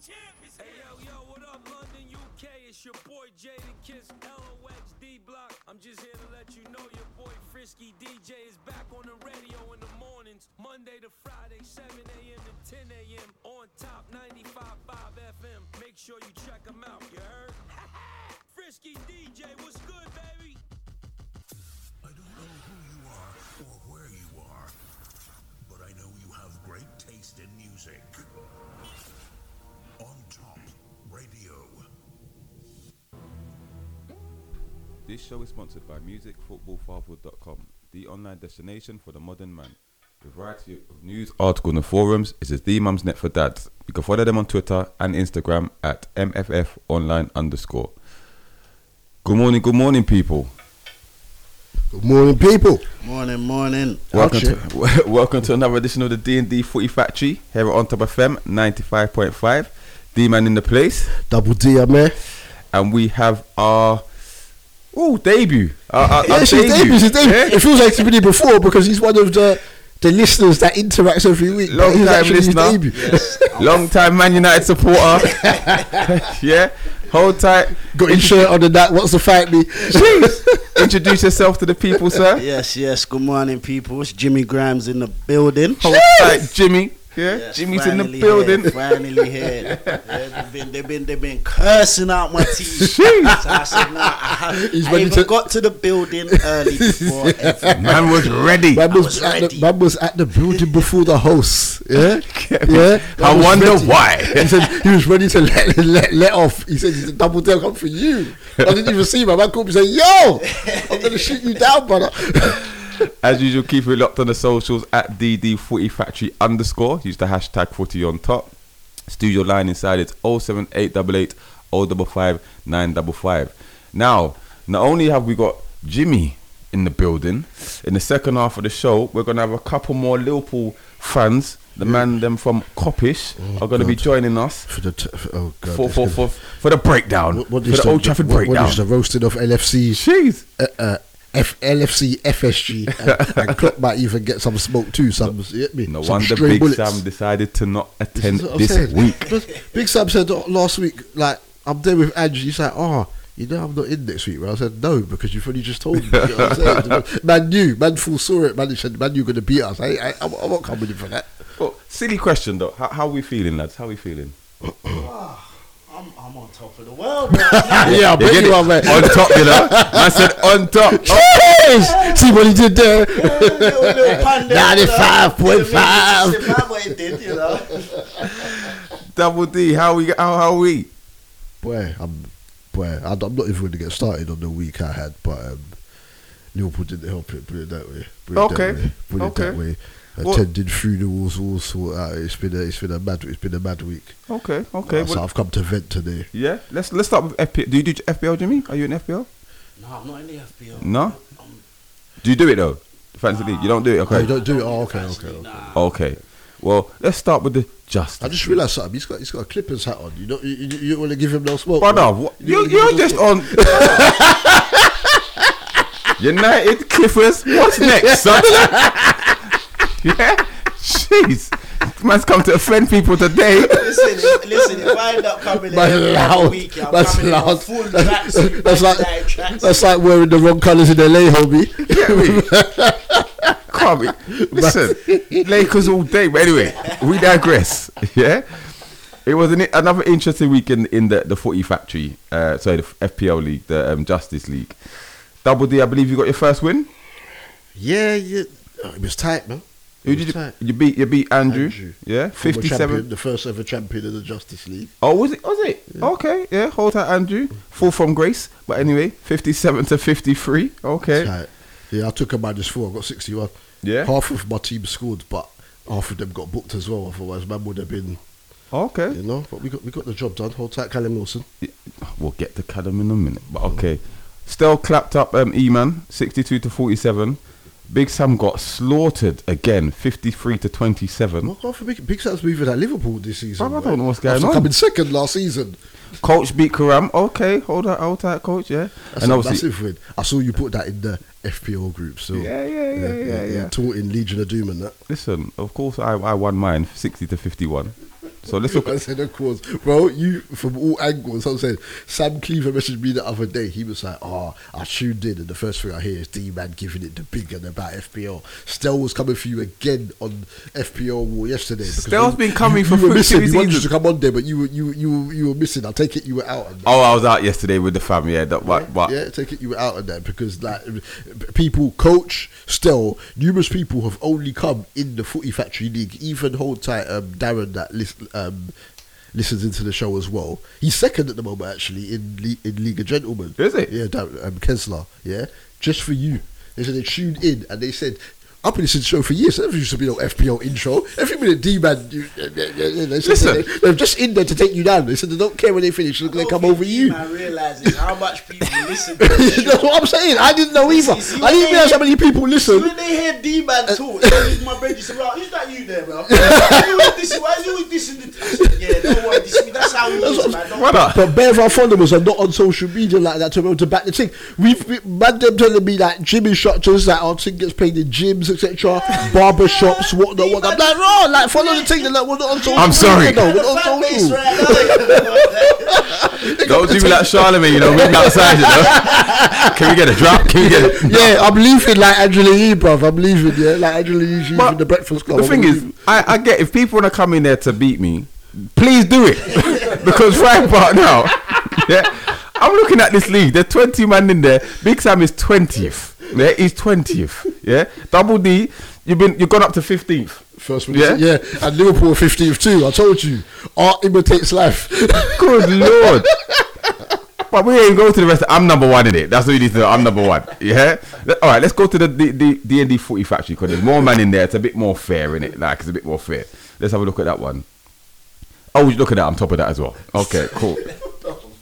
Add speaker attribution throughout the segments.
Speaker 1: champ is
Speaker 2: Hey
Speaker 1: here.
Speaker 2: yo, yo, what up, London, UK? It's your boy Jada Kiss, LOX D Block. I'm just here to let you know your boy Frisky DJ is back on the radio in the mornings, Monday to Friday, 7 a.m. to 10 a.m. on top 95.5 FM. Make sure you check him out, you heard? Frisky DJ, what's good, baby?
Speaker 3: I don't know who you are or where you are, but I know you have great taste in music. On Top Radio.
Speaker 4: This show is sponsored by musicfootballfatherhood.com, the online destination for the modern man. The variety of news, articles, and forums is as the mum's net for dads. You can follow them on Twitter and Instagram at mff online underscore. Good morning, good morning, people.
Speaker 5: Good morning, people.
Speaker 6: Morning, morning.
Speaker 4: Welcome
Speaker 5: Oh, shit.
Speaker 4: to welcome to another edition of the D and D Footy Factory here at On Top FM ninety five point five. D man in the place,
Speaker 5: Double D, I'm here.
Speaker 4: and we have our oh debut. Our, our,
Speaker 5: Yeah,
Speaker 4: our
Speaker 5: she's
Speaker 4: debut.
Speaker 5: debut. She's debut.
Speaker 4: Yeah.
Speaker 5: It feels like she's been here before because he's one of the the listeners that interacts every week. but
Speaker 4: Long
Speaker 5: he's
Speaker 4: time
Speaker 5: actually his
Speaker 4: listener.
Speaker 5: debut.
Speaker 4: Long time Man United supporter. yeah. Hold tight.
Speaker 5: Got his shirt on and that. What's the fight me?
Speaker 4: Introduce yourself to the people, sir.
Speaker 6: Yes, yes. Good morning, people. It's Jimmy Grimes in the building.
Speaker 4: Hold tight, Jimmy. Yeah.
Speaker 6: Yes,
Speaker 4: Jimmy's in the
Speaker 6: finally
Speaker 4: building.
Speaker 6: Here, finally here. Yeah, they've, been, they've, been, they've been cursing out my team. so I said, nah, I, have,
Speaker 5: He's
Speaker 6: I
Speaker 5: ready
Speaker 6: even
Speaker 5: to-
Speaker 6: got to the building early before everyone.
Speaker 4: Man was ready.
Speaker 5: Man was,
Speaker 6: was
Speaker 5: at the,
Speaker 6: ready.
Speaker 5: man was at the building before the host. Yeah, yeah.
Speaker 4: I
Speaker 5: Man was
Speaker 4: wonder
Speaker 5: ready.
Speaker 4: why.
Speaker 5: He said he was ready to let let, let off. He said, "It's a double tail come for you." I didn't even see him. I called me and said, "Yo, I'm gonna shoot you down, brother."
Speaker 4: As usual, keep it locked on the socials at DD Footy Factory underscore. Use the hashtag footy on top. Studio line inside oh it's 07888 055 955. Now, not only have we got Jimmy in the building, in the second half of the show, we're going to have a couple more Liverpool fans. The man them from Coppish are going to be
Speaker 5: Oh, God.
Speaker 4: joining us
Speaker 5: For the t- for, oh god,
Speaker 4: for,
Speaker 5: it's
Speaker 4: for,
Speaker 5: gonna-
Speaker 4: for, for the breakdown,
Speaker 5: What, what
Speaker 4: for
Speaker 5: is
Speaker 4: the Old Trafford
Speaker 5: what, what
Speaker 4: breakdown.
Speaker 5: is the roasting of LFC?
Speaker 4: Jeez.
Speaker 5: Uh, uh, F, LFC, FSG, and, and Klopp might even get some smoke too. Some, you get me?
Speaker 4: No
Speaker 5: some
Speaker 4: wonder
Speaker 5: stray
Speaker 4: Big
Speaker 5: bullets.
Speaker 4: Sam decided to not
Speaker 5: This is
Speaker 4: attend
Speaker 5: what I'm
Speaker 4: this
Speaker 5: saying.
Speaker 4: week.
Speaker 5: But Big Sam said oh, last week, like I'm there with Andrew. He's like, oh, you know, I'm not in next week. Well, I said no because you've only just told me. You know what I'm saying? man knew, man full saw it. Man said, man, you're gonna beat us. eh?" I, I, I'm, I'm not coming in for that.
Speaker 4: Well, Oh, silly question though. How, how we feeling, lads? How we feeling?
Speaker 6: "Ah, I'm, I'm on top of the world. man.
Speaker 5: yeah, I bet
Speaker 4: get
Speaker 5: you
Speaker 4: it?
Speaker 5: are, man.
Speaker 4: On top, you know. I said on top.
Speaker 5: Jeez! See what he did there.
Speaker 6: little, little pun there, you know.
Speaker 5: 95.5.
Speaker 6: It's about what it did, you know.
Speaker 4: Double D. How we? How, how we?
Speaker 5: Boy, I'm, boy, I'm I'm not even going to get started on the week I had, but um, Liverpool didn't help it. Put it that way. Put it
Speaker 4: Okay,
Speaker 5: That way, put it
Speaker 4: okay.
Speaker 5: that way.
Speaker 4: What-
Speaker 5: Attended funerals, all sort. Uh, it's been a, it's been a mad, it's been a mad week.
Speaker 4: Okay. Okay.
Speaker 5: Uh, so
Speaker 4: well,
Speaker 5: I've come to vent today.
Speaker 4: yeah. Let's let's start with FPL. Do you do FPL, Jimmy? Are you in FPL?
Speaker 6: No, I'm not in the FBO.
Speaker 4: No. Do you do it though? Fancy league. You don't do it.
Speaker 5: Okay,
Speaker 4: Okay.
Speaker 5: don't do it. Oh, okay, okay. okay.
Speaker 4: Okay. Well, let's start with the justice.
Speaker 5: I just realised something. He's got he's got a Clippers hat on. You don't you, you, you want to give him no smoke,
Speaker 4: Brother,
Speaker 5: man.
Speaker 4: what,
Speaker 5: You
Speaker 4: you,
Speaker 5: don't give
Speaker 4: you're
Speaker 5: him no
Speaker 4: just
Speaker 5: smoke.
Speaker 4: on. United Clippers, what's next, Sunderland? yeah? Jeez. Man's come to offend people today.
Speaker 6: Listen, listen, if I end up coming in
Speaker 5: That's
Speaker 6: every
Speaker 5: loud.
Speaker 6: week, I'm
Speaker 5: That's
Speaker 6: coming in on
Speaker 5: loud.
Speaker 6: full
Speaker 5: That's,
Speaker 6: tracksuit,
Speaker 5: that's
Speaker 6: black
Speaker 5: like
Speaker 6: tracksuit.
Speaker 5: that's like wearing the wrong colours in LA, homie.
Speaker 4: Get me? Come on, Listen, Lakers all day. But anyway, we digress. Yeah? It was an, another interesting week in, in the, the Footy Factory. Uh, sorry, the FPL League, the um, Justice League. Double D, I believe you got your first win.
Speaker 5: Yeah, yeah. Oh, it was tight, man.
Speaker 4: Who
Speaker 5: It
Speaker 4: did
Speaker 5: was
Speaker 4: you,
Speaker 5: tight.
Speaker 4: you beat? You beat Andrew.
Speaker 5: Andrew.
Speaker 4: Yeah,
Speaker 5: Former
Speaker 4: fifty-seven.
Speaker 5: champion, the first ever champion of the Justice League.
Speaker 4: Oh, was it? Was it? Okay, yeah. Hold on, Andrew. Fall from grace, but anyway, fifty-seven to fifty-three. Okay.
Speaker 5: Right. Yeah, I took a minus four. I got sixty-one.
Speaker 4: Yeah.
Speaker 5: half of my team scored, but half of them got booked as well. Otherwise, man would have been, you
Speaker 4: Okay.
Speaker 5: know. But we got we got the job done. Hold tight, Callum Wilson.
Speaker 4: We'll get to Callum in a minute, but okay. Still clapped up. Um, E-man, sixty-two to forty-seven. Big Sam got slaughtered again, fifty-three to twenty-seven.
Speaker 5: Not for Big, Big Sam's moving at Liverpool this season.
Speaker 4: Bruv, I
Speaker 5: right?
Speaker 4: don't know what's going
Speaker 5: After
Speaker 4: on.
Speaker 5: Coming second last season.
Speaker 4: Coach beat Karam. Okay, hold on, hold tight, coach. Yeah,
Speaker 5: That's a massive win. I saw you put that in the FPL group. So
Speaker 4: Yeah, yeah, yeah, yeah, yeah.
Speaker 5: Taught in Legion of Doom and that.
Speaker 4: Listen, of course I, I won mine 60 to 51. So let's look.
Speaker 5: I said, of course, bro. You from all angles. I'm saying Sam Cleaver messaged me the other day. He was like, "Oh, I tuned in, and the first thing I hear is D Man giving it the big and about FPL. Stell was coming for you again on FPL War yesterday. because
Speaker 4: Stell's
Speaker 5: you-
Speaker 4: been coming
Speaker 5: you,
Speaker 4: for
Speaker 5: you were
Speaker 4: three
Speaker 5: missing.
Speaker 4: series
Speaker 5: You wanted
Speaker 4: seasons.
Speaker 5: to come on there, but you were you you were- you were missing. I take it you were out. On that.
Speaker 4: Oh, I was out yesterday with the fam. Yeah, that, but, but
Speaker 5: yeah, take it you were out on that because like people, coach, Stell, numerous people have only come in the Footy Factory League. Even hold tight, um, Darren that list, um, listens into the show as well. He's second at the moment actually in Le- in League of Gentlemen.
Speaker 4: Is he?
Speaker 5: Yeah, Darren, um, Kessler. Yeah, just for you. They said they tuned in and they said. I've been listening to the show for years. There used to be no FPL intro. Every minute D-Man, you- they
Speaker 4: Listen.
Speaker 5: said they, they're just in there to take you down. They said they don't care when they finish. They come over you.
Speaker 6: I realizes how much people listen to this show.
Speaker 5: That's what I'm saying. I didn't know either.
Speaker 6: See, see
Speaker 5: I didn't
Speaker 6: when
Speaker 5: realize
Speaker 6: they-
Speaker 5: how many people
Speaker 6: So
Speaker 5: listen.
Speaker 6: when they hear D man
Speaker 5: Uh,
Speaker 6: talk, they leave my brother say, "Well, who's that you there, bro? Why you with this? Why you with this?" In the I said, yeah, don't worry, this me. That's how it
Speaker 5: That's
Speaker 6: is,
Speaker 5: what
Speaker 6: man.
Speaker 5: I'm-
Speaker 6: Don't
Speaker 4: Why not?
Speaker 5: But bare of our followers are not on social media like that to be able to back the thing. We've we- man them telling me that gym instructors that our thing gets played in gyms, etc., barber shops, whatnot, whatnot. I'm like, raw, like follow the thing. They're like, we're not on social.
Speaker 4: I'm sorry.
Speaker 5: media, No,
Speaker 6: The
Speaker 5: we're not
Speaker 6: fan
Speaker 5: on
Speaker 6: base
Speaker 5: social.
Speaker 6: right
Speaker 4: don't do me like Charlemagne. You know, waiting outside. You know, can we get a drop? Can we get? A...
Speaker 5: Yeah, I'm leaving like Angela Yee, bruv. I'm leaving, yeah, like Angela Yee, she's
Speaker 4: But
Speaker 5: leaving the Breakfast Club.
Speaker 4: The
Speaker 5: I'm
Speaker 4: thing is,
Speaker 5: leaving.
Speaker 4: I, I get if people want to come in there to beat me, please do it because right about now, yeah, I'm looking at this league. There's 20 man in there. Big Sam is 20th. Yeah, he's 20th. Yeah, Double D, you've been you've gone up to 15th.
Speaker 5: First
Speaker 4: Yeah?
Speaker 5: yeah. yeah, and Liverpool are 15th too. I told you, art imitates life.
Speaker 4: Good lord. But we ain't go to the rest. I'm number one in it. That's all you need to know. I'm number one. Yeah. All right. Let's go to the D D D and D footy factory because there's more man in there. It's a bit more fair in it. Like it's a bit more fair. Let's have a look at that one. Oh, look at that. I'm top of that as well. Okay. Cool.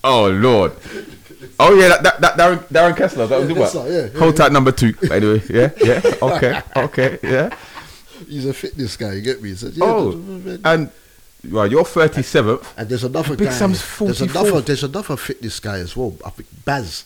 Speaker 4: Oh lord. Oh yeah. That that, that Darren, Darren Kessler. That was
Speaker 5: Yeah,
Speaker 4: the one.
Speaker 5: Kessler, yeah, yeah,
Speaker 4: Hold tight number two. By the way. Yeah. Yeah. Okay. Okay. Yeah.
Speaker 5: He's a fitness guy. You get me? He said, yeah,
Speaker 4: Oh. And well, you're 37th.
Speaker 5: and there's another
Speaker 4: Big
Speaker 5: guy.
Speaker 4: Sam's
Speaker 5: there's
Speaker 4: 44.
Speaker 5: another. There's another fitness guy as well. I think Baz.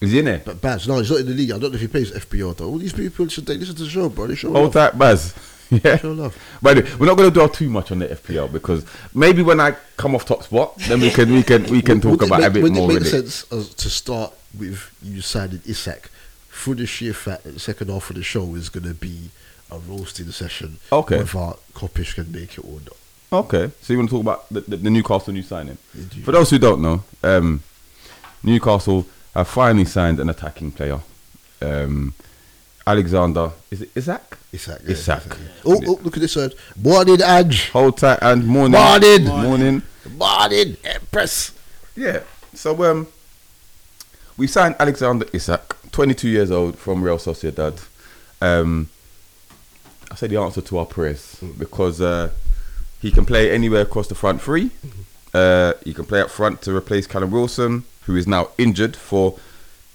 Speaker 4: Is he in there?
Speaker 5: But Baz, no, he's not in the league. I don't know if he plays FPR though. All these people should they listen to the show, bro. They show
Speaker 4: Hold
Speaker 5: love.
Speaker 4: tight, Oh, Baz. Yeah.
Speaker 5: Show love.
Speaker 4: By the way, we're not going to dwell too much on the FPL because maybe when I come off top spot, then we can we can we can talk
Speaker 5: Would it
Speaker 4: about
Speaker 5: make,
Speaker 4: a bit
Speaker 5: would
Speaker 4: more
Speaker 5: it make
Speaker 4: with it.
Speaker 5: sense as- to start with you signing Isak for the sheer fact that the second half of the show is going to be a roasting session?
Speaker 4: Okay.
Speaker 5: Whether Kopish can make it or not.
Speaker 4: Okay, so you want to talk about the, the, the Newcastle new signing?
Speaker 5: Indeed.
Speaker 4: For those who don't know, um, Newcastle have finally signed an attacking player, um, Alexander. Is it Isaac?
Speaker 5: Isak. yeah,
Speaker 4: Isak.
Speaker 5: yeah. Oh, oh, look at this one. Morning, Ange.
Speaker 4: Hold tight and morning.
Speaker 5: Morning.
Speaker 4: Morning.
Speaker 5: Morning, Empress.
Speaker 4: Yeah. So um, we signed Alexander Isak, 22 years old from Real Sociedad. Um, I say the answer to our prayers because uh, he can play anywhere across the front three. Uh, he can play up front to replace Callum Wilson, who is now injured for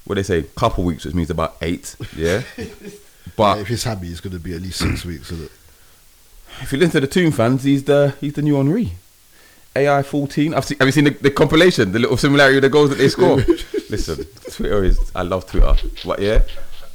Speaker 4: what they say, couple weeks, which means about eight. Yeah.
Speaker 7: 嗯
Speaker 5: Yeah, if
Speaker 4: But
Speaker 5: he's happy, it's going to be at least six weeks, isn't it?
Speaker 4: if you listen to the Toon fans, he's the he's the new Henri. AI fourteen. I've seen. Have you seen the, the compilation? The little similarity of the goals that they score. listen, Twitter is. I love Twitter. But yeah,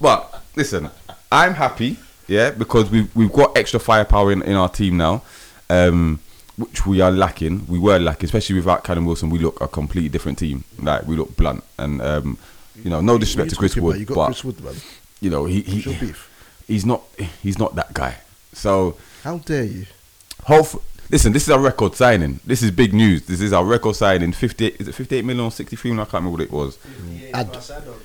Speaker 4: but listen, I'm happy. Yeah, because we've we've got extra firepower in, in our team now, um, which we are lacking. We were lacking, especially without Callum Wilson. We look a completely different team. Like we look blunt and. Um, you know, no disrespect to Chris Wood,
Speaker 5: You got
Speaker 4: but
Speaker 5: Chris Wood, man.
Speaker 4: you know he,
Speaker 5: What's your
Speaker 4: he
Speaker 5: beef?
Speaker 4: he's not he's not that guy. So
Speaker 5: How dare you?
Speaker 4: Hope. Listen, this is our record signing. This is big news. This is our record signing. Fifty-eight. Is it fifty-eight million or sixty-three million? I can't remember what it was.
Speaker 5: Ad-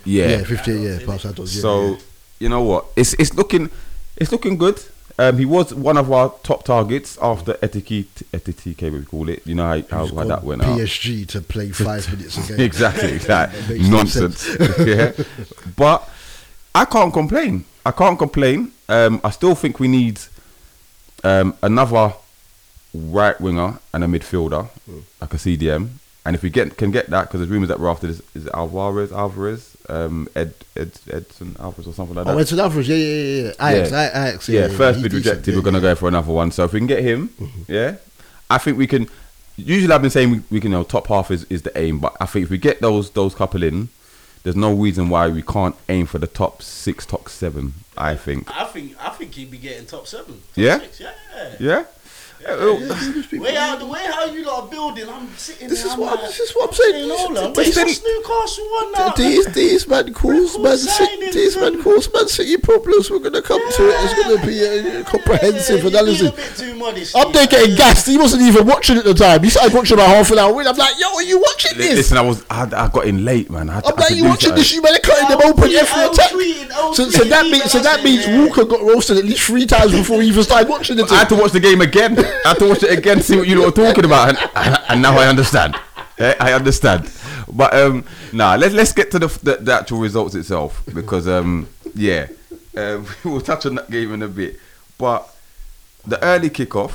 Speaker 4: Yeah.
Speaker 5: yeah, 58 yeah, pass that on. Yeah,
Speaker 4: so
Speaker 5: yeah.
Speaker 4: you know what? It's it's looking it's looking good. Um, he was one of our top targets after Etiki Etiki, we call it. You know how, how,
Speaker 5: He's
Speaker 4: how
Speaker 5: gone
Speaker 4: that went out.
Speaker 5: PSG to play five minutes a game.
Speaker 4: exactly that
Speaker 5: Makes no
Speaker 4: nonsense yeah but i can't complain i can't complain um i still think we need um another right winger and a midfielder
Speaker 5: Hmm.
Speaker 4: like a cdm and if we get can get that because there's rumors that we're after this is it alvarez alvarez um ed, ed edson alvarez or something like that
Speaker 5: Oh, it's an average. Yeah, yeah, yeah, yeah. Ajax,
Speaker 4: Yeah.
Speaker 5: Aj- Ajax.
Speaker 4: yeah,
Speaker 5: Yeah,
Speaker 4: first
Speaker 5: he
Speaker 4: bid
Speaker 5: decent,
Speaker 4: rejected.
Speaker 5: yeah,
Speaker 4: We're gonna
Speaker 5: yeah.
Speaker 4: go for another one. So if we can get him, yeah, I think we can. Usually, I've been saying we, we can. You know, top half is, is the aim, but I think if we get those those couple in, there's no reason why we can't aim for the top six, top seven. I think.
Speaker 6: now. I think I think he'd be getting top seven. Top
Speaker 4: Yeah?
Speaker 6: six, yeah.
Speaker 4: Yeah.
Speaker 6: Way out the way how you lot are building, I'm sitting
Speaker 5: This
Speaker 6: there.
Speaker 5: is
Speaker 6: I'm
Speaker 5: what-
Speaker 6: like,
Speaker 5: this is what I'm saying.
Speaker 6: fucking Ola,
Speaker 5: This-
Speaker 6: wait,
Speaker 5: this-
Speaker 6: what's Newcastle on now?
Speaker 5: These these man calls man city,
Speaker 6: signings
Speaker 5: these man
Speaker 6: and-
Speaker 5: calls man city problems. We're gonna come to it. It's gonna be a, a comprehensive
Speaker 6: Yeah, you're being
Speaker 5: analysis.
Speaker 6: A bit too modest,
Speaker 5: I'm there
Speaker 6: you know.
Speaker 5: getting gassed. He wasn't even watching at the time. He started watching about half an hour in. I'm like, yo, are you watching
Speaker 4: Li-
Speaker 5: this?
Speaker 4: Listen, I was I, I got in late, man. I, had to-
Speaker 5: I'm
Speaker 4: I had
Speaker 5: like,
Speaker 4: to
Speaker 5: you
Speaker 4: do
Speaker 5: watching this?
Speaker 4: something.
Speaker 5: You better cutting them
Speaker 6: I was
Speaker 5: open
Speaker 6: tweeting-
Speaker 5: every
Speaker 6: I was
Speaker 5: attack.
Speaker 6: tweeting, I was
Speaker 5: So, so that
Speaker 6: tweeting,
Speaker 5: means so
Speaker 6: I
Speaker 5: that
Speaker 6: said,
Speaker 5: means
Speaker 6: yeah.
Speaker 5: Walker got roasted at least three times before he even started watching it.
Speaker 4: I had to watch the game again. I had to watch it again, see what you lot are talking about, and, and, and now I understand. Eh, I understand. But um, nah, let's let's get to the, the the actual results itself because um, yeah, um, we'll touch on that game in a bit. But the early kickoff,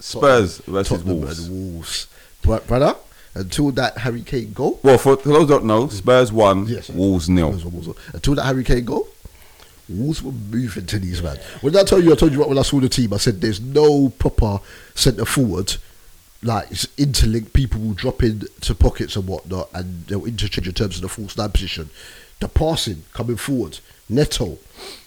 Speaker 4: Spurs versus
Speaker 5: Tottenham
Speaker 4: Wolves.
Speaker 5: and Wolves, Bro- brother. Until that Harry Kane goal.
Speaker 4: Well, for those who don't know, Spurs one,
Speaker 5: Yes.
Speaker 4: Wolves nil.
Speaker 5: Wolves won, Wolves won. Until that Harry Kane goal, Wolves were moving to these man. When I told you, I told you what when I saw the team, I said there's no proper centre forward. Like it's interlinked, people will drop in to pockets and whatnot, and they'll interchange in terms of the false nine position. The passing coming forward, Neto,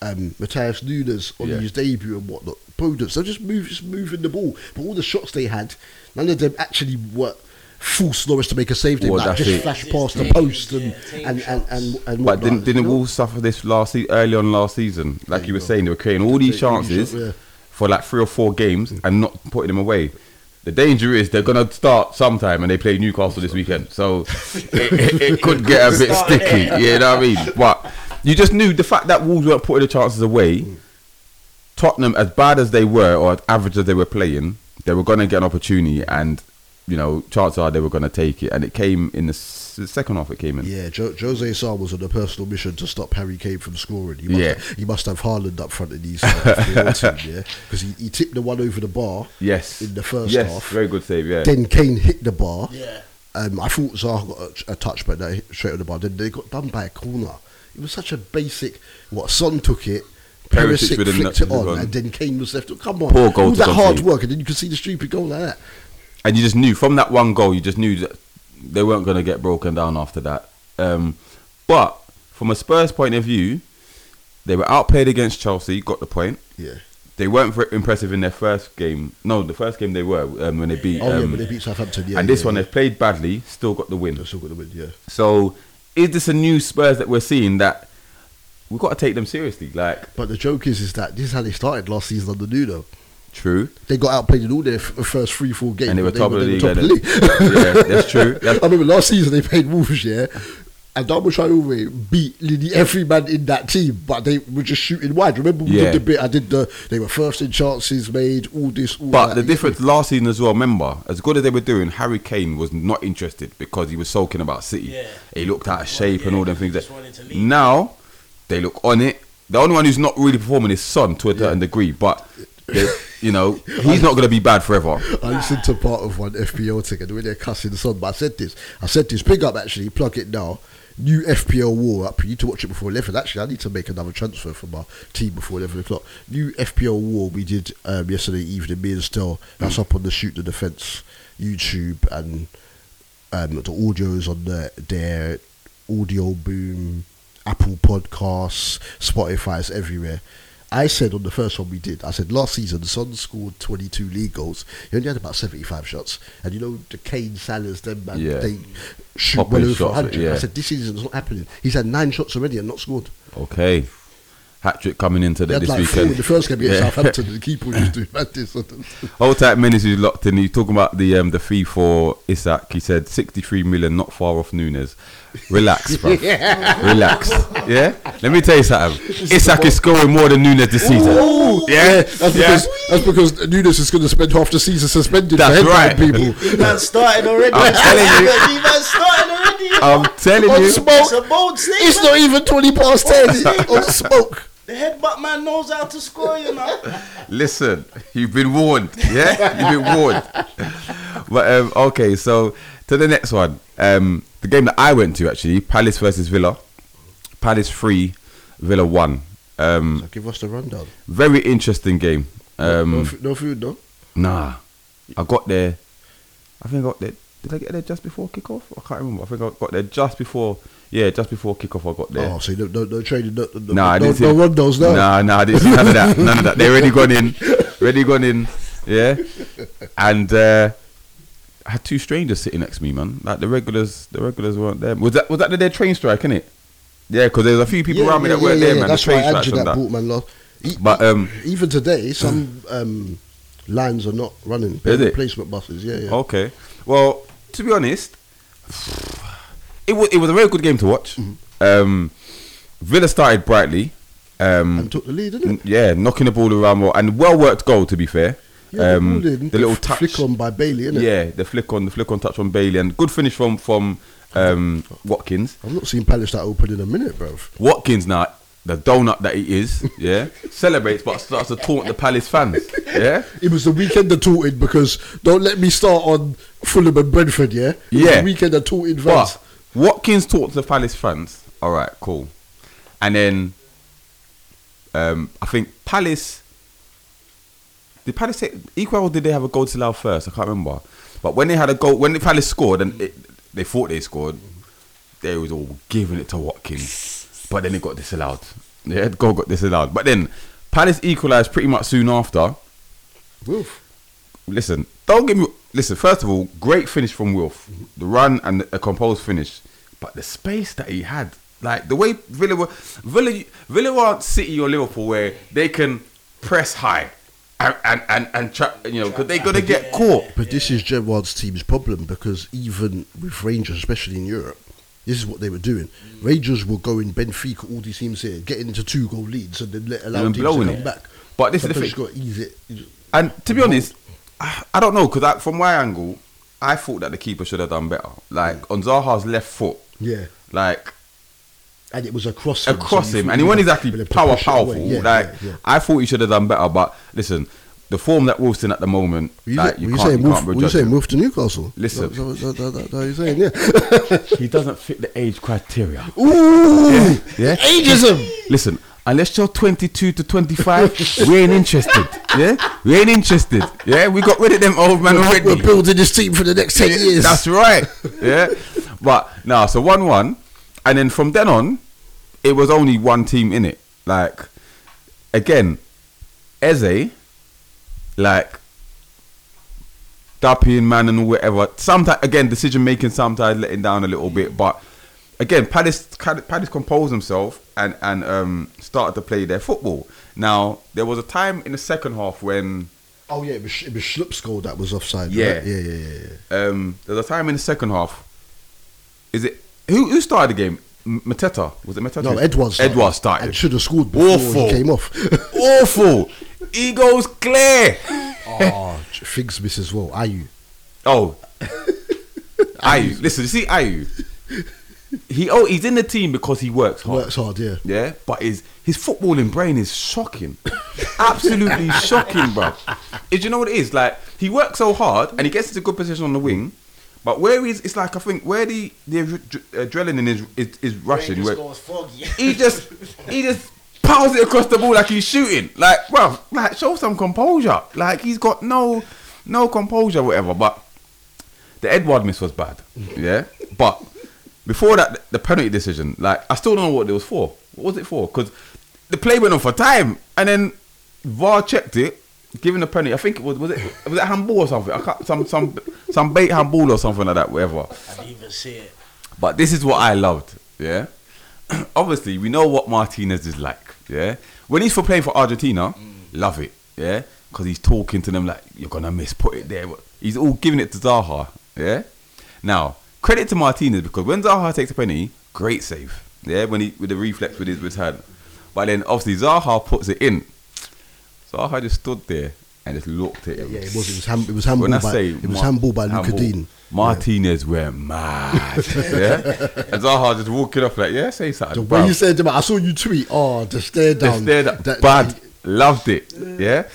Speaker 5: um, Matthias Nunes on
Speaker 4: Yeah.
Speaker 5: his debut and whatnot. Podence, they're just, move, just moving the ball, but all the shots they had, none of them actually were false Norris to make a save. They
Speaker 4: Well, that's
Speaker 5: like just
Speaker 4: it.
Speaker 5: flash past the post and and and and, and
Speaker 4: But
Speaker 5: whatnot,
Speaker 4: didn't didn't
Speaker 5: you know?
Speaker 4: Wolves suffer this last se- early on last season? Like you were saying, they were creating all these
Speaker 5: They- they- they-
Speaker 4: chances
Speaker 5: yeah.
Speaker 4: for like three or four games and not putting them away. The danger is they're gonna start sometime, and they play Newcastle this weekend, so it, it- it could get a bit
Speaker 6: Start
Speaker 4: sticky.
Speaker 6: there.
Speaker 4: You know what I mean? But you just knew the fact that Wolves weren't putting the chances away. Tottenham, as bad as they were or as average as they were playing, they were going to get an opportunity, and you know, chances are they were going to take it, and it came in the, s- the second half. It came in.
Speaker 5: Yeah, jo- Jose Sa was on a personal mission to stop Harry Kane from scoring. He must,
Speaker 4: Yeah.
Speaker 5: he must have Haaland up front in these because yeah? 'Cause he, he tipped the one over the bar.
Speaker 4: Yes.
Speaker 5: in the first
Speaker 4: yes,
Speaker 5: half.
Speaker 4: Very good save, yeah.
Speaker 5: Then Kane hit the bar.
Speaker 6: Yeah.
Speaker 5: Um, I thought Zaha got a, a touch, but they hit straight on the bar. Then they got done by a corner. It was such a basic. What Son took it,
Speaker 4: Perisic
Speaker 5: Perisic
Speaker 4: with a
Speaker 5: flicked
Speaker 4: nut-
Speaker 5: it on,
Speaker 4: on.
Speaker 5: and then Kane was left. Come on,
Speaker 4: Poor goal
Speaker 5: all
Speaker 4: to
Speaker 5: that hard
Speaker 4: concede.
Speaker 5: work, and then you can see the stupid goal like that.
Speaker 4: and you just knew from that one goal, you just knew that they weren't going to get broken down after that. Um, but from a Spurs point of view, they were outplayed against Chelsea, got the point.
Speaker 5: Yeah.
Speaker 4: They weren't very impressive in their first game. No, the first game they were um, when they beat.
Speaker 5: Oh yeah,
Speaker 4: um,
Speaker 5: but they beat Southampton. Yeah,
Speaker 4: and this
Speaker 5: yeah,
Speaker 4: one,
Speaker 5: yeah.
Speaker 4: they've played badly, still got the win.
Speaker 5: They're still got the win. Yeah.
Speaker 4: So, is this a new Spurs that we're seeing that we've got to take them seriously? Like,
Speaker 5: But the joke is, is that this is how they started last season under Nuno.
Speaker 4: true.
Speaker 5: They got outplayed in all their f- uh, first three, four games.
Speaker 4: And they were
Speaker 5: but
Speaker 4: top of the
Speaker 5: they
Speaker 4: league.
Speaker 5: top
Speaker 4: and- yeah, that's true. That's
Speaker 5: I remember last season they played Wolves, yeah, and Double Traore beat literally every man in that team, but they were just shooting wide. Remember we
Speaker 4: Yeah.
Speaker 5: did the bit I did the they were first in chances made, all this, all
Speaker 4: But
Speaker 5: that.
Speaker 4: the difference last season as well, remember, as good as they were doing, Harry Kane was not interested because he was sulking about City.
Speaker 6: Yeah.
Speaker 4: He looked out of
Speaker 6: He
Speaker 4: shape
Speaker 6: wanted-
Speaker 4: and all
Speaker 6: yeah,
Speaker 4: them
Speaker 6: he
Speaker 4: things.
Speaker 6: just
Speaker 4: that-
Speaker 6: wanted to leave.
Speaker 4: now they look on it. The only one who's not really performing is Son to a certain degree, but they- you know he's not going to be bad forever.
Speaker 5: I listened to part of one FPL ticket the way they're cussing the sun, but I said this. I said this. Big up actually, plug it now. New FPL war up. You need to watch it before eleven. Actually, I need to make another transfer for my team before eleven o'clock. New FPL war we did um, yesterday evening. Me and Stell. That's up on the shoot the defense YouTube and um, the audio is on the, their audio boom, Apple Podcasts, Spotify, it's everywhere. I said on the first one we did, I said last season Son scored 22 league goals. He only had about 75 shots. And you know, the Kane, Salahs, them, man,
Speaker 4: Yeah.
Speaker 5: they shoot
Speaker 4: Popping
Speaker 5: well over
Speaker 4: shots,
Speaker 5: 100.
Speaker 4: yeah.
Speaker 5: I said this season it's not happening. He's had nine shots already and not scored.
Speaker 4: Okay, hat trick coming in
Speaker 5: He
Speaker 4: today
Speaker 5: had
Speaker 4: this
Speaker 5: like four in
Speaker 4: weekend.
Speaker 5: the first game against
Speaker 4: Yeah.
Speaker 5: Southampton and the keeper was just doing like this.
Speaker 4: Hold tight, Menes is locked in. He's talking about the um, the fee for Isak. He said 63 million, not far off Nunes. Relax, bro. Relax. Yeah? Let me tell you something. Isak is scoring more than Nunes this season. yeah?
Speaker 5: That's
Speaker 4: yeah?
Speaker 5: because, that's because Nunes is going to spend half the season suspended
Speaker 4: That's
Speaker 5: for headbang
Speaker 4: right.
Speaker 5: people.
Speaker 6: Big man started already.
Speaker 4: I'm telling you. Um,
Speaker 6: Big man started already.
Speaker 4: I'm telling
Speaker 5: On
Speaker 4: you.
Speaker 5: smoke.
Speaker 6: It's a bold statement.
Speaker 5: It's not even 20 past 10 on smoke.
Speaker 6: the headbutt man knows how to score, you know.
Speaker 4: Listen, you've been warned. Yeah? You've been warned. But, um, okay, so to the next one. Um, the game that I went to, actually, Palace versus Villa. Palace 3, Villa 1. Um,
Speaker 5: So give us the rundown.
Speaker 4: Very interesting game.
Speaker 5: no,
Speaker 4: Um,
Speaker 5: f- no food, no?
Speaker 4: nah, I got there. I think I got there. Did I get there just before kickoff? I can't remember. I think I got there just before. Yeah, just before kickoff, I got there.
Speaker 5: Oh, so no, no, no trading, no, no,
Speaker 4: nah, I
Speaker 5: no,
Speaker 4: didn't see
Speaker 5: no rundowns, no.
Speaker 4: Nah, nah, I didn't see none of that. None of that. They already gone in. Already gone in. yeah. And uh, I had two strangers sitting next to me, man. Like the regulars, the regulars weren't there. Was that was that their train strike? In it, yeah, because there's a few people around me that weren't there, man.
Speaker 5: That's
Speaker 4: the train
Speaker 5: why
Speaker 4: strikes
Speaker 5: Andrew
Speaker 4: and
Speaker 5: that
Speaker 4: that.
Speaker 5: Portman lost. E-
Speaker 4: But, um,
Speaker 5: even today, some um, lines are not running. They're
Speaker 4: Is it? Oh.
Speaker 5: Replacement buses, yeah, yeah.
Speaker 4: Okay. Well, to be honest, it was it was a very good game to watch.
Speaker 5: Mm-hmm.
Speaker 4: Um, Villa started brightly. Um,
Speaker 5: And took the lead, didn't
Speaker 4: N- Yeah, knocking the ball around well, and well worked goal to be fair.
Speaker 5: Yeah,
Speaker 4: um,
Speaker 5: ball in,
Speaker 4: the little touch,
Speaker 5: flick on by Bailey, innit?
Speaker 4: yeah, the flick on, the flick on touch on Bailey, and good finish from from um, Watkins.
Speaker 5: I've not seen Palace that open in a minute, bro.
Speaker 4: Watkins now, the donut that he is, yeah, celebrates but starts to taunt the Palace fans, yeah.
Speaker 5: It was the weekend that tilted because don't let me start on Fulham and Brentford, yeah? It was
Speaker 4: Yeah.
Speaker 5: The weekend that tilted fans.
Speaker 4: But Watkins talked to the Palace fans. All right, cool. And then um, I think Palace. Did Palace take equal or did they have a goal to allow first? I can't remember. But when they had a goal, when the Palace scored and it, they thought they scored, they was all giving it to Watkins. But then it got disallowed. Yeah, the goal got disallowed. But then Palace equalised pretty much soon after
Speaker 5: Wilf.
Speaker 4: listen, don't give me. Listen, first of all, great finish from Wilf. The run and the composed finish. But the space that he had, like the way Villa were. Villa, Villa aren't City or Liverpool where they can press high and, and, and, and tra- you know, because they're going to get caught.
Speaker 5: But this is Gerard's team's problem because even with Rangers, especially in Europe, this is what they were doing. Rangers were going Benfica, all these teams here, getting into two goal leads and then let allow
Speaker 4: And
Speaker 5: teams
Speaker 4: blowing
Speaker 5: to come
Speaker 4: it.
Speaker 5: back.
Speaker 4: But this is the
Speaker 5: Sometimes
Speaker 4: thing.
Speaker 5: you gotta ease it. You just-
Speaker 4: And to be honest, I, I don't know because from my angle, I thought that the keeper should have done better. Like on Zaha's left foot.
Speaker 5: Yeah.
Speaker 4: Like
Speaker 5: And it was across him. so
Speaker 4: across
Speaker 5: you
Speaker 4: him,
Speaker 5: thought,
Speaker 4: and he wasn't
Speaker 5: yeah,
Speaker 4: exactly
Speaker 5: we'll
Speaker 4: power
Speaker 5: push it away.
Speaker 4: powerful.
Speaker 5: Yeah,
Speaker 4: like
Speaker 5: yeah, yeah.
Speaker 4: I thought he should have done better, but listen, the form that Wolf's in at the moment,
Speaker 5: Were you,
Speaker 4: like,
Speaker 5: say-
Speaker 4: you
Speaker 5: were you
Speaker 4: can't,
Speaker 5: saying
Speaker 4: you can't
Speaker 5: move, were you
Speaker 4: prejudge
Speaker 5: saying
Speaker 4: him.
Speaker 5: move to Newcastle?
Speaker 4: Listen.
Speaker 5: Is that, is that, that, that, that you saying? Yeah.
Speaker 4: he doesn't fit the age criteria.
Speaker 5: Ooh,
Speaker 4: Yeah.
Speaker 5: ageism.
Speaker 4: Listen, unless you're 22 to 25, we ain't interested. Yeah, we ain't interested. Yeah, we got rid of them old man already.
Speaker 5: We're building this team for the next ten years.
Speaker 4: That's right. Yeah. but now, so one one, and then from then on, it was only one team in it. Like again, Eze, like Dappy man and whatever. Sometimes again, decision making sometimes letting down a little bit, but again, Palace Palace composed himself and and um, started to play their football. Now there was a time in the second half when.
Speaker 5: oh yeah, it was, it was Schlupp's goal that was offside.
Speaker 4: Yeah.
Speaker 5: right? yeah, yeah, yeah, yeah.
Speaker 4: Um, there's a time in the second half. Is it who who started the game? M- Mateta was it Mateta?
Speaker 5: No, Edwards.
Speaker 4: Edwards started.
Speaker 5: And should have scored before
Speaker 4: Awful.
Speaker 5: he came off.
Speaker 4: Awful. He goes clear.
Speaker 5: oh, Figs miss as well. Are you?
Speaker 4: Oh, Ayu. Listen, you see Ayu. He oh he's in the team because he works hard.
Speaker 5: Works hard, yeah.
Speaker 4: Yeah, but his his footballing brain is shocking, absolutely shocking, bro. Do you know what it is? Like he works so hard and he gets into good position on the wing, but where he's it's like I think where the the adre- adrenaline is is, is rushing,
Speaker 6: Rangers
Speaker 4: where
Speaker 6: goes foggy.
Speaker 4: he just he just pounds it across the ball like he's shooting. Like bro, like show some composure. Like he's got no no composure, whatever. But the Edward miss was bad. Yeah, but before that, the penalty decision. Like, I still don't know what it was for. What was it for? Because the play went on for time, and then VAR checked it, giving a penalty. I think it was was it was it handball or something. I can't, some some some bait handball or something like that. Whatever.
Speaker 6: I didn't even see it.
Speaker 4: But this is what I loved, yeah. Obviously, we know what Martinez is like, yeah. When he's for playing for Argentina, love it, yeah, because he's talking to them like you're gonna miss, put it there. He's all giving it to Zaha, yeah. Now credit to Martinez because when Zaha takes a penalty, great save, yeah. When he with the reflex with his with his hand, but then obviously Zaha puts it in. Zaha just stood there and just looked at him.
Speaker 5: Yeah, it was. It was, ham, it was handball
Speaker 4: When I
Speaker 5: by.
Speaker 4: say
Speaker 5: it was
Speaker 4: Ma-
Speaker 5: handball by Luca
Speaker 4: handball,
Speaker 5: Dean.
Speaker 4: Martinez went mad. yeah, and Zaha just walking off like, yeah, say
Speaker 5: The
Speaker 4: something.
Speaker 5: way
Speaker 4: bruv.
Speaker 5: you said about, I saw you tweet. Oh, the stare
Speaker 4: They
Speaker 5: down.
Speaker 4: stared at-
Speaker 5: That-
Speaker 4: bad, loved it. Yeah,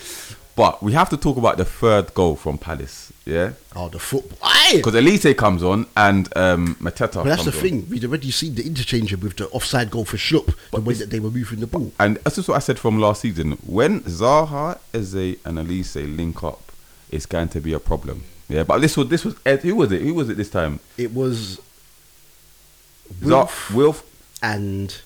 Speaker 4: but we have to talk about the third goal from Palace. Yeah,
Speaker 5: Oh, the football. Aye.
Speaker 4: because Elite comes on and um, Mateta.
Speaker 5: But that's
Speaker 4: comes
Speaker 5: the
Speaker 4: on.
Speaker 5: thing. We'd already seen the interchange with the offside goal for Schlupp, the way that they were moving the ball.
Speaker 4: And that's just what I said from last season. When Zaha, Eze, and Elise link up, it's going to be a problem. Yeah, but this was this was Ed, who was it? Who was it this time?
Speaker 5: It was
Speaker 4: Za-
Speaker 5: Wilf
Speaker 4: Wilf
Speaker 5: and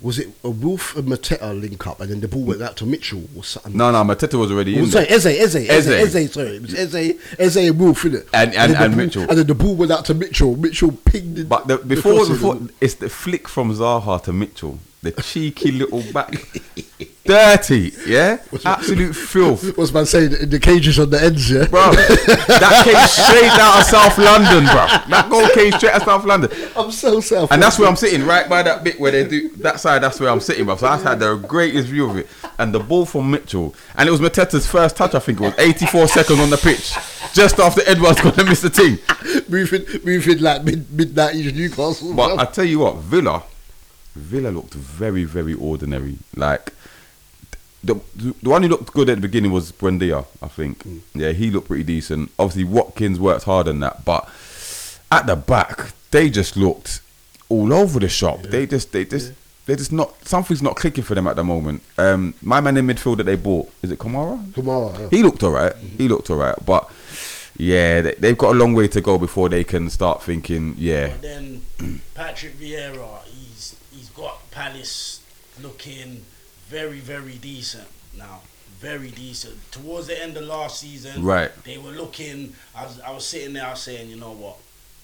Speaker 5: was it a Wolf and Mateta link up, and then the ball went out to Mitchell or something?
Speaker 4: No, no, Mateta was already
Speaker 5: Oh,
Speaker 4: in.
Speaker 5: sorry,
Speaker 4: there.
Speaker 5: Eze, Eze, Eze,
Speaker 4: Eze.
Speaker 5: Eze, sorry. It was Eze, Eze and Wolf, innit?
Speaker 4: And- and-
Speaker 5: then the
Speaker 4: and
Speaker 5: ball-
Speaker 4: Mitchell.
Speaker 5: And then the ball went out to Mitchell. Mitchell pinged it.
Speaker 4: But the, before, before it's the flick from Zaha to Mitchell, the cheeky little back, dirty, yeah, absolute filth.
Speaker 5: What's man saying? In the cages on the ends, yeah?
Speaker 4: bro. that came straight out of South London, bro. That goal came straight out of South London.
Speaker 5: I'm so self.
Speaker 4: And that's where I'm sitting, right by that bit where they do that side. That's where I'm sitting, bro. So I had the greatest view of it, and the ball from Mitchell, and it was Mateta's first touch. I think it was 84 seconds on the pitch, just after Edwards gonna miss the thing.
Speaker 5: moving, moving like mid mid nineties Newcastle.
Speaker 4: But I
Speaker 5: bruv.
Speaker 4: tell you what, Villa, Villa looked very, very ordinary. Like the the one who looked good at the beginning was Buendia, I think. Yeah, he looked pretty decent. Obviously, Watkins worked hard on that, but at the back, they just looked all over the shop. They just, they just. They're just not something's not clicking for them at the moment. Um, my man in midfield that they bought is it Kamara?
Speaker 5: Kamara, yeah.
Speaker 4: He looked all right. He looked all right, but yeah, they, they've got a long way to go before they can start thinking. Yeah,
Speaker 6: But then Patrick Vieira, he's he's got Palace looking very very decent now, very decent. Towards the end of last season,
Speaker 4: Right.
Speaker 6: They were looking. I was I was sitting there, I was saying, you know what,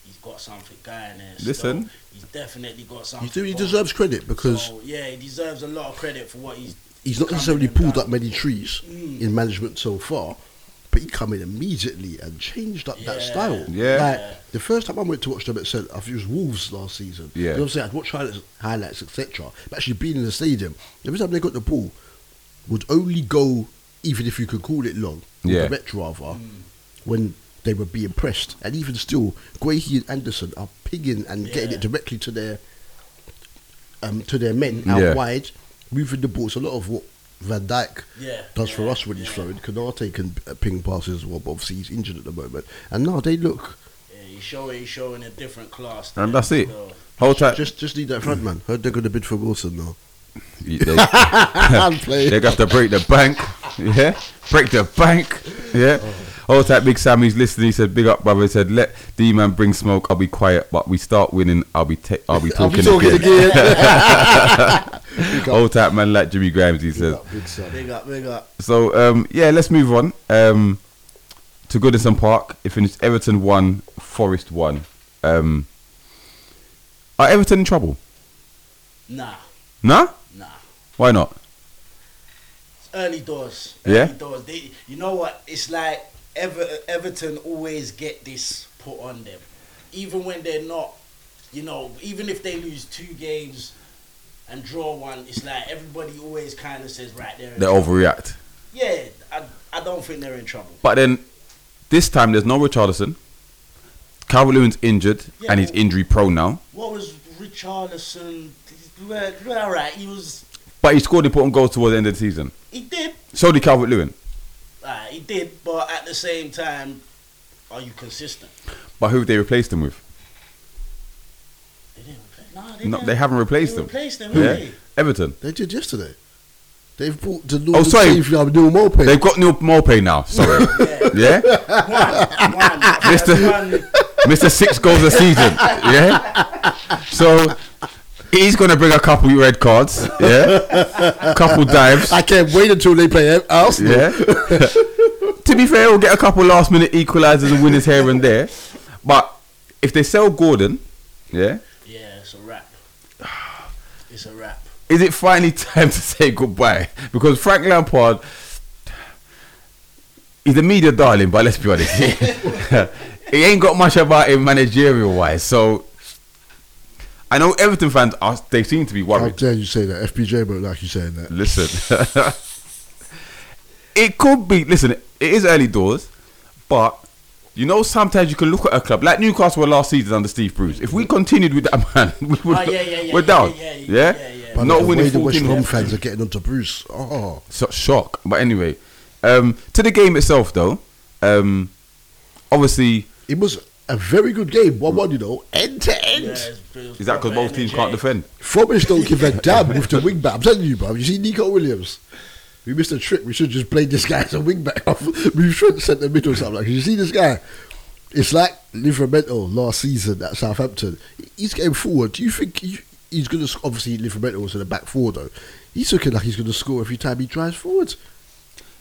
Speaker 6: he's got something going there.
Speaker 4: Listen.
Speaker 6: still. he's definitely got something.
Speaker 5: He, do- he
Speaker 6: going.
Speaker 5: deserves credit because
Speaker 6: So, yeah, he deserves a lot of credit for what he's.
Speaker 5: he's not
Speaker 6: come in
Speaker 5: necessarily
Speaker 6: and
Speaker 5: pulled
Speaker 6: done.
Speaker 5: up many trees
Speaker 6: Mm.
Speaker 5: in management so far, but he come in immediately and changed up that
Speaker 6: Yeah.
Speaker 5: style.
Speaker 4: Yeah.
Speaker 5: Like, the first time I went to watch them at St. I think it was Wolves last season.
Speaker 4: Yeah.
Speaker 5: You know what I'm saying? I'd watch highlights, highlights etc. But actually being in the stadium, every time they got the ball, would only go, even if you could call it long, or
Speaker 4: Yeah.
Speaker 5: direct rather, when they were being pressed. And even still, Guehi and Anderson are pinging and getting
Speaker 6: Yeah.
Speaker 5: it directly to their um, to their men out
Speaker 4: Yeah.
Speaker 5: wide, moving the ball. It's a lot of what Van Dijk
Speaker 6: Yeah,
Speaker 5: does for
Speaker 6: yeah,
Speaker 5: us when he's
Speaker 6: yeah.
Speaker 5: throwing. Canate can uh, ping passes as well, but obviously he's injured at the moment. And now they look.
Speaker 6: Yeah, he's showing he's showing a different class.
Speaker 4: and
Speaker 6: there,
Speaker 4: that's it.
Speaker 6: so-
Speaker 4: Hold tight.
Speaker 5: Just just need that front man. Heard they're going to bid for Wilson now.
Speaker 4: You- they,
Speaker 5: I'm
Speaker 4: they
Speaker 5: playing.
Speaker 4: got to break the bank. Yeah. Break the bank. Yeah. Hold tight, Big Sam. He's listening. He said, "Big up, brother." He said, "Let D man bring smoke. I'll be quiet, but we start winning. I'll be ta- I'll be
Speaker 5: I'll
Speaker 4: talking,
Speaker 5: be talking
Speaker 4: again."
Speaker 5: again.
Speaker 4: Hold tight, man. Like Jimmy Grimes, he says.
Speaker 5: Big son.
Speaker 6: Big up, big up.
Speaker 4: So um, yeah, let's move on um, to Goodison Park. It finished Everton one, Forest one. Um, are Everton in trouble?
Speaker 6: Nah,
Speaker 4: Nah.
Speaker 6: nah.
Speaker 4: Why not?
Speaker 6: early doors.
Speaker 4: Yeah?
Speaker 6: Early doors. They, you know what? It's like Ever, Everton always get this put on them, even when they're not. You know, even if they lose two games and draw one, it's like everybody always kind of says, right there.
Speaker 4: They overreact.
Speaker 6: yeah, I, I don't think they're in trouble.
Speaker 4: But then this time there's no Richardson. Calvert Lewin's injured
Speaker 6: Yeah,
Speaker 4: and he's
Speaker 6: well-
Speaker 4: injury prone now.
Speaker 6: What was Richarlison? Well, all right, he was.
Speaker 4: But he scored important goals towards the end of the season.
Speaker 6: He did.
Speaker 4: So did Calvert Lewin.
Speaker 6: Uh, he did, but at the same time, are you consistent?
Speaker 4: But who have they replaced him with?
Speaker 6: They didn't replace. Nah,
Speaker 4: No,
Speaker 6: didn't.
Speaker 4: they haven't replaced
Speaker 6: They
Speaker 4: him.
Speaker 6: replaced him,
Speaker 4: Yeah.
Speaker 6: really.
Speaker 4: Everton.
Speaker 5: They did yesterday. They've bought the Lord oh,
Speaker 4: sorry.
Speaker 5: sorry. Savior Abdul Mope.
Speaker 4: They've got Neil Morpay now. Sorry. yeah?
Speaker 6: One, one.
Speaker 4: Mister-
Speaker 6: One.
Speaker 4: Mr. Six goals a season. Yeah? So he's going to bring a couple red cards. Yeah? couple dives.
Speaker 5: I can't wait until they play Arsenal.
Speaker 4: Yeah. to be fair, we'll get a couple last minute equalizers and winners here and there. But if they sell Gordon, yeah,
Speaker 6: Yeah, it's a wrap. It's a wrap.
Speaker 4: is it finally time to say goodbye? Because Frank Lampard he's a media darling, but let's be honest. he ain't got much about him managerial wise. So I know Everton fans are they seem to be
Speaker 5: How
Speaker 4: worried.
Speaker 5: dare you say that? FPJ but like you saying that.
Speaker 4: Listen, it could be. Listen, it is early doors, but you know sometimes you can look at a club like Newcastle were last season under Steve Bruce. If we continued with that man, we would,
Speaker 6: Oh, yeah, yeah, yeah,
Speaker 4: we're
Speaker 6: yeah,
Speaker 4: down.
Speaker 6: yeah, yeah, yeah, yeah.
Speaker 5: But
Speaker 4: Not
Speaker 5: the way
Speaker 4: winning
Speaker 5: the West
Speaker 4: 14
Speaker 5: Brom
Speaker 4: games.
Speaker 5: fans are getting onto Bruce. Oh,
Speaker 4: So, shock. But anyway, um, to the game itself though, um, obviously
Speaker 5: it was a very good game. One one, you know, end to
Speaker 6: Yeah,
Speaker 5: end.
Speaker 6: it's- it's
Speaker 4: is that because
Speaker 6: proper
Speaker 4: both teams
Speaker 6: energy.
Speaker 4: can't defend?
Speaker 5: Fromish don't give a damn with the wing back. I'm telling you, bro. You see Nico Williams. We missed a trick. We should just play this guy as a wing back. we should send the middle or something. Like, you see this guy. It's like Livramento last season at Southampton. He's getting forward. Do you think you, he's going to obviously Livermore was in the back four though. He's looking like he's going to score every time he drives forward.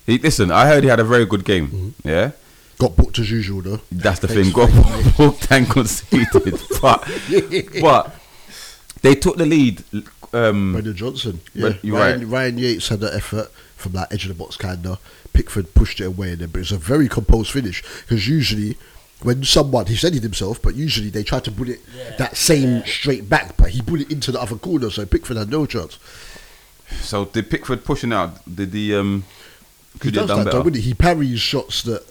Speaker 4: He, listen, I heard he had a very good game. Yeah.
Speaker 5: Mm-hmm. Got booked as usual though.
Speaker 4: That's the thing.
Speaker 5: Thanks
Speaker 4: Got
Speaker 5: for that, mate.
Speaker 4: booked and conceded, but but they took the lead. Um,
Speaker 5: Brendan Johnson. Yeah,
Speaker 4: Bren- you're
Speaker 5: Ryan,
Speaker 4: right.
Speaker 5: Ryan Yates had that effort from that edge of the box kind of. Pickford pushed it away, and then but it was a very composed finish because usually. When someone he said it himself, but usually they try to put it
Speaker 6: Yeah,
Speaker 5: that same straight back, but he put it into the other corner, so Pickford had no chance.
Speaker 4: so did Pickford pushing out? Did the um?
Speaker 5: He
Speaker 4: Could he have
Speaker 5: does
Speaker 4: done
Speaker 5: that, though,
Speaker 4: better?
Speaker 5: wouldn't he? He parries shots that,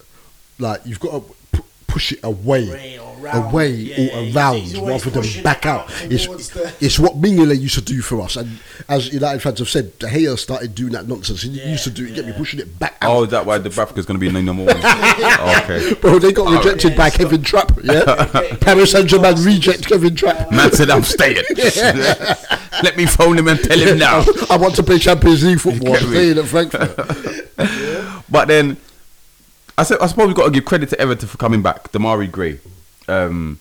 Speaker 5: like, you've got to p- push it away,
Speaker 6: Away or round.
Speaker 5: away
Speaker 6: Yeah,
Speaker 5: or
Speaker 6: yeah, he's-
Speaker 5: around
Speaker 6: he's always
Speaker 5: rather
Speaker 6: pushing
Speaker 5: than
Speaker 6: it
Speaker 5: back out.
Speaker 6: out
Speaker 5: It's,
Speaker 6: towards the-
Speaker 5: it's what Mingele used to do for us. And as United fans have said, De Gea started doing that nonsense. He
Speaker 6: Yeah,
Speaker 5: used to do it, get me
Speaker 6: yeah.
Speaker 5: pushing it back out.
Speaker 4: Oh, is that why the Brafka's going to be no number one? Oh, okay.
Speaker 5: Bro, they got rejected
Speaker 6: yeah,
Speaker 5: by
Speaker 6: it's
Speaker 5: Kevin Trapp. Yeah,
Speaker 6: yeah,
Speaker 5: Paris
Speaker 6: yeah,
Speaker 5: Saint Germain
Speaker 6: yeah.
Speaker 5: reject Kevin Trapp.
Speaker 4: Man said I'm staying. Let me phone him and tell him now.
Speaker 5: I want to play Champions League football.
Speaker 4: Kevin.
Speaker 5: Staying at Frankfurt.
Speaker 4: But then, I, said, I suppose we've got to give credit to Everton for coming back. Damari Gray. Um,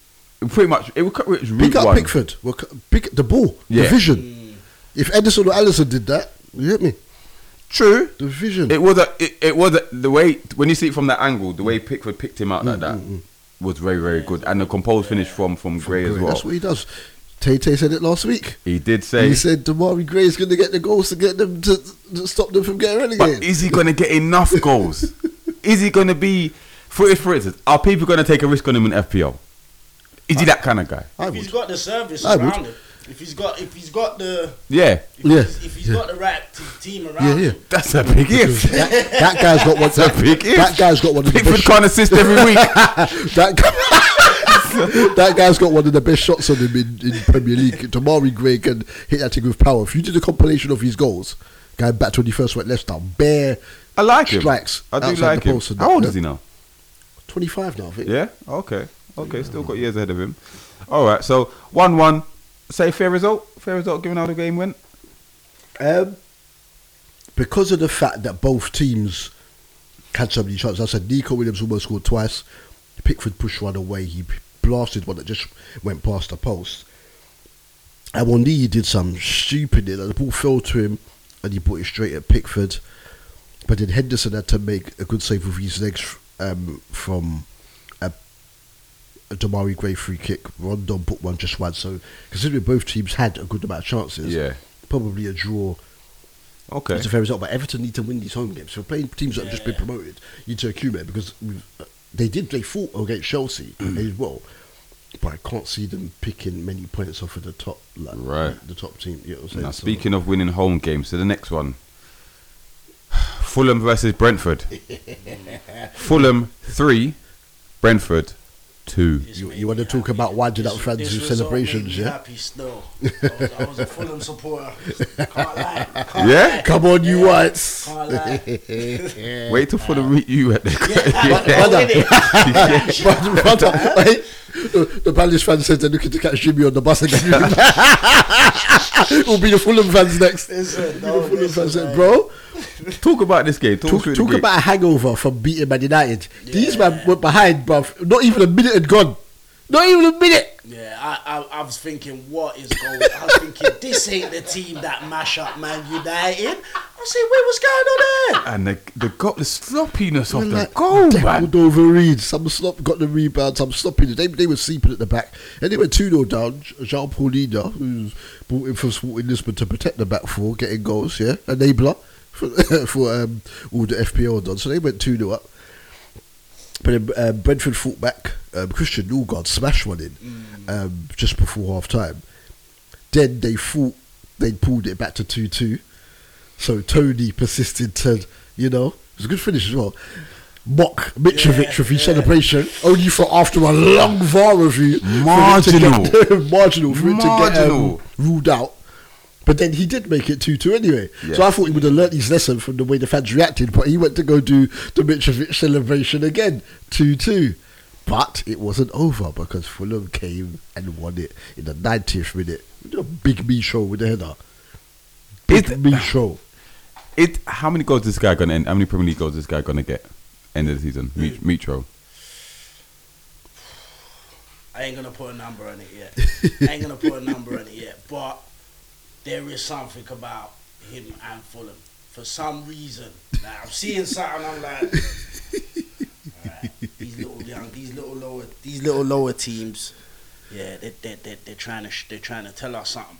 Speaker 4: pretty much, it was, it was route
Speaker 5: Pick up
Speaker 4: one.
Speaker 5: Pickford. Well, c- Pick the ball.
Speaker 4: Yeah.
Speaker 5: The vision. If Edison or Allison did that, you hit me.
Speaker 4: True.
Speaker 5: The vision.
Speaker 4: It was a, it, it was a, the way when you see it from that angle, the way Pickford picked him
Speaker 5: Mm,
Speaker 4: out like that was very very good, and the composed finish from from Gray as
Speaker 5: Gray,
Speaker 4: well.
Speaker 5: That's what he does. Tay Tay said it last week.
Speaker 4: he did say.
Speaker 5: He said Damari Gray is going to get the goals to get them to, to stop them from getting
Speaker 4: but
Speaker 5: relegated.
Speaker 4: is he going to get enough goals? is he going to be for for instance? Are people going to take a risk on him in FPL? Is he that kind of guy?
Speaker 5: I
Speaker 6: if he's
Speaker 5: would.
Speaker 6: got the service
Speaker 5: I would.
Speaker 6: around him, if he's got if he's got the
Speaker 4: Yeah,
Speaker 6: if
Speaker 5: Yeah,
Speaker 6: he's, if he's got the right t- team around
Speaker 5: Yeah, yeah.
Speaker 6: him,
Speaker 4: that's a big if.
Speaker 5: That, that guy's got one.
Speaker 4: That's a
Speaker 5: That,
Speaker 4: big if.
Speaker 5: that guy's got one of the
Speaker 4: Pickford
Speaker 5: best.
Speaker 4: can't assist every week.
Speaker 5: That, guy, that guy's got one of the best shots on him in, in Premier League. Damari Gray can hit that thing with power. If you did a compilation of his goals, going back to when he first went left down, bare
Speaker 4: I like him.
Speaker 5: strikes.
Speaker 4: I do
Speaker 5: outside
Speaker 4: like
Speaker 5: the
Speaker 4: him.
Speaker 5: post and
Speaker 4: How
Speaker 5: that,
Speaker 4: old
Speaker 5: yeah.
Speaker 4: is he now?
Speaker 5: Twenty-five now, I think.
Speaker 4: Yeah. Okay. Okay. Still got years ahead of him. All right. So one one. Say fair result. Fair result given how the game went.
Speaker 5: Um, because of the fact that both teams had so many chances, I said Nico Williams almost scored twice. Pickford pushed one away. He blasted one that just went past the post. And Wanee did some stupid thing. The ball fell to him and he put it straight at Pickford. But then Henderson had to make a good save with his legs um, from a, a Damari Gray free kick. Rondon put one just wide. So considering both teams had a good amount of chances,
Speaker 4: Yeah.
Speaker 5: probably a draw
Speaker 4: Okay.
Speaker 5: it's a fair result, but Everton need to win these home games. So we're playing teams that have just been promoted, you need to accumulate because we've, uh, they did. They fought against Chelsea
Speaker 4: Mm.
Speaker 5: as well, but I can't see them picking many points off of the top, like,
Speaker 4: Right.
Speaker 5: The top team. You know what I'm saying?
Speaker 4: Now
Speaker 5: So-
Speaker 4: speaking of winning home games, so the next one. Fulham versus Brentford. Fulham three, Brentford two.
Speaker 6: it's
Speaker 5: you,
Speaker 6: made
Speaker 5: you want to
Speaker 6: me
Speaker 5: talk
Speaker 6: happy.
Speaker 5: about winding up
Speaker 6: This-
Speaker 5: fans
Speaker 6: this
Speaker 5: with
Speaker 6: result made
Speaker 5: celebrations,
Speaker 6: me
Speaker 5: yeah?
Speaker 6: Happy still. I was, I was a Fulham supporter. Can't lie. Can't
Speaker 4: Yeah?
Speaker 6: lie.
Speaker 5: Come on, you whites!
Speaker 6: Can't lie.
Speaker 4: Wait till Fulham meet you at the.
Speaker 5: Brother.
Speaker 6: Go in it.
Speaker 5: Brother, brother, wait. the, the Palace fans said they're looking to catch Jimmy on the bus again. It'll be the Fulham fans next.
Speaker 6: Listen,
Speaker 5: It'll
Speaker 6: no,
Speaker 5: be the Fulham fans
Speaker 6: listen,
Speaker 5: next,
Speaker 6: man.
Speaker 5: bro.
Speaker 4: talk about this game. Talk,
Speaker 5: Talk,
Speaker 4: through the
Speaker 5: talk
Speaker 4: game.
Speaker 5: about a hangover from beating Man United. These man went behind, bruv. Not even a minute had gone. Not even a minute.
Speaker 6: Yeah, I, I, I was thinking, what is going? I was thinking, this ain't the team that mash up Man United. I said, wait, what's going on there?
Speaker 4: and the the, go- the sloppiness of
Speaker 5: We're
Speaker 4: the
Speaker 5: like,
Speaker 4: goal, man.
Speaker 5: Deckled over Reed. Some slop got the rebound. Some sloppy. They, they were sleeping at the back. And they went 2 0 down. Jean Paul Lina, who's brought in from Sporting Lisbon to protect the back four, getting goals, yeah. Enabler for, for um, all the FPL done. So they went 2 0 up. But then, um, Brentford fought back. Um, Christian Norgard smashed one in
Speaker 4: Mm.
Speaker 5: um, just before half time. Then they fought. They pulled it back to two two. So Tony persisted to, you know, it was a good finish as well. Mock Mitrovic with his celebration, only for after a long VAR review. for it to get- marginal, for it to get um,
Speaker 4: Marginal.
Speaker 5: ruled out. But then he did make it 2 2 anyway. So
Speaker 4: Yeah.
Speaker 5: I thought he would have learnt his lesson from the way the fans reacted, but he went to go do the Mitrovic celebration again 2 2. But it wasn't over because Fulham came and won it in the 90th minute. with a Big Mitro with the header. Big
Speaker 4: It-
Speaker 5: Mitro.
Speaker 4: It. How many goals this guy gonna end? How many Premier League goals this guy gonna get? End of the season, Mit- Mitro.
Speaker 6: I ain't gonna put a number on it yet. I ain't gonna put a number on it yet. But there is something about him and Fulham for some reason. Like, I'm seeing something. I'm like, alright, these little young, these little lower, these little lower teams. Yeah, they they they they're trying to sh- they're trying to tell us something.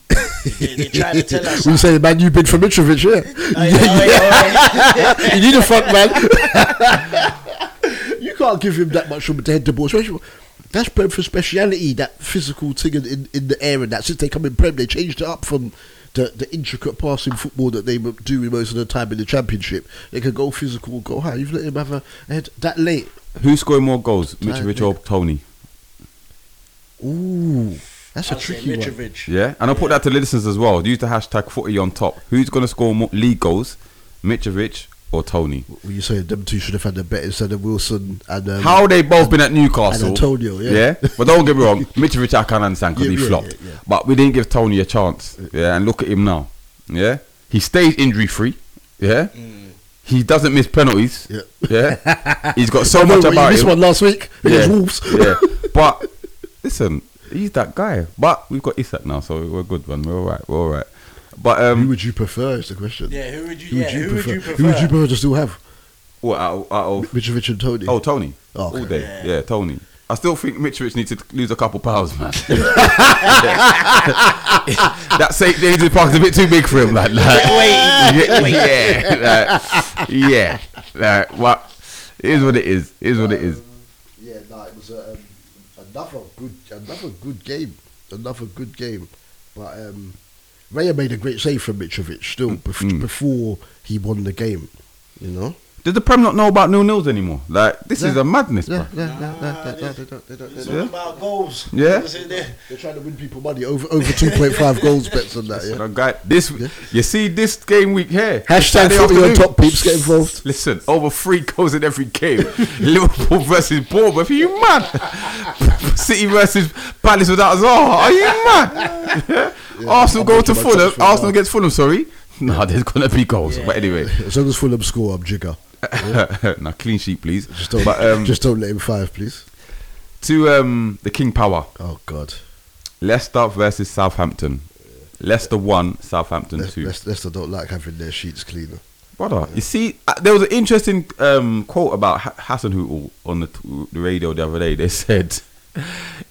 Speaker 6: They, they're trying to tell us something.
Speaker 5: we say, man, you bid for Mitrovic, yeah.
Speaker 6: Like, alright, alright.
Speaker 5: you need a fuck, man. you can't give him that much from the head to ball. Especially- That's Brentford's speciality, that physical thing in, in, in the air and that. Since they come in Prem, they changed it up from the, the intricate passing football that they were doing most of the time in the Championship. They could go physical, go high. You've let him have a head that late.
Speaker 4: Who's scoring more goals, Mitrovic or Tony?
Speaker 5: Ooh, that's a
Speaker 6: I'll say
Speaker 5: tricky one.
Speaker 6: Mitrovic.
Speaker 4: Yeah, and I'll put that to the listeners as well. Use the hashtag footy on top. Who's going to score more league goals, Mitrovic or Tony?
Speaker 5: Well, you say them two should have had a bet instead of Wilson and um,
Speaker 4: How they both been at Newcastle?
Speaker 5: And Antonio, yeah.
Speaker 4: But don't get me wrong, Mitrovic I can understand because
Speaker 5: Yeah,
Speaker 4: he
Speaker 5: yeah,
Speaker 4: flopped.
Speaker 5: yeah, yeah.
Speaker 4: But we didn't give Tony a chance. Yeah, and look at him now. Yeah, he stays injury free. Yeah, he doesn't miss penalties.
Speaker 5: Yeah.
Speaker 4: yeah, he's got so
Speaker 5: No,
Speaker 4: much
Speaker 5: but you
Speaker 4: about
Speaker 5: missed
Speaker 4: him.
Speaker 5: one last week against Wolves.
Speaker 4: yeah. But listen, he's that guy. But we've got Isak now, so we're good, man. We're all right. We're all right. But
Speaker 5: Who
Speaker 4: um,
Speaker 5: would you prefer? Is the question.
Speaker 6: Yeah, who would you?
Speaker 5: Who
Speaker 6: Yeah,
Speaker 5: would you
Speaker 6: who would
Speaker 5: prefer?
Speaker 6: you prefer?
Speaker 5: Who would you prefer to still have?
Speaker 4: what out, out of
Speaker 5: Mitrovic and Tony.
Speaker 4: Oh, Tony.
Speaker 5: Oh, okay.
Speaker 4: All day.
Speaker 6: Yeah.
Speaker 4: Yeah. Tony. I still think Mitrovic needs to lose a couple pounds, man. that St. James's Park's a bit too big for him, like, like yeah, yeah, like, yeah. Like, what? It is what it is. It is what it is.
Speaker 5: Yeah, no, it was um, another good, another good game, another good game. But um, Raya made a great save from Mitrovic still bef- before he won the game. You know,
Speaker 4: Does the Prem not know about nil nils anymore? Like, this is a madness, bro.
Speaker 6: It's all about goals.
Speaker 4: Yeah.
Speaker 6: It's in there.
Speaker 5: they're trying to win people money over over two point five goals bets on that. Yeah.
Speaker 4: The guy, this, you see this game week here.
Speaker 5: Hashtag
Speaker 4: Saturday
Speaker 5: footy on
Speaker 4: afternoon.
Speaker 5: top peeps get involved.
Speaker 4: Listen, over three goals in every game. Liverpool versus Bournemouth. Are you mad? City versus Palace without Zaha. Are you mad? Arsenal
Speaker 5: I'm
Speaker 4: go to
Speaker 5: watching my
Speaker 4: Fulham.
Speaker 5: touch for
Speaker 4: Arsenal
Speaker 5: now.
Speaker 4: gets Fulham. Sorry. No, there's gonna be goals. But anyway,
Speaker 5: As long as Fulham score, I'm jigger.
Speaker 4: now clean sheet, please.
Speaker 5: Just don't,
Speaker 4: But um,
Speaker 5: just don't let him five, please.
Speaker 4: to um, the King Power,
Speaker 5: Oh God,
Speaker 4: Leicester versus Southampton. Leicester one, Southampton
Speaker 5: Le-
Speaker 4: two.
Speaker 5: Leic- Leicester don't like having their sheets cleaner.
Speaker 4: Brother, you see, uh, there was an interesting um, quote about ha- Hassan Hootel on the, t- the radio the other day. They said,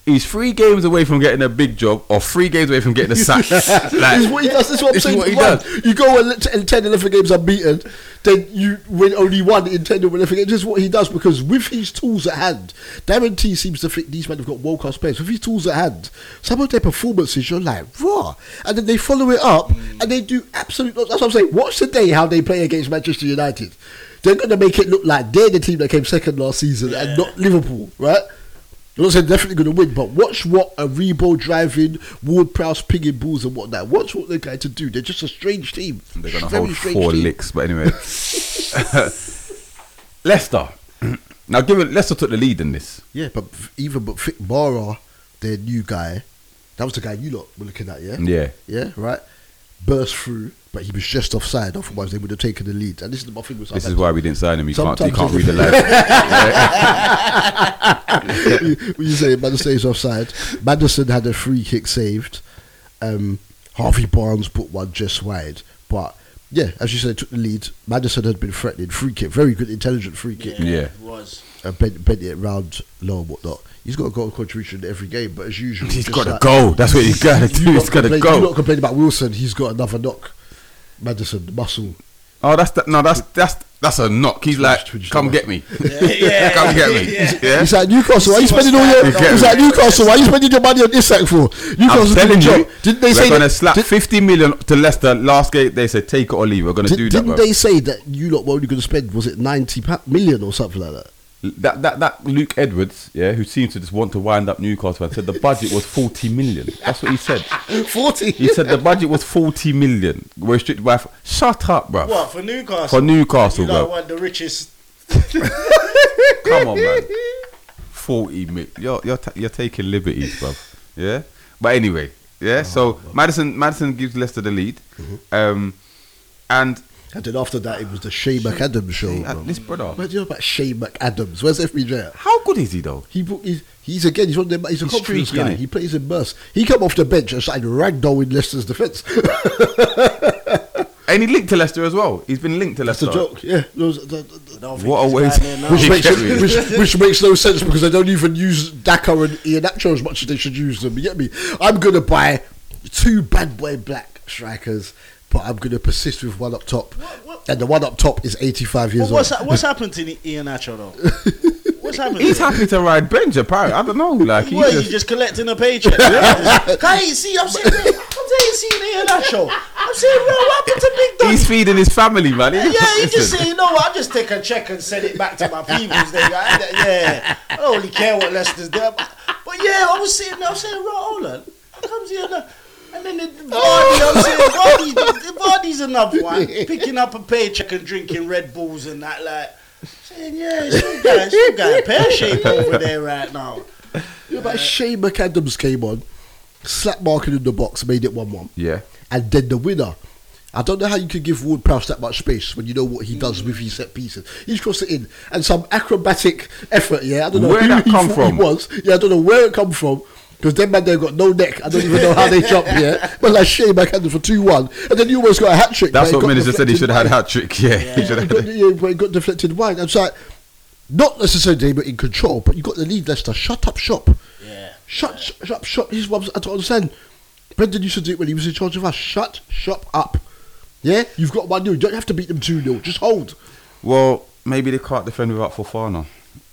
Speaker 4: he's three games away from getting a big job or three games away from getting a sack.
Speaker 5: this is
Speaker 4: like,
Speaker 5: what he does. This is what I'm
Speaker 4: This is
Speaker 5: saying.
Speaker 4: what he
Speaker 5: man.
Speaker 4: does.
Speaker 5: You go and, and 10, 11 games unbeaten, then you win only one in 10, 11 games. This is what he does because with his tools at hand, Darren T seems to think these men have got world class players. With his tools at hand, some of their performances, you're like, raw. And then they follow it up and they do absolute. That's what I'm saying. Watch today how they play against Manchester United. They're going to make it look like they're the team that came second last season and not Liverpool, right? I'm not saying definitely going to win, but watch what a Rebo driving, Ward Prowse pinging balls and whatnot. Watch what they're going to do. They're just a strange team.
Speaker 4: they're going to
Speaker 5: Very
Speaker 4: hold
Speaker 5: strange
Speaker 4: four
Speaker 5: team.
Speaker 4: licks. But anyway, Leicester. now, given Leicester took the lead in this.
Speaker 5: Yeah, but f- even but Vic Mara, their new guy, that was the guy you lot were looking at, yeah?
Speaker 4: Yeah.
Speaker 5: Yeah, right? Burst through, but he was just offside. Otherwise, they would have taken the lead. And this is my thing with
Speaker 4: This is
Speaker 5: Southampton.
Speaker 4: why we didn't sign him. You can't, you
Speaker 5: Sometimes
Speaker 4: can't
Speaker 5: it's-
Speaker 4: read the line.
Speaker 5: when you say Madison is offside, Madison had a free kick saved. Um, Harvey Barnes put one just wide, but yeah, as you said, took the lead. Madison had been threatening free kick, very good, intelligent free kick.
Speaker 6: Yeah.
Speaker 4: Yeah.
Speaker 6: It was.
Speaker 5: And bent, bent it round low and whatnot. He's got a goal contribution every game, but as usual,
Speaker 4: He's
Speaker 5: just
Speaker 4: got to
Speaker 5: like-
Speaker 4: go. That's what he's got to do.
Speaker 5: You
Speaker 4: He's
Speaker 5: lot
Speaker 4: got to
Speaker 5: complain- You not
Speaker 4: go.
Speaker 5: complain about Wilson. He's got another knock. Madison muscle.
Speaker 4: Oh, that's that. No, that's that's that's a knock. He's like,
Speaker 5: twitch
Speaker 4: come
Speaker 5: the
Speaker 4: get me.
Speaker 6: yeah,
Speaker 4: come get me.
Speaker 6: yeah.
Speaker 4: Yeah.
Speaker 5: He's at Newcastle. Why are you
Speaker 6: See what's
Speaker 5: spending all your?
Speaker 6: happening.
Speaker 4: You get
Speaker 5: He's
Speaker 4: me?
Speaker 5: at Newcastle. Why are you spending your money on this sack for?
Speaker 4: I'm
Speaker 5: Newcastle
Speaker 4: telling
Speaker 5: did
Speaker 4: you,
Speaker 5: Didn't they
Speaker 4: we're
Speaker 5: say
Speaker 4: going to
Speaker 5: that-
Speaker 4: slap
Speaker 5: did-
Speaker 4: 50 million to Leicester last game? They said take it or leave. We're going to
Speaker 5: Did,
Speaker 4: do that.
Speaker 5: didn't
Speaker 4: bro.
Speaker 5: they say that you lot were only going to spend was it ninety pa- million or something like that?
Speaker 4: that, that that Luke Edwards, yeah, who seems to just want to wind up Newcastle, said the budget was 40 million. That's what he said.
Speaker 5: Forty.
Speaker 4: He said the budget was 40 million. We're restricted by. f- Shut up, bro.
Speaker 6: What for Newcastle?
Speaker 4: For Newcastle,
Speaker 6: you know
Speaker 4: bro.
Speaker 6: what the richest?
Speaker 4: Come on, man. 40 million. You're, you're, ta- you're taking liberties, bro. Yeah? But
Speaker 5: Oh,
Speaker 4: anyway, yeah? so Madison Madison gives Leicester the lead. Um, and
Speaker 5: Mm-hmm. And then after that, it was the Shay McAdams show.
Speaker 4: Hey, uh,
Speaker 5: bro.
Speaker 4: this brother.
Speaker 5: What do you know about Shay McAdams? Where's FBJ at?
Speaker 4: How good is he though?
Speaker 5: He book, he's, he's again. He's one of them. He's a
Speaker 4: He's
Speaker 5: confidence
Speaker 4: streaky,
Speaker 5: guy.
Speaker 4: innit?
Speaker 5: He plays in bursts. He came off the bench and started ragdolling Leicester's defence.
Speaker 4: And he linked to Leicester as well. He's been linked to
Speaker 5: That's
Speaker 4: Leicester.
Speaker 5: the joke. Yeah. Those- the- the- the-
Speaker 6: I don't think
Speaker 4: What a
Speaker 6: he's
Speaker 4: waste.
Speaker 6: down there now.
Speaker 5: Which
Speaker 4: Yeah,
Speaker 5: makes,
Speaker 4: exactly.
Speaker 5: which, which makes no sense because they don't even use Dakar and Ianacho as much as they should use them. You get me? I'm gonna buy two bad boy black strikers, but I'm gonna persist with one up top,
Speaker 6: What- what-
Speaker 5: and the one up top is 85 years
Speaker 6: But what's
Speaker 5: old.
Speaker 6: what's happened to Ian Acho though? What's happened?
Speaker 4: He's
Speaker 6: to him?
Speaker 4: happy to ride bench apparently. I don't know. Like he
Speaker 6: What, you
Speaker 4: just,
Speaker 6: just collecting a paycheck? I ain't see. I'm saying, man, I'm saying, seeing Ian Acho. I'm saying, bro, what happened to Big Dog?
Speaker 4: he's feeding his family, man.
Speaker 6: Yeah, he just
Speaker 4: Listen.
Speaker 6: said, you know what, I'll just take a check and send it back to my peoples. They go, I don't- yeah, I don't really care what Leicester's there. But, but yeah, I was sitting there, I was saying, right, hold on. How comes here now? And then the, the Vardy, I'm saying, Vardy, Vardy's another one. Picking up a paycheck and drinking Red Bulls and that, like, saying, yeah, it's still got, it's still got pear shape over there right now.
Speaker 5: You know, but Shane McAdams came on, slap marking in the box, made it one-one.
Speaker 4: Yeah.
Speaker 5: and then the winner. I don't know how you could give Ward Prowse that much space when you know what he does with his set pieces. He's crossed it in and some acrobatic effort. Yeah, I don't know
Speaker 4: Where
Speaker 5: who
Speaker 4: that
Speaker 5: he
Speaker 4: come
Speaker 5: thought
Speaker 4: from?
Speaker 5: He was yeah, I don't know where it come from because them man there got no neck. I don't even know how they jump. Yeah, but like Shea McAdam for two one, and then you almost got a hat trick.
Speaker 4: That's
Speaker 5: but it
Speaker 4: what
Speaker 5: got
Speaker 4: Minister said. He
Speaker 5: deflected
Speaker 4: should have had
Speaker 5: wide.
Speaker 4: hat trick. Yeah, he should
Speaker 5: It
Speaker 4: have.
Speaker 5: got, yeah, but it got deflected wide. I'm like, not necessarily they were in control, but you got the lead, Leicester. Shut up shop.
Speaker 6: Yeah.
Speaker 5: Shut, shut up shop. This is what I'm- I don't understand. Brendan used to do it when he was in charge of us. Shut shop up. Yeah, you've got one 0 You don't have to beat them two 0 Just hold.
Speaker 4: Well, maybe they can't defend without Fofana.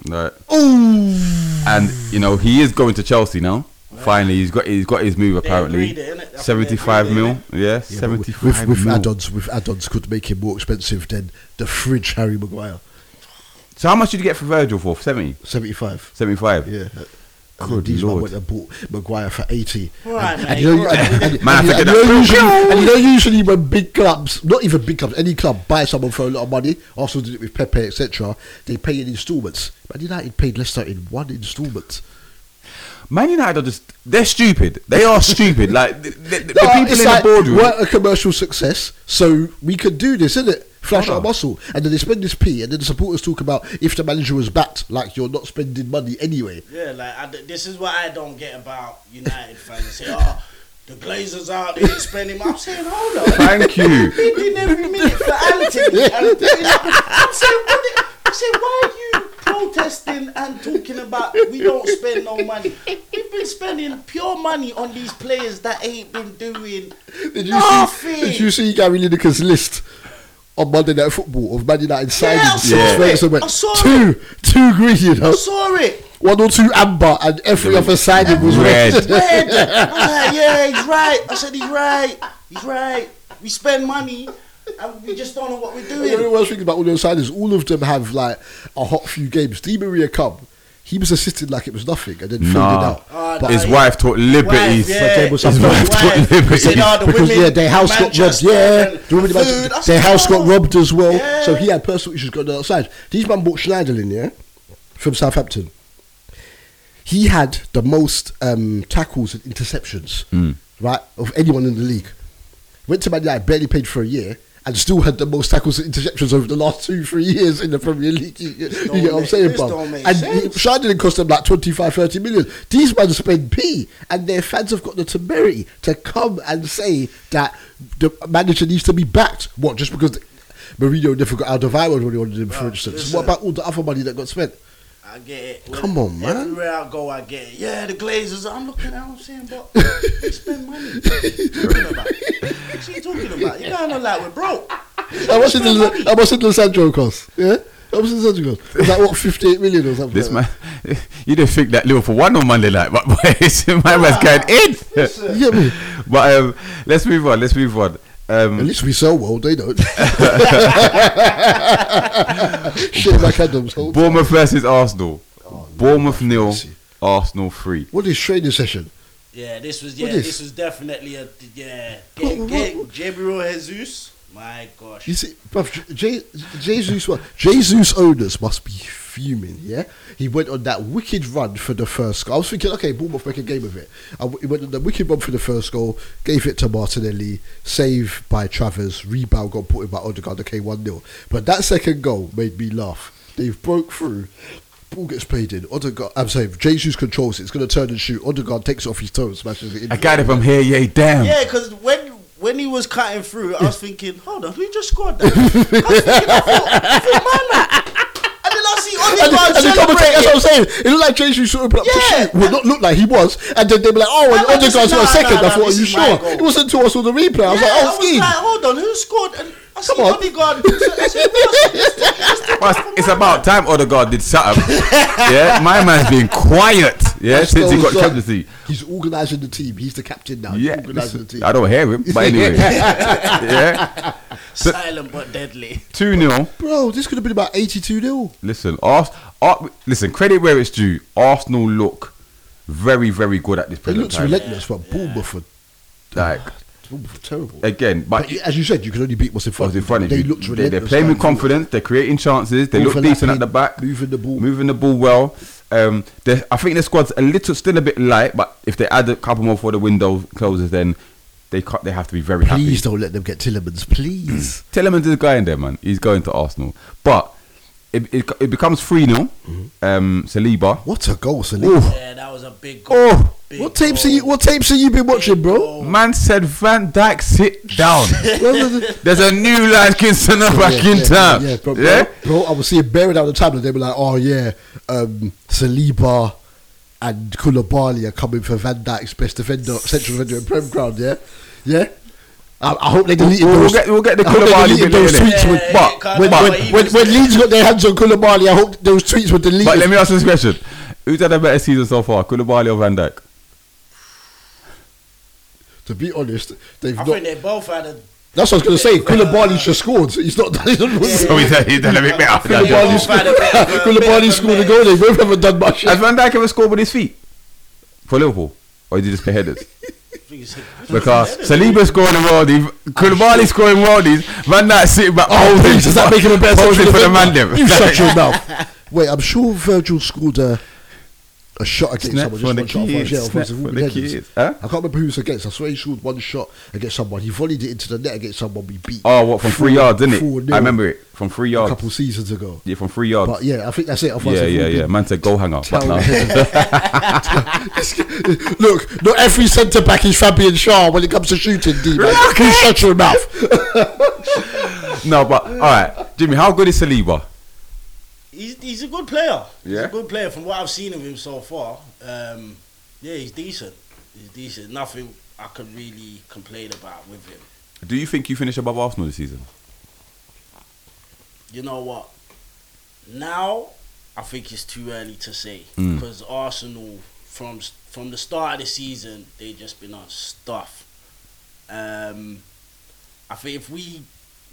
Speaker 4: Right.
Speaker 5: Ooh.
Speaker 4: And you know he is going to Chelsea now. Finally, he's got he's got his move apparently.
Speaker 6: agreed it, innit? That's
Speaker 4: Seventy-five
Speaker 6: what they
Speaker 4: mil.
Speaker 6: agreed
Speaker 4: Yeah,
Speaker 5: With,
Speaker 4: seventy-five
Speaker 5: with
Speaker 4: mil.
Speaker 5: add-ons, with add-ons could make him more expensive than the fridge Harry Maguire,
Speaker 4: So how much did you get for Virgil for? 70?
Speaker 5: seventy-five.
Speaker 4: 75?
Speaker 5: Yeah. And
Speaker 4: Good
Speaker 5: these man
Speaker 4: lord.
Speaker 5: went and bought Maguire for eighty.
Speaker 6: Right,
Speaker 5: and,
Speaker 6: mate,
Speaker 5: and you know,
Speaker 6: right.
Speaker 5: and, and,
Speaker 4: Man,
Speaker 5: and,
Speaker 4: I
Speaker 5: you- and
Speaker 4: forget
Speaker 5: you know
Speaker 4: that.
Speaker 5: usually, and you know, usually when big clubs, not even big clubs, any club buy someone for a lot of money. Arsenal did it with Pepe, etc. They pay in instalments. Man United paid Leicester in one instalment.
Speaker 4: Man United are just, they're stupid. They are stupid. Like, the, the, the
Speaker 5: No,
Speaker 4: people in
Speaker 5: it's
Speaker 4: the
Speaker 5: like,
Speaker 4: boardroom.
Speaker 5: We're a commercial success, so we could do this, innit? Flash
Speaker 4: Hold
Speaker 5: our
Speaker 4: on.
Speaker 5: muscle. And then they spend this P, and then the supporters talk about if the manager was backed, like you're not spending money anyway.
Speaker 6: Yeah, like I, this is what I don't get about United fans. They say, oh, the Glazers out, they didn't spend him. I'm saying, hold on.
Speaker 4: Thank you.
Speaker 6: They did every minute for Anthony. Anthony. I'm saying, what the- I said, why are you protesting and talking about we don't spend no money? We've been spending pure money on these players that ain't been doing
Speaker 5: Did you
Speaker 6: nothing.
Speaker 5: see? Did you see Gary Lineker's list on Monday Night Football of Man United
Speaker 6: Yeah, I
Speaker 5: signings?
Speaker 6: saw
Speaker 5: since
Speaker 4: it.
Speaker 5: Ferguson went
Speaker 6: I saw
Speaker 5: two, two green, you know,
Speaker 6: I saw it.
Speaker 5: one or two amber, and every other signing was
Speaker 4: Red.
Speaker 5: red.
Speaker 6: Red. Ah, yeah, he's right. I said, he's right. He's right. We spend money and we just don't know what we're
Speaker 5: You know
Speaker 6: doing.
Speaker 5: what I was thinking about all those signings? All of them have like a hot few games. Di Maria come. He was assisted like it was nothing, and then faded
Speaker 4: Nah.
Speaker 5: out.
Speaker 6: Ah,
Speaker 5: But-
Speaker 4: His wife taught liberties.
Speaker 6: Wives, yeah.
Speaker 5: His wife
Speaker 4: took liberties.
Speaker 6: Said, "Oh, the
Speaker 5: because
Speaker 6: women
Speaker 5: yeah, their house got robbed.
Speaker 6: Manchester
Speaker 5: Yeah,
Speaker 6: and
Speaker 5: Do you remember the-
Speaker 6: food." I said,
Speaker 5: their house got
Speaker 6: "Oh."
Speaker 5: robbed as well.
Speaker 6: Yeah.
Speaker 5: So he had personal issues going on outside. These man bought Schneiderlin, yeah, from Southampton. He had the most um, tackles and interceptions, right, of anyone in the league. Went to Man United, barely paid for a year. And still had the most tackles and interceptions over the last two, three years in the Premier League. You, you
Speaker 6: don't
Speaker 5: get what I'm
Speaker 6: make-
Speaker 5: saying,
Speaker 6: this
Speaker 5: bro?
Speaker 6: don't
Speaker 5: And
Speaker 6: make
Speaker 5: he-
Speaker 6: sense.
Speaker 5: Schneiderlin cost them like 25, 30 million. These men spend P, and their fans have got the temerity to come and say that the manager needs to be backed. What, just because Mourinho never got out of Ireland when he wanted him, for
Speaker 6: Bro,
Speaker 5: instance?
Speaker 6: listen.
Speaker 5: What about all the other money that got spent?
Speaker 6: I get it.
Speaker 5: Come on, man.
Speaker 6: Everywhere I go, I get it. Yeah, the Glazers. I'm looking at. I'm saying, but they spend money. What you talking about? What you talking about? You don't know like we're broke.
Speaker 5: How much did the, how much did the Sancho cost? Yeah? How much did the Sancho cost? Was that, what, 58 million or something?
Speaker 4: This
Speaker 5: like
Speaker 4: man, you didn't think that Liverpool won on Monday night, but boy, it's- my man's
Speaker 5: Ah,
Speaker 4: going in.
Speaker 5: that? You get me?
Speaker 4: But um, let's move on. Let's move on.
Speaker 5: At
Speaker 4: Um,
Speaker 5: least we sell well, they don't. Shit like Adams. hold-
Speaker 4: Bournemouth versus Arsenal. Bournemouth nil,
Speaker 5: mercy.
Speaker 4: Arsenal three.
Speaker 5: What is training session?
Speaker 6: Yeah, this was yeah,
Speaker 5: What is?
Speaker 6: this was definitely a yeah.
Speaker 5: What-
Speaker 6: Get,
Speaker 5: what-
Speaker 6: get Gabriel Jesus. My gosh.
Speaker 5: You see, bruv, J- Jesus, Jesus owners must be fuming. Yeah, he went on that wicked run for the first goal. I was thinking, okay, Bournemouth make a game of it. I w- he went on the wicked run for the first goal, gave it to Martinelli, save by Travers, rebound got put in by Odegaard, okay, one 0 But that second goal made me laugh. They've broke through. Ball gets played in. Odegaard, I'm sorry, Jesus controls it. It's going to turn and shoot. Odegaard takes it off his toe and smashes it in.
Speaker 4: I got it from here, yeah, damn.
Speaker 6: Yeah, because when when he was cutting through, I was thinking, hold on, who just scored that? I was thinking, I thought, I thought, man, that. And then I see
Speaker 5: and,
Speaker 6: Odegaard
Speaker 5: the commentator, that's what
Speaker 6: celebrating.
Speaker 5: I'm saying. It looked like Jesus should have put up
Speaker 6: Yeah.
Speaker 5: to shoot. Well, not look like he was. And then they be like, oh, and
Speaker 6: And I was like,
Speaker 5: Odegaard's got a
Speaker 6: nah,
Speaker 5: second.
Speaker 6: nah,
Speaker 5: I thought,
Speaker 6: nah,
Speaker 5: are you
Speaker 6: this is my
Speaker 5: sure?
Speaker 6: goal.
Speaker 5: It wasn't until I saw the replay. I was
Speaker 6: yeah, I
Speaker 5: like, oh,
Speaker 6: was
Speaker 5: scheme.
Speaker 6: like, hold on, who scored? And I see
Speaker 5: Come on.
Speaker 6: Odegaard. I see Odegaard.
Speaker 4: Well, it's- it's about time Odegaard did something. yeah, my man's been quiet. Yeah,
Speaker 5: That's
Speaker 4: since he got
Speaker 5: Odegaard.
Speaker 4: captaincy.
Speaker 5: He's organising the team. He's the captain now. He's
Speaker 4: Yeah,
Speaker 5: organising the
Speaker 4: listen,
Speaker 5: team.
Speaker 4: I don't hear him, but anyway. yeah,
Speaker 6: Silent but deadly.
Speaker 4: two 0
Speaker 5: Bro, this could have been about 82 0.
Speaker 4: Listen, Ars- Ar- listen, credit where it's due. Arsenal look very, very good at this
Speaker 5: It
Speaker 4: present
Speaker 5: looks
Speaker 4: time.
Speaker 5: relentless, but Bournemouth were,
Speaker 4: Like
Speaker 5: Bournemouth were terrible.
Speaker 4: again, but
Speaker 5: But as you said, you can only beat what's in
Speaker 4: I
Speaker 5: front,
Speaker 4: was in front of
Speaker 5: they
Speaker 4: you.
Speaker 5: looked
Speaker 4: they,
Speaker 5: relentless.
Speaker 4: they're playing with confidence. They're creating chances. They look
Speaker 5: Overlapping,
Speaker 4: decent at the back,
Speaker 5: moving the ball.
Speaker 4: moving the ball well. Um, they- I think the squad's a little, still a bit light, but if they add a couple more for the window closes, then they can They have to be very
Speaker 5: Please
Speaker 4: happy. Mm.
Speaker 5: don't let them get Tillemans, please.
Speaker 4: Tillemans is a guy in there, man. He's going to Arsenal, but it, it, it becomes three 0 um, Saliba.
Speaker 5: Mm-hmm. what a goal, Salim.
Speaker 4: Oh,
Speaker 6: Yeah, that was a big goal.
Speaker 4: oh.
Speaker 6: Big
Speaker 5: What tapes are
Speaker 6: goal.
Speaker 5: you? What tapes have you been watching, bro?
Speaker 6: goal.
Speaker 4: Man said Van Dyke, sit down.
Speaker 5: Well,
Speaker 4: There's a new Lankin son of back in
Speaker 5: yeah,
Speaker 4: town.
Speaker 5: Yeah, yeah, bro, bro,
Speaker 4: yeah?
Speaker 5: bro, I would see it buried down the tablet. They'd be like, oh, yeah, um, Saliba and Koulibaly are coming for Van Dijk's best defender, central defender in Prem Ground, yeah? Yeah? I, I hope they deleted
Speaker 4: We'll- we'll
Speaker 5: those.
Speaker 4: get- we'll get the
Speaker 5: I hope they
Speaker 4: Koulibaly bit
Speaker 5: deleted those
Speaker 4: later.
Speaker 5: tweets.
Speaker 6: Yeah,
Speaker 5: with,
Speaker 6: yeah,
Speaker 5: but
Speaker 6: yeah,
Speaker 5: when,
Speaker 6: Koulibaly,
Speaker 5: when,
Speaker 6: he
Speaker 5: when,
Speaker 6: was-
Speaker 5: when Leeds got their hands on Koulibaly, I hope those tweets were deleted.
Speaker 4: But let me ask this question: Who's had a better season so far, Koulibaly or Van Dijk?
Speaker 5: to be honest, they've
Speaker 6: I
Speaker 5: not.
Speaker 6: think they both had a.
Speaker 5: that's what I was going to say. Koulibaly just scored. He's not done it.
Speaker 4: So he's, he's done a bit better.
Speaker 6: Yeah, yeah.
Speaker 5: Koulibaly
Speaker 6: both had a
Speaker 5: scored-
Speaker 6: bit of a- bit of
Speaker 5: Koulibaly
Speaker 6: a
Speaker 5: scored a
Speaker 6: mess.
Speaker 5: goal. They both haven't done much.
Speaker 4: Has Van Dijk ever scored with his feet for Liverpool, or did he just play headers? Because Saliba scoring worldies, Koulibaly scoring worldies, Van Dijk sitting back holding.
Speaker 5: Oh, please, does that make him a better
Speaker 4: posing
Speaker 5: central
Speaker 4: for the man?
Speaker 5: defender?
Speaker 4: Them.
Speaker 5: You shut your mouth. Wait, I'm sure Virgil scored a, a shot against
Speaker 4: Snap
Speaker 5: someone.
Speaker 4: for
Speaker 5: Just
Speaker 4: the
Speaker 5: one
Speaker 4: kids,
Speaker 5: shot off
Speaker 4: snap
Speaker 5: us, yeah,
Speaker 4: for
Speaker 5: off us,
Speaker 4: the
Speaker 5: headers.
Speaker 4: kids, huh?
Speaker 5: I can't remember who it was against. I swear he scored one shot against someone. He volleyed it into the net against someone. We beat.
Speaker 4: Oh, what from three
Speaker 5: Four-
Speaker 4: yards, didn't
Speaker 5: four
Speaker 4: it?
Speaker 5: nil
Speaker 4: I remember it from three
Speaker 5: a
Speaker 4: yards.
Speaker 5: couple seasons ago.
Speaker 4: Yeah, from three yards.
Speaker 5: But yeah, I think that's it. off us,
Speaker 4: yeah,
Speaker 5: if we
Speaker 4: yeah, yeah.
Speaker 5: beat-
Speaker 4: Man said, "Go hang up." But
Speaker 5: Tell
Speaker 4: now,
Speaker 5: Look, not every centre back is Fabian Shaw when it comes to shooting. D man, you shut your mouth.
Speaker 4: no, but all right, Jimmy, how good is Saliba?
Speaker 6: He's, he's a good player. He's
Speaker 4: Yeah.
Speaker 6: a good player from what I've seen of him so far. Um, yeah, he's decent. He's decent. Nothing I can really complain about with him.
Speaker 4: Do you think you finish above Arsenal this season?
Speaker 6: You know what? Now, I think it's too early to say because Arsenal from s- from the start of the season they just been on stuff. Um, I think if we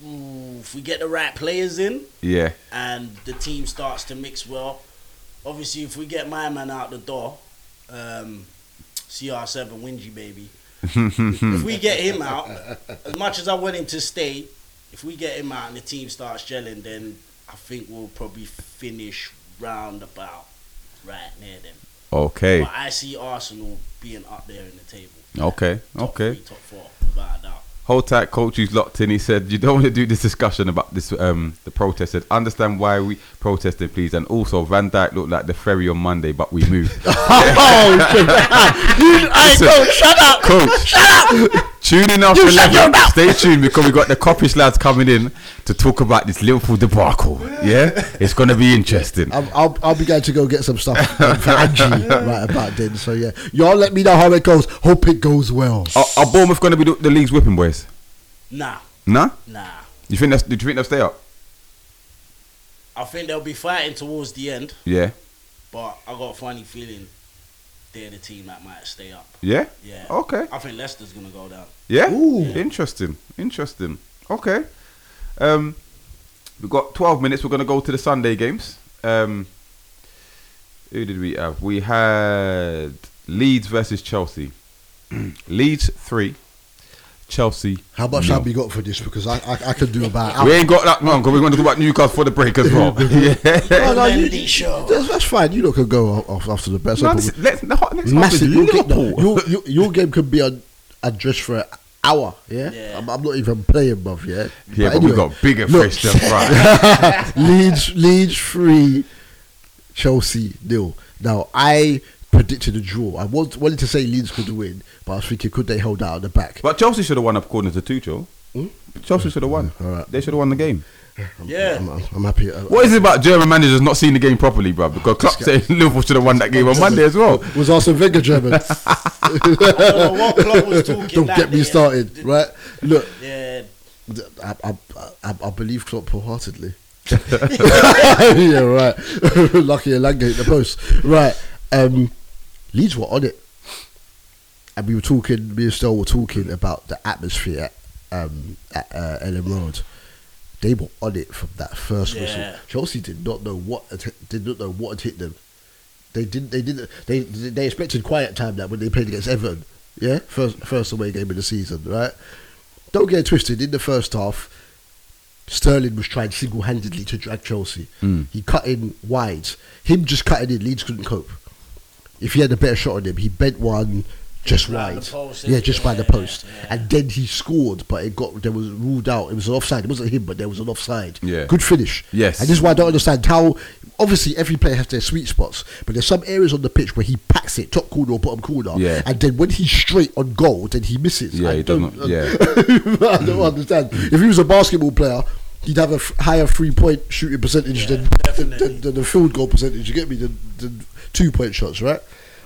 Speaker 6: ooh, if we get the right players in,
Speaker 4: Yeah,
Speaker 6: and the team starts to mix well. Obviously, if we get my man out the door, um, CR7 Wingy baby. if we get him out, as much as I want him to stay, if we get him out and the team starts gelling, then I think we'll probably finish round about right near them.
Speaker 4: Okay.
Speaker 6: But I see Arsenal being up there in the table.
Speaker 4: Okay.
Speaker 6: Top
Speaker 4: Okay.
Speaker 6: three, top four, without a doubt.
Speaker 4: Hold tight, coach. Who's locked in? He said, "You don't want to do this discussion about this. Um, the protest. Said, understand why we protested, please. And also, Van Dyke looked like the ferry on Monday, but we moved.
Speaker 5: oh, shit. You- I
Speaker 4: Listen.
Speaker 5: go, shut up.
Speaker 4: coach,
Speaker 5: Shut up.
Speaker 4: tune in after
Speaker 5: You shut your
Speaker 4: eleven.
Speaker 5: mouth.
Speaker 4: Stay tuned because we got the Coppish lads coming in to talk about this Liverpool debacle. Yeah, it's gonna be interesting.
Speaker 5: I'm, I'll, I'll be going to go get some stuff um, for Angie right about then. So yeah, y'all let me know how it goes. Hope it goes well.
Speaker 4: Are, are Bournemouth gonna be the, the league's whipping boys?
Speaker 6: Nah,
Speaker 4: Nah.
Speaker 6: nah.
Speaker 4: You think that's? Do you think they'll stay up?
Speaker 6: I think they'll be fighting towards the end.
Speaker 4: Yeah.
Speaker 6: But I got a funny feeling they're the team that might stay up.
Speaker 4: Yeah.
Speaker 6: Yeah.
Speaker 4: Okay.
Speaker 6: I think Leicester's gonna go down.
Speaker 4: Yeah.
Speaker 5: Ooh.
Speaker 4: Interesting. Interesting. Okay. Um, we've got 12 minutes. We're going to go to the Sunday games. Um, who did we have? We had Leeds versus Chelsea. Leeds 3, Chelsea.
Speaker 5: How much
Speaker 4: nil.
Speaker 5: have you got for this? Because I, I, I can do about.
Speaker 4: We ain't got that long because we're going to talk about Newcastle for the break as well. yeah.
Speaker 5: No, no, you-
Speaker 6: Mendy show.
Speaker 5: that's, that's fine. You lot can go off- off after the best.
Speaker 4: No, this, let's, the hot next up is
Speaker 5: Massive. Your game,
Speaker 4: Liverpool.
Speaker 5: no, your, your, your game could be on addressed for an hour. Yeah,
Speaker 6: Yeah.
Speaker 5: I'm, I'm not even playing, bruv. Yeah,
Speaker 4: yeah, but we
Speaker 5: anyway,
Speaker 4: got bigger
Speaker 5: look,
Speaker 4: fish than fry.
Speaker 5: Leeds, Leeds three, Chelsea nil. Now I predicted a draw. I want, wanted to say Leeds could win, but I was thinking could they hold out at the back?
Speaker 4: but Chelsea should have won according to Tuchel. Chelsea should have won.
Speaker 5: all right.
Speaker 4: They should have won the game.
Speaker 6: Yeah.
Speaker 5: I'm, I'm, I'm happy. Uh, I-
Speaker 4: What is it about German managers not seeing the game properly, bro? Because Klopp said Liverpool should have won that game on Monday as well.
Speaker 5: Was Arsene Wenger German?
Speaker 6: I don't know what Klopp was talking
Speaker 5: Don't
Speaker 6: that
Speaker 5: get me
Speaker 6: day.
Speaker 5: started, right? Look,
Speaker 6: Yeah.
Speaker 5: I, I, I, I believe Klopp wholeheartedly. yeah, right. Lucky Elanga hit the post. Right. Um, Leeds were on it. And we were talking, me and Stell were talking about the atmosphere at, um, at uh, Ellen Road. They were on it from that first whistle.
Speaker 6: Yeah.
Speaker 5: Chelsea did not know what had hit- did not know what had hit them. They didn't. They didn't. They they expected quiet time that when they played against Everton. Yeah, first first away game of the season, right? Don't get it twisted. In the first half, Sterling was trying single handedly to drag Chelsea. He cut in wide. Him just cutting in, Leeds couldn't cope. If he had a better shot on him, he bent one just
Speaker 6: Round
Speaker 5: wide.
Speaker 6: the post,
Speaker 5: yeah, just by the
Speaker 6: yeah,
Speaker 5: post.
Speaker 6: yeah.
Speaker 5: And then he scored, but it got there was ruled out. It was an offside. It wasn't him, but there was an offside.
Speaker 4: Yeah.
Speaker 5: Good finish.
Speaker 4: Yes.
Speaker 5: And this is why I don't understand how. Obviously, every player has their sweet spots, but there's some areas on the pitch where he packs it top corner or bottom corner,
Speaker 4: Yeah.
Speaker 5: and then when he's straight on goal, then he misses.
Speaker 4: Yeah,
Speaker 5: I
Speaker 4: he
Speaker 5: don't,
Speaker 4: doesn't- yeah.
Speaker 5: I don't understand. If he was a basketball player, he'd have a f- higher three point shooting percentage than, than, than, than the field goal percentage. You get me? Than, than two point shots, right?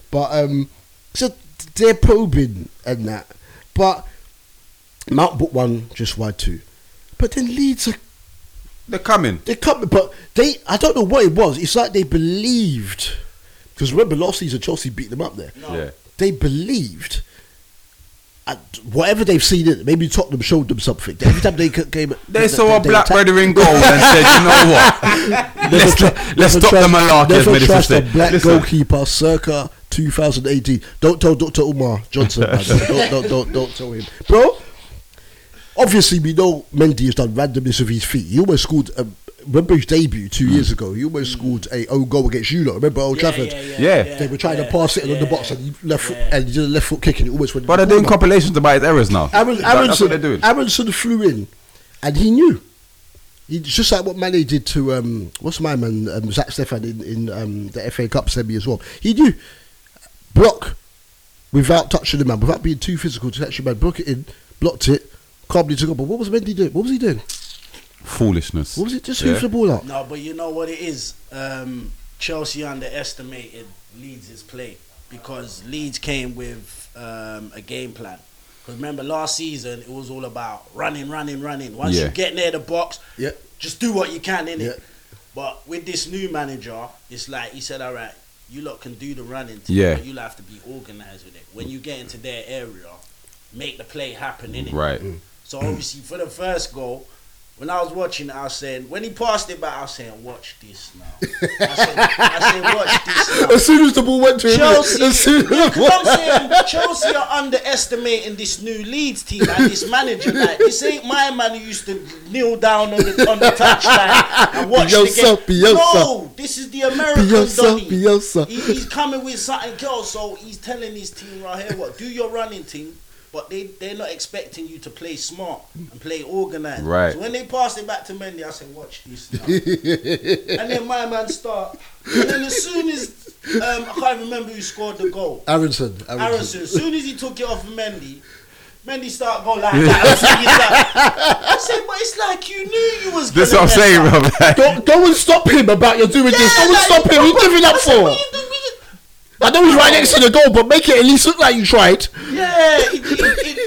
Speaker 5: But um, so they're probing and that. But Mount book one, just wide two. But then Leeds are
Speaker 4: They're coming.
Speaker 5: they come, but they. I don't know what it was. It's like they believed, because remember last season Chelsea beat them up there.
Speaker 4: Yeah.
Speaker 5: They believed. At whatever they've seen in it, maybe Tottenham showed them something. Every time they ca- came,
Speaker 4: They saw a black
Speaker 5: attacked.
Speaker 4: brother in goal and said, you know what? let's
Speaker 5: Never
Speaker 4: tr-
Speaker 5: tru-
Speaker 4: let's
Speaker 5: never
Speaker 4: stop
Speaker 5: trust-
Speaker 4: the malarkey, as
Speaker 5: Never
Speaker 4: Medicine
Speaker 5: trust a
Speaker 4: said.
Speaker 5: black
Speaker 4: Listen,
Speaker 5: goalkeeper circa 2018. Don't tell Dr. Umar Johnson. man. don't, don't, don't, don't tell him. Bro, obviously we know Mendy has done randomness with his feet. He almost scored um, a remember his debut two
Speaker 4: Mm.
Speaker 5: years ago. He almost scored a own goal against you lot. Remember Old
Speaker 6: Yeah,
Speaker 5: Trafford?
Speaker 6: yeah, yeah,
Speaker 4: Yeah.
Speaker 5: They were trying to pass it on the box and he left foot,
Speaker 6: Yeah.
Speaker 5: and he did a left foot kick and it almost went. in
Speaker 4: But
Speaker 5: the
Speaker 4: they're doing
Speaker 5: corner.
Speaker 4: compilations about his errors now.
Speaker 5: Aaron,
Speaker 4: That-
Speaker 5: Aronson,
Speaker 4: that's what they're doing.
Speaker 5: Aronson flew in, and he knew. It's just like what Mane did to um, what's my man um, Zach Stefan in, in um, the FA Cup semi as well. He knew block without touching the man, without being too physical to touch the man. Block it in, blocked it, calmly took up. But what was Mendy doing? What was he doing?
Speaker 4: Foolishness.
Speaker 5: What was it? Just
Speaker 4: Yeah.
Speaker 5: yeah. the ball out.
Speaker 6: No, but you know what it is. Um, Chelsea underestimated Leeds' play because Leeds came with um, a game plan. 'Cause remember last season it was all about running, running, running. Once
Speaker 4: Yeah.
Speaker 6: you get near the box,
Speaker 5: Yeah.
Speaker 6: just do what you can in it.
Speaker 5: Yeah.
Speaker 6: But with this new manager, it's like he said, "All right, you lot can do the running, team,
Speaker 4: Yeah.
Speaker 6: but you lot have to be organized with it. When you get into their area, make the play happen in it."
Speaker 4: Right.
Speaker 6: So obviously for the first goal, when I was watching, it, I was saying when he passed it back, I was saying, "Watch this now." I said, I said "Watch this now."
Speaker 5: As soon as the ball went to him,
Speaker 6: Chelsea,
Speaker 5: as soon as the ball-
Speaker 6: I'm saying Chelsea are underestimating this new Leeds team and this manager. Like this ain't my man who used to kneel down on the on the touchline and watch
Speaker 5: Bielsa,
Speaker 6: the game.
Speaker 5: Bielsa.
Speaker 6: No, this is the American
Speaker 5: Bielsa,
Speaker 6: Donny.
Speaker 5: Bielsa.
Speaker 6: He, he's coming with something else, so he's telling his team right here, "What do your running team?" But they they're not expecting you to play smart and play organized.
Speaker 4: Right.
Speaker 6: So when they passed it back to Mendy, I said, "Watch this." Now. and then my man start. And then as soon as um, I can't remember who scored the goal.
Speaker 5: Aronson,
Speaker 6: Harrison,
Speaker 5: Aronson.
Speaker 6: as soon as he took it off Mendy, Mendy start going like that. I, was thinking that. I said, but it's like you knew you was.
Speaker 4: That's
Speaker 6: gonna
Speaker 4: what I'm
Speaker 6: mess
Speaker 4: saying,
Speaker 6: up."
Speaker 4: bro. Like,
Speaker 5: Don't go and stop him about your doing this.
Speaker 6: Yeah,
Speaker 5: Go and
Speaker 6: like,
Speaker 5: stop him. What are you giving up
Speaker 6: I said,
Speaker 5: for?
Speaker 6: "What you do- what you
Speaker 5: I know he's right next to the goal, but make it at least look like you tried.
Speaker 6: do?" Yeah, it, it,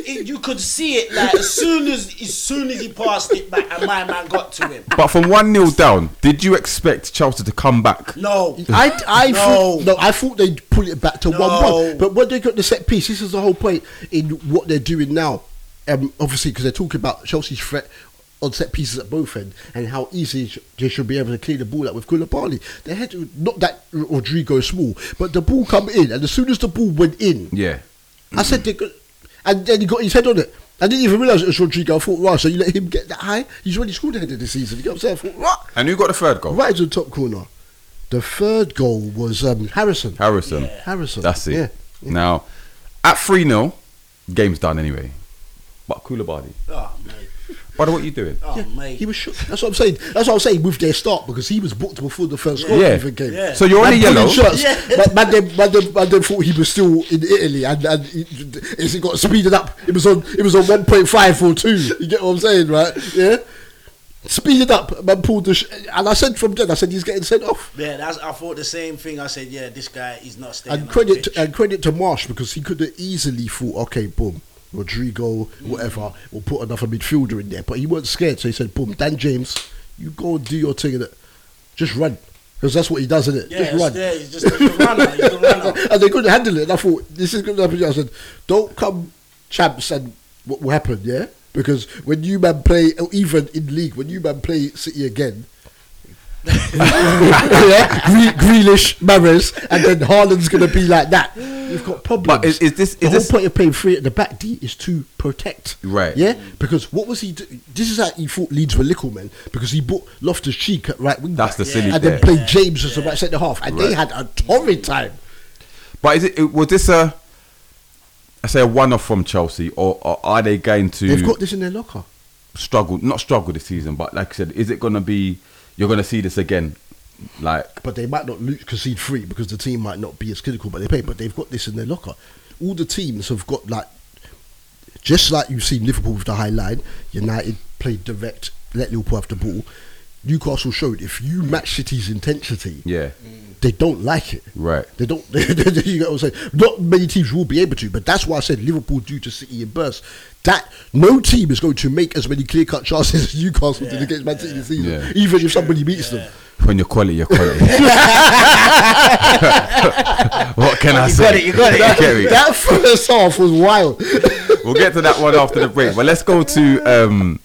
Speaker 6: it, it, you could see it like as soon as as soon as he passed it back, and my man got to him.
Speaker 4: But from 1 0 down, did you expect Chelsea to come back?
Speaker 6: No,
Speaker 5: I, I
Speaker 6: No.
Speaker 5: thought no, I thought they'd pull it back to
Speaker 6: No.
Speaker 5: one one. But when they got the set piece, this is the whole point in what they're doing now. Um, obviously, because they're talking about Chelsea's threat on set pieces at both end and how easy sh- they should be able to clear the ball out with Koulibaly. They had to, not that Rodrigo is small, but the ball come in, and as soon as the ball went in,
Speaker 4: Yeah.
Speaker 5: I said they could, and then he got his head on it. I didn't even realise it was Rodrigo. I thought, right, so you let him get that high? He's already scored ahead of the season. You get what I'm saying? I thought, what?
Speaker 4: And who got the third goal?
Speaker 5: Right to the top corner. The third goal was um, Harrison.
Speaker 4: Harrison.
Speaker 5: Harrison.
Speaker 4: That's it.
Speaker 5: Yeah.
Speaker 4: Now, at 3 0, game's done anyway. But Koulibaly.
Speaker 5: Ah,
Speaker 6: Oh, mate.
Speaker 4: Brother, what are you doing?
Speaker 6: Oh,
Speaker 5: Yeah,
Speaker 6: mate.
Speaker 5: He was shook. That's what I'm saying. That's what I'm saying with their start because he was booked before the first score
Speaker 4: Yeah.
Speaker 5: even came.
Speaker 6: Yeah.
Speaker 4: So you're only
Speaker 5: Man pulling
Speaker 4: yellow.
Speaker 5: Shots,
Speaker 6: Yeah.
Speaker 5: But man, them, man, them, man, them thought he was still in Italy and, and he, it got speeded up. It was on it was on 1.5 or 2. You get what I'm saying, right? Yeah. Speeded up, man pulled the sh- and I said from then, I said he's getting sent off.
Speaker 6: Yeah, that's, I thought the same thing. I said, yeah, this guy is not staying.
Speaker 5: and
Speaker 6: on
Speaker 5: credit
Speaker 6: the pitch.
Speaker 5: to, and credit to Marsh because he could have easily thought, okay, boom, Rodrigo,
Speaker 6: Mm.
Speaker 5: whatever, we'll put another midfielder in there. But he wasn't scared, so he said, boom, Dan James, you go and do your thing, innit? just run, because that's what he does, innit?
Speaker 6: yeah,
Speaker 5: just run.
Speaker 6: Yeah, he's just he's a runner. He's a runner.
Speaker 5: and they couldn't handle it. And I thought, this is going to happen. I said, don't come champs and what will happen, yeah? Because when you man play, or even in league, when you man play City again, yeah, Gre- Grealish, Maris, and then Haaland's going to be like that. You've got problems.
Speaker 4: But is- is this-
Speaker 5: the
Speaker 4: is
Speaker 5: whole
Speaker 4: this-
Speaker 5: point of playing three at the back D is to protect,
Speaker 4: Right.
Speaker 5: Yeah, because what was he? Do- this is how he thought Leeds were little men because he bought Loftus Cheek at right wing.
Speaker 4: That's
Speaker 5: back
Speaker 4: the silly
Speaker 5: and then
Speaker 4: bit.
Speaker 5: played James as the right centre half, and they
Speaker 4: Right.
Speaker 5: had a torrid time.
Speaker 4: But is it was this a I say a one off from Chelsea or, or are they going to
Speaker 5: They've got this in their locker.
Speaker 4: struggle not struggle this season, but like I said, is it gonna be you're gonna see this again? Like
Speaker 5: but they might not lose, concede three because the team might not be as critical. But they play, but they've got this in their locker. All the teams have got like, just like you've seen Liverpool with the high line, United played direct, let Liverpool have the ball. Newcastle showed if you match City's intensity,
Speaker 4: Yeah.
Speaker 5: they don't like it.
Speaker 4: Right.
Speaker 5: They don't. you know what I'm saying? Not many teams will be able to, but that's why I said Liverpool due to City in bursts. That no team is going to make as many clear cut chances as Newcastle did against Man City this season,
Speaker 4: Yeah.
Speaker 5: even if somebody beats them.
Speaker 4: when you're quality, you're quality. what can I
Speaker 6: You
Speaker 4: say?
Speaker 6: got it, you got it.
Speaker 4: You get me?
Speaker 5: that first half was wild.
Speaker 4: We'll get to that one after the break. But let's go to um,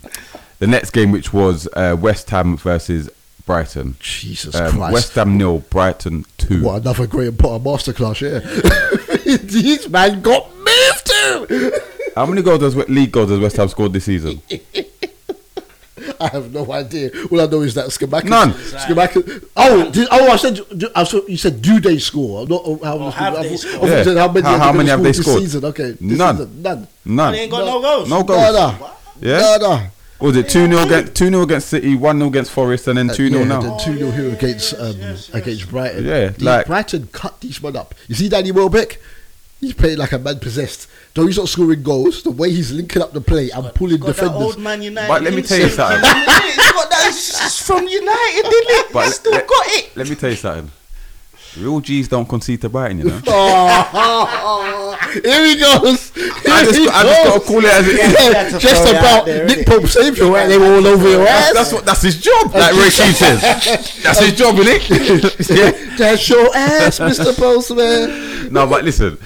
Speaker 4: the next game, which was uh, West Ham versus Brighton.
Speaker 5: Jesus
Speaker 4: Um,
Speaker 5: Christ.
Speaker 4: West Ham nil, Brighton two.
Speaker 5: what another Graham Potter masterclass, yeah. this man got moved to.
Speaker 4: How many goals does league goals does West Ham scored this season?
Speaker 5: I have no idea. All I know is that Skamaka.
Speaker 4: None.
Speaker 5: Skamaka. Oh, did, oh! I said. I saw, you said do they score? Not oh, how many
Speaker 6: have
Speaker 5: scored.
Speaker 6: they scored?
Speaker 5: I thought- I thought you
Speaker 4: Yeah.
Speaker 5: said How many,
Speaker 4: How-
Speaker 5: are they
Speaker 4: how
Speaker 5: gonna
Speaker 4: many have
Speaker 5: score
Speaker 4: they
Speaker 5: this
Speaker 4: scored?
Speaker 5: Season? Okay. this
Speaker 4: None.
Speaker 5: season, none.
Speaker 4: None.
Speaker 6: They ain't got no goals.
Speaker 4: No goals.
Speaker 5: No, no.
Speaker 4: Yeah.
Speaker 5: No, no.
Speaker 4: What was it two 0 against two 0 against City, one 0 against Forest, and then two 0
Speaker 5: Uh, yeah,
Speaker 4: now?
Speaker 5: Two 0 here against
Speaker 6: Oh,
Speaker 5: um, against Brighton.
Speaker 4: Yeah,
Speaker 5: These-
Speaker 4: like-
Speaker 5: Brighton cut these man up. You see Danny Welbeck? He's playing like a man possessed. Though he's not scoring goals, the way he's linking up the play and pulling
Speaker 6: Got that
Speaker 5: defenders.
Speaker 6: old man United.
Speaker 4: But let me tell you
Speaker 6: instinct.
Speaker 4: something.
Speaker 6: He's got that it's from United, didn't he?
Speaker 4: But
Speaker 6: He
Speaker 4: le-
Speaker 6: still
Speaker 4: le-
Speaker 6: got it.
Speaker 4: Let me tell you something. Real G's don't concede to Brighton, you know.
Speaker 5: "Oh, Here he goes. Here
Speaker 4: I just,
Speaker 5: he
Speaker 4: I just
Speaker 5: goes.
Speaker 4: gotta call it as it is.
Speaker 5: Yeah,
Speaker 6: That's a
Speaker 5: just
Speaker 6: throw
Speaker 5: about
Speaker 6: out there,
Speaker 5: Nick
Speaker 6: innit?
Speaker 5: Pope saved you, right? They were all over your ass.
Speaker 4: That's, that's what that's his job. Like Ray Keane says, that's his job, is yeah.
Speaker 5: That's your ass, Mr. Postman.
Speaker 4: No, but listen,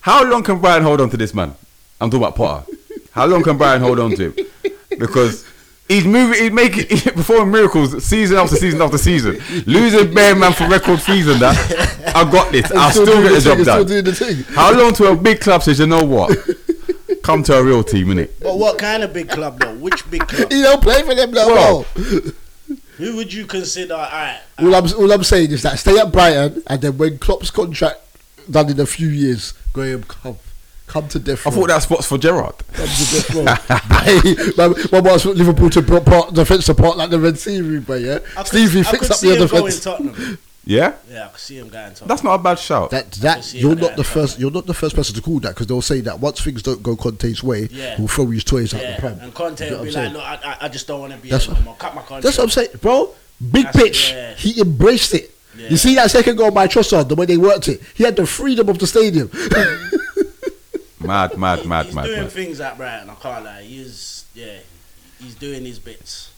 Speaker 4: how long can Brian hold on to this man? I'm talking about Potter. How long can Brian hold on to him? Because he's moving, he's making, he's performing miracles season after season after season, losing bare man for record fees and that. I got this. I'll
Speaker 5: still
Speaker 4: still
Speaker 5: doing
Speaker 4: get the
Speaker 5: the
Speaker 4: job
Speaker 5: thing, still
Speaker 4: done.
Speaker 5: doing the thing.
Speaker 4: How long to a big club says, you know what? Come to a real team, innit?
Speaker 6: But what kind of big club though? Which big club?
Speaker 5: He don't play for them no
Speaker 4: Well,
Speaker 5: more.
Speaker 6: Who would you consider? All right,
Speaker 5: All I'm, all I'm saying is that stay at Brighton and then when Klopp's contract done in a few years, Graham, come. Come to death
Speaker 4: I
Speaker 5: row.
Speaker 4: thought that spot's for Gerard.
Speaker 5: Come to death row. Mate, my, my boss want Liverpool to pro- pro- defence support like the Red Sea route, but yeah.
Speaker 6: I could-
Speaker 5: Stevie,
Speaker 6: I
Speaker 5: fix
Speaker 6: could
Speaker 5: up
Speaker 6: see
Speaker 5: your
Speaker 6: him going
Speaker 5: defence.
Speaker 6: Tottenham.
Speaker 4: Yeah?
Speaker 6: Yeah, I could see him going Tottenham.
Speaker 4: That's not a bad shout.
Speaker 5: That
Speaker 6: can
Speaker 5: that
Speaker 6: see
Speaker 5: you're
Speaker 6: him
Speaker 5: not the
Speaker 6: there.
Speaker 5: first you're not the first person to call that because they'll say that once things don't go Conte's way,
Speaker 6: Yeah.
Speaker 5: we'll throw his toys out the
Speaker 6: yeah,
Speaker 5: pram.
Speaker 6: and
Speaker 5: You
Speaker 6: Conte
Speaker 5: know
Speaker 6: will be
Speaker 5: what
Speaker 6: like,
Speaker 5: I'm saying?
Speaker 6: look, I, I- I just don't want to be
Speaker 5: That's
Speaker 6: here no
Speaker 5: what-
Speaker 6: more. Cut my contract.
Speaker 5: That's what I'm saying, bro. Big
Speaker 6: That's-
Speaker 5: pitch.
Speaker 6: yeah.
Speaker 5: He embraced it.
Speaker 6: Yeah.
Speaker 5: You see that second goal by Trossard, the way they worked it. He had the freedom of the stadium.
Speaker 4: Mad, mad,
Speaker 6: He-
Speaker 4: mad,
Speaker 6: he's
Speaker 4: mad,
Speaker 6: doing
Speaker 4: mad.
Speaker 6: things at Brighton. I can't lie. He's yeah, he's doing his bits.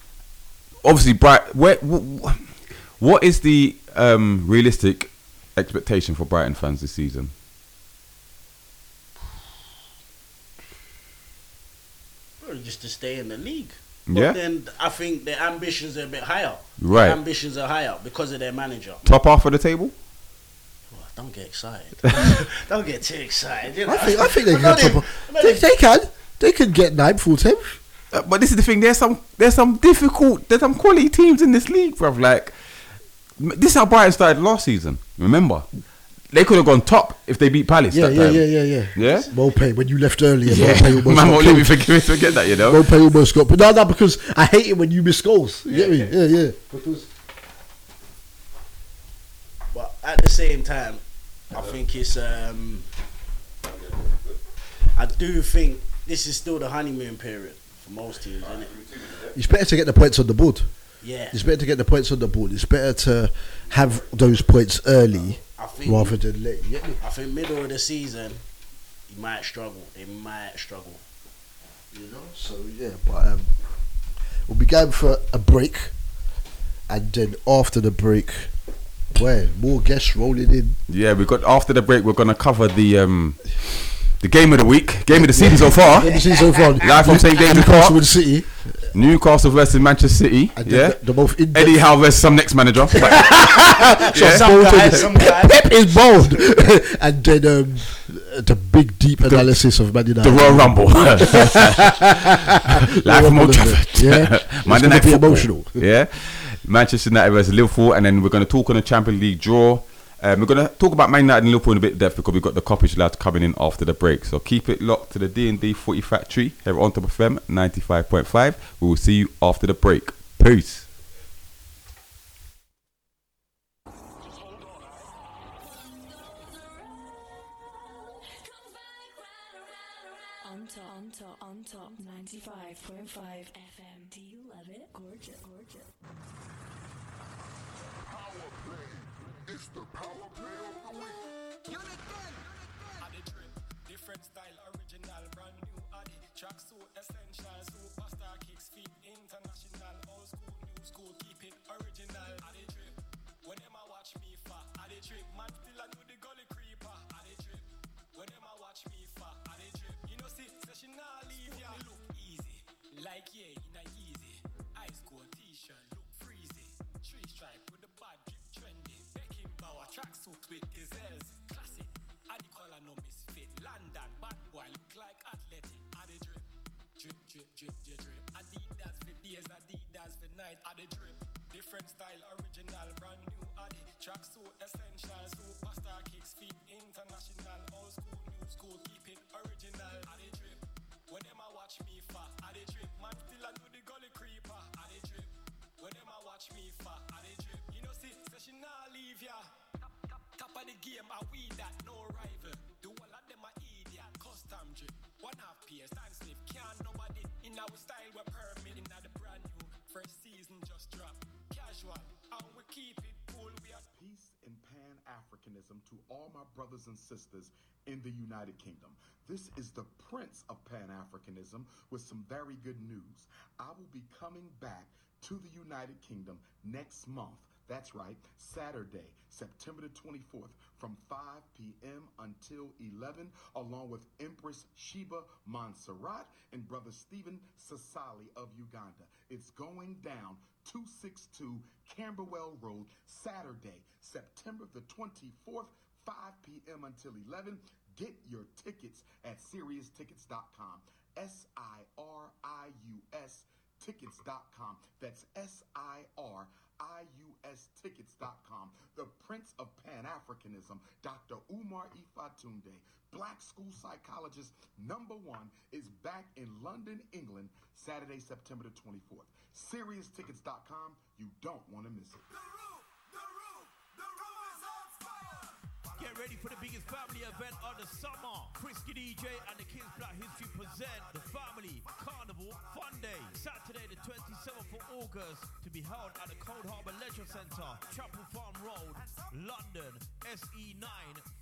Speaker 4: obviously Bright. Where, wh- wh- what is the um, realistic expectation for Brighton fans this season?
Speaker 6: Well, just to stay in the league.
Speaker 4: Yeah.
Speaker 6: But then I think their ambitions are a bit higher.
Speaker 4: Right.
Speaker 6: Their ambitions are higher because of their manager.
Speaker 4: Top half of the table?
Speaker 6: Oh, don't get excited. don't get too excited. You know?
Speaker 5: I think I think they
Speaker 6: know
Speaker 5: can. Top,
Speaker 6: I know
Speaker 5: they, they can. They can get ninth or tenth.
Speaker 4: Uh, But this is the thing. There's some there's some difficult there's some quality teams in this league, bruv. Like m- this is how Brighton started last season. Remember, they could have gone top if they beat Palace.
Speaker 5: Yeah,
Speaker 4: that
Speaker 5: yeah,
Speaker 4: time.
Speaker 5: yeah, yeah, yeah.
Speaker 4: Yeah?
Speaker 5: Mope, when you left earlier,
Speaker 4: Yeah,
Speaker 5: Mope almost
Speaker 4: man,
Speaker 5: got
Speaker 4: won't let me
Speaker 5: killed.
Speaker 4: forgive forget that. You know,
Speaker 5: Mope almost got. But no, no, because I hate it when you miss goals. You get me? Yeah, yeah. Because
Speaker 6: But at the same time, I think it's um I do think this is still the honeymoon period for most teams, isn't it?
Speaker 5: it's better to get the points on the board.
Speaker 6: Yeah.
Speaker 5: It's better to get the points on the board. It's better to have those points early
Speaker 6: I think
Speaker 5: rather than late. You get me?
Speaker 6: I think middle of the season you might struggle. They might struggle.
Speaker 5: You know. So yeah, but um, we'll be going for a break, and then after the break, where more guests rolling in.
Speaker 4: yeah. We got after the break. We're gonna cover the um the game of the week, game of the season so far.
Speaker 5: Let me see so far.
Speaker 4: Live from St. James's Park.
Speaker 5: Newcastle and City.
Speaker 4: Newcastle versus Manchester City.
Speaker 5: And then
Speaker 4: Yeah,
Speaker 5: the, the most in
Speaker 4: Eddie Howe versus some next manager. Like,
Speaker 6: So some guys, some guys
Speaker 5: Pep is bold, and then um, the big deep analysis of Man United.
Speaker 4: the Royal Rumble. Live from Old Trafford.
Speaker 5: Yeah,
Speaker 4: Man
Speaker 5: it's gonna be
Speaker 4: football.
Speaker 5: emotional.
Speaker 4: Yeah, Manchester United versus Liverpool, and then we're going to talk on the Champions League draw. Um, we're going to talk about Man United and Liverpool in a bit depth because we've got the coverage lads coming in after the break. So keep it locked to the D and D Forty Factory here on Top of FM ninety five point five. We will see you after the break. Peace.
Speaker 1: On top, on top, on top, 95.5 FM. Do you love it? Gorgeous, gorgeous.
Speaker 8: At the trip, different style, original, brand new Addy. Tracksuit essential, superstar kicks feet, international, old school, new school, keep it original. At the trip, when them a watch me for at the trip, man still I do the gully creeper. At the trip, when them a watch me for at the trip, you know see, say she nah leave ya. Me look easy, like yeah, in a easy. Ice cold t-shirt, look freezy. Three stripe with the bad drip trendy. Beckham Bauer tracksuit with gazelles, classic. Adi color no misfit. London bad boy look like athletic. Adi drip, drip, drip, drip, drip, drip. Adidas for days, Adidas for night. Adi drip, different style, original, brand new. Adi tracksuit essential, superstar kicks feet, international, old school, new school, keep it original. Adi drip, when them a watch me for Adi drip, man still I do the gully creeper. Adi drip, when them a watch me for Adi drip, you know see, say she nah leave ya. Top, top, top of the game, I we that no rival. Do all of them a idiot, custom drip. One half PS, time slip, can't nobody. In our style, we're permanent. In the brand new, first season just drop. Casual, and we keep it cool. We are
Speaker 7: peace and pan Africanism to all my brothers and sisters in the United Kingdom. This is the Prince of Pan Africanism with some very good news. I will be coming back to the United Kingdom next month. That's right, Saturday, September the 24th, from 5 p.m. until 11, along with Empress Sheba Montserrat and Brother Stephen Sasali of Uganda. It's going down 262 Camberwell Road, Saturday, September the 24th, 5 p.m. until 11. Get your tickets at SiriusTickets.com. S I R I U S tickets.com. That's S I R I U S tickets.com. The Prince of Pan Africanism, Dr. Umar Ifatunde, black school psychologist number one, is back in London, England, Saturday, September the 24th. SiriusTickets.com. You don't want to miss it.
Speaker 9: Get ready for the biggest family event of the summer. Frisky DJ and the Kids Black History present the Family Carnival Fun Day, Saturday the 27th of August, to be held at the Cold Harbour Leisure Centre, Chapel Farm Road, London, E SE9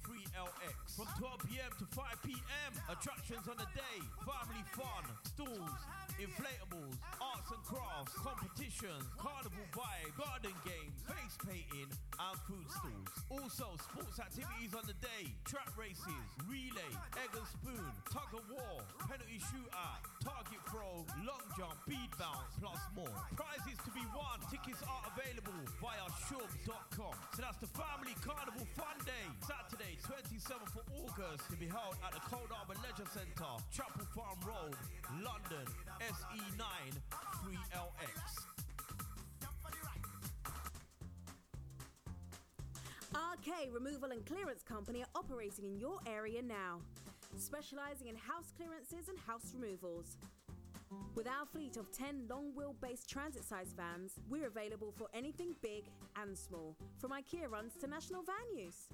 Speaker 9: 3LX. From 12 p.m. to 5 p.m. Attractions on the day: family fun, stalls, inflatables, arts and crafts, competitions, carnival vibe, garden games, face painting, and food stalls. Also, sports activities on the day: track races, relay, egg and spoon, tug of war, penalty shootout, target throw, long jump, bead bounce, plus more. Prizes to be won. Tickets are available via shub.com. So that's the Family Carnival Fun Day, Saturday, 27th of August, to be held at the Cold Harbour Leisure Centre, Chapel Farm Road, London, E SE9 3LX.
Speaker 10: RK Removal and Clearance Company are operating in your area now, specialising in house clearances and house removals. With our fleet of 10 long wheel based transit size vans, we're available for anything big and small, from IKEA runs to national van use.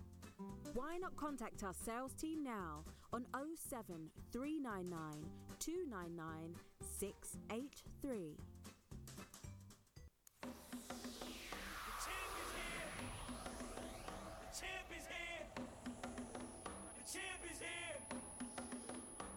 Speaker 10: Why not contact our sales team now on 07 399 299 683?
Speaker 2: champ is here. The champ is here.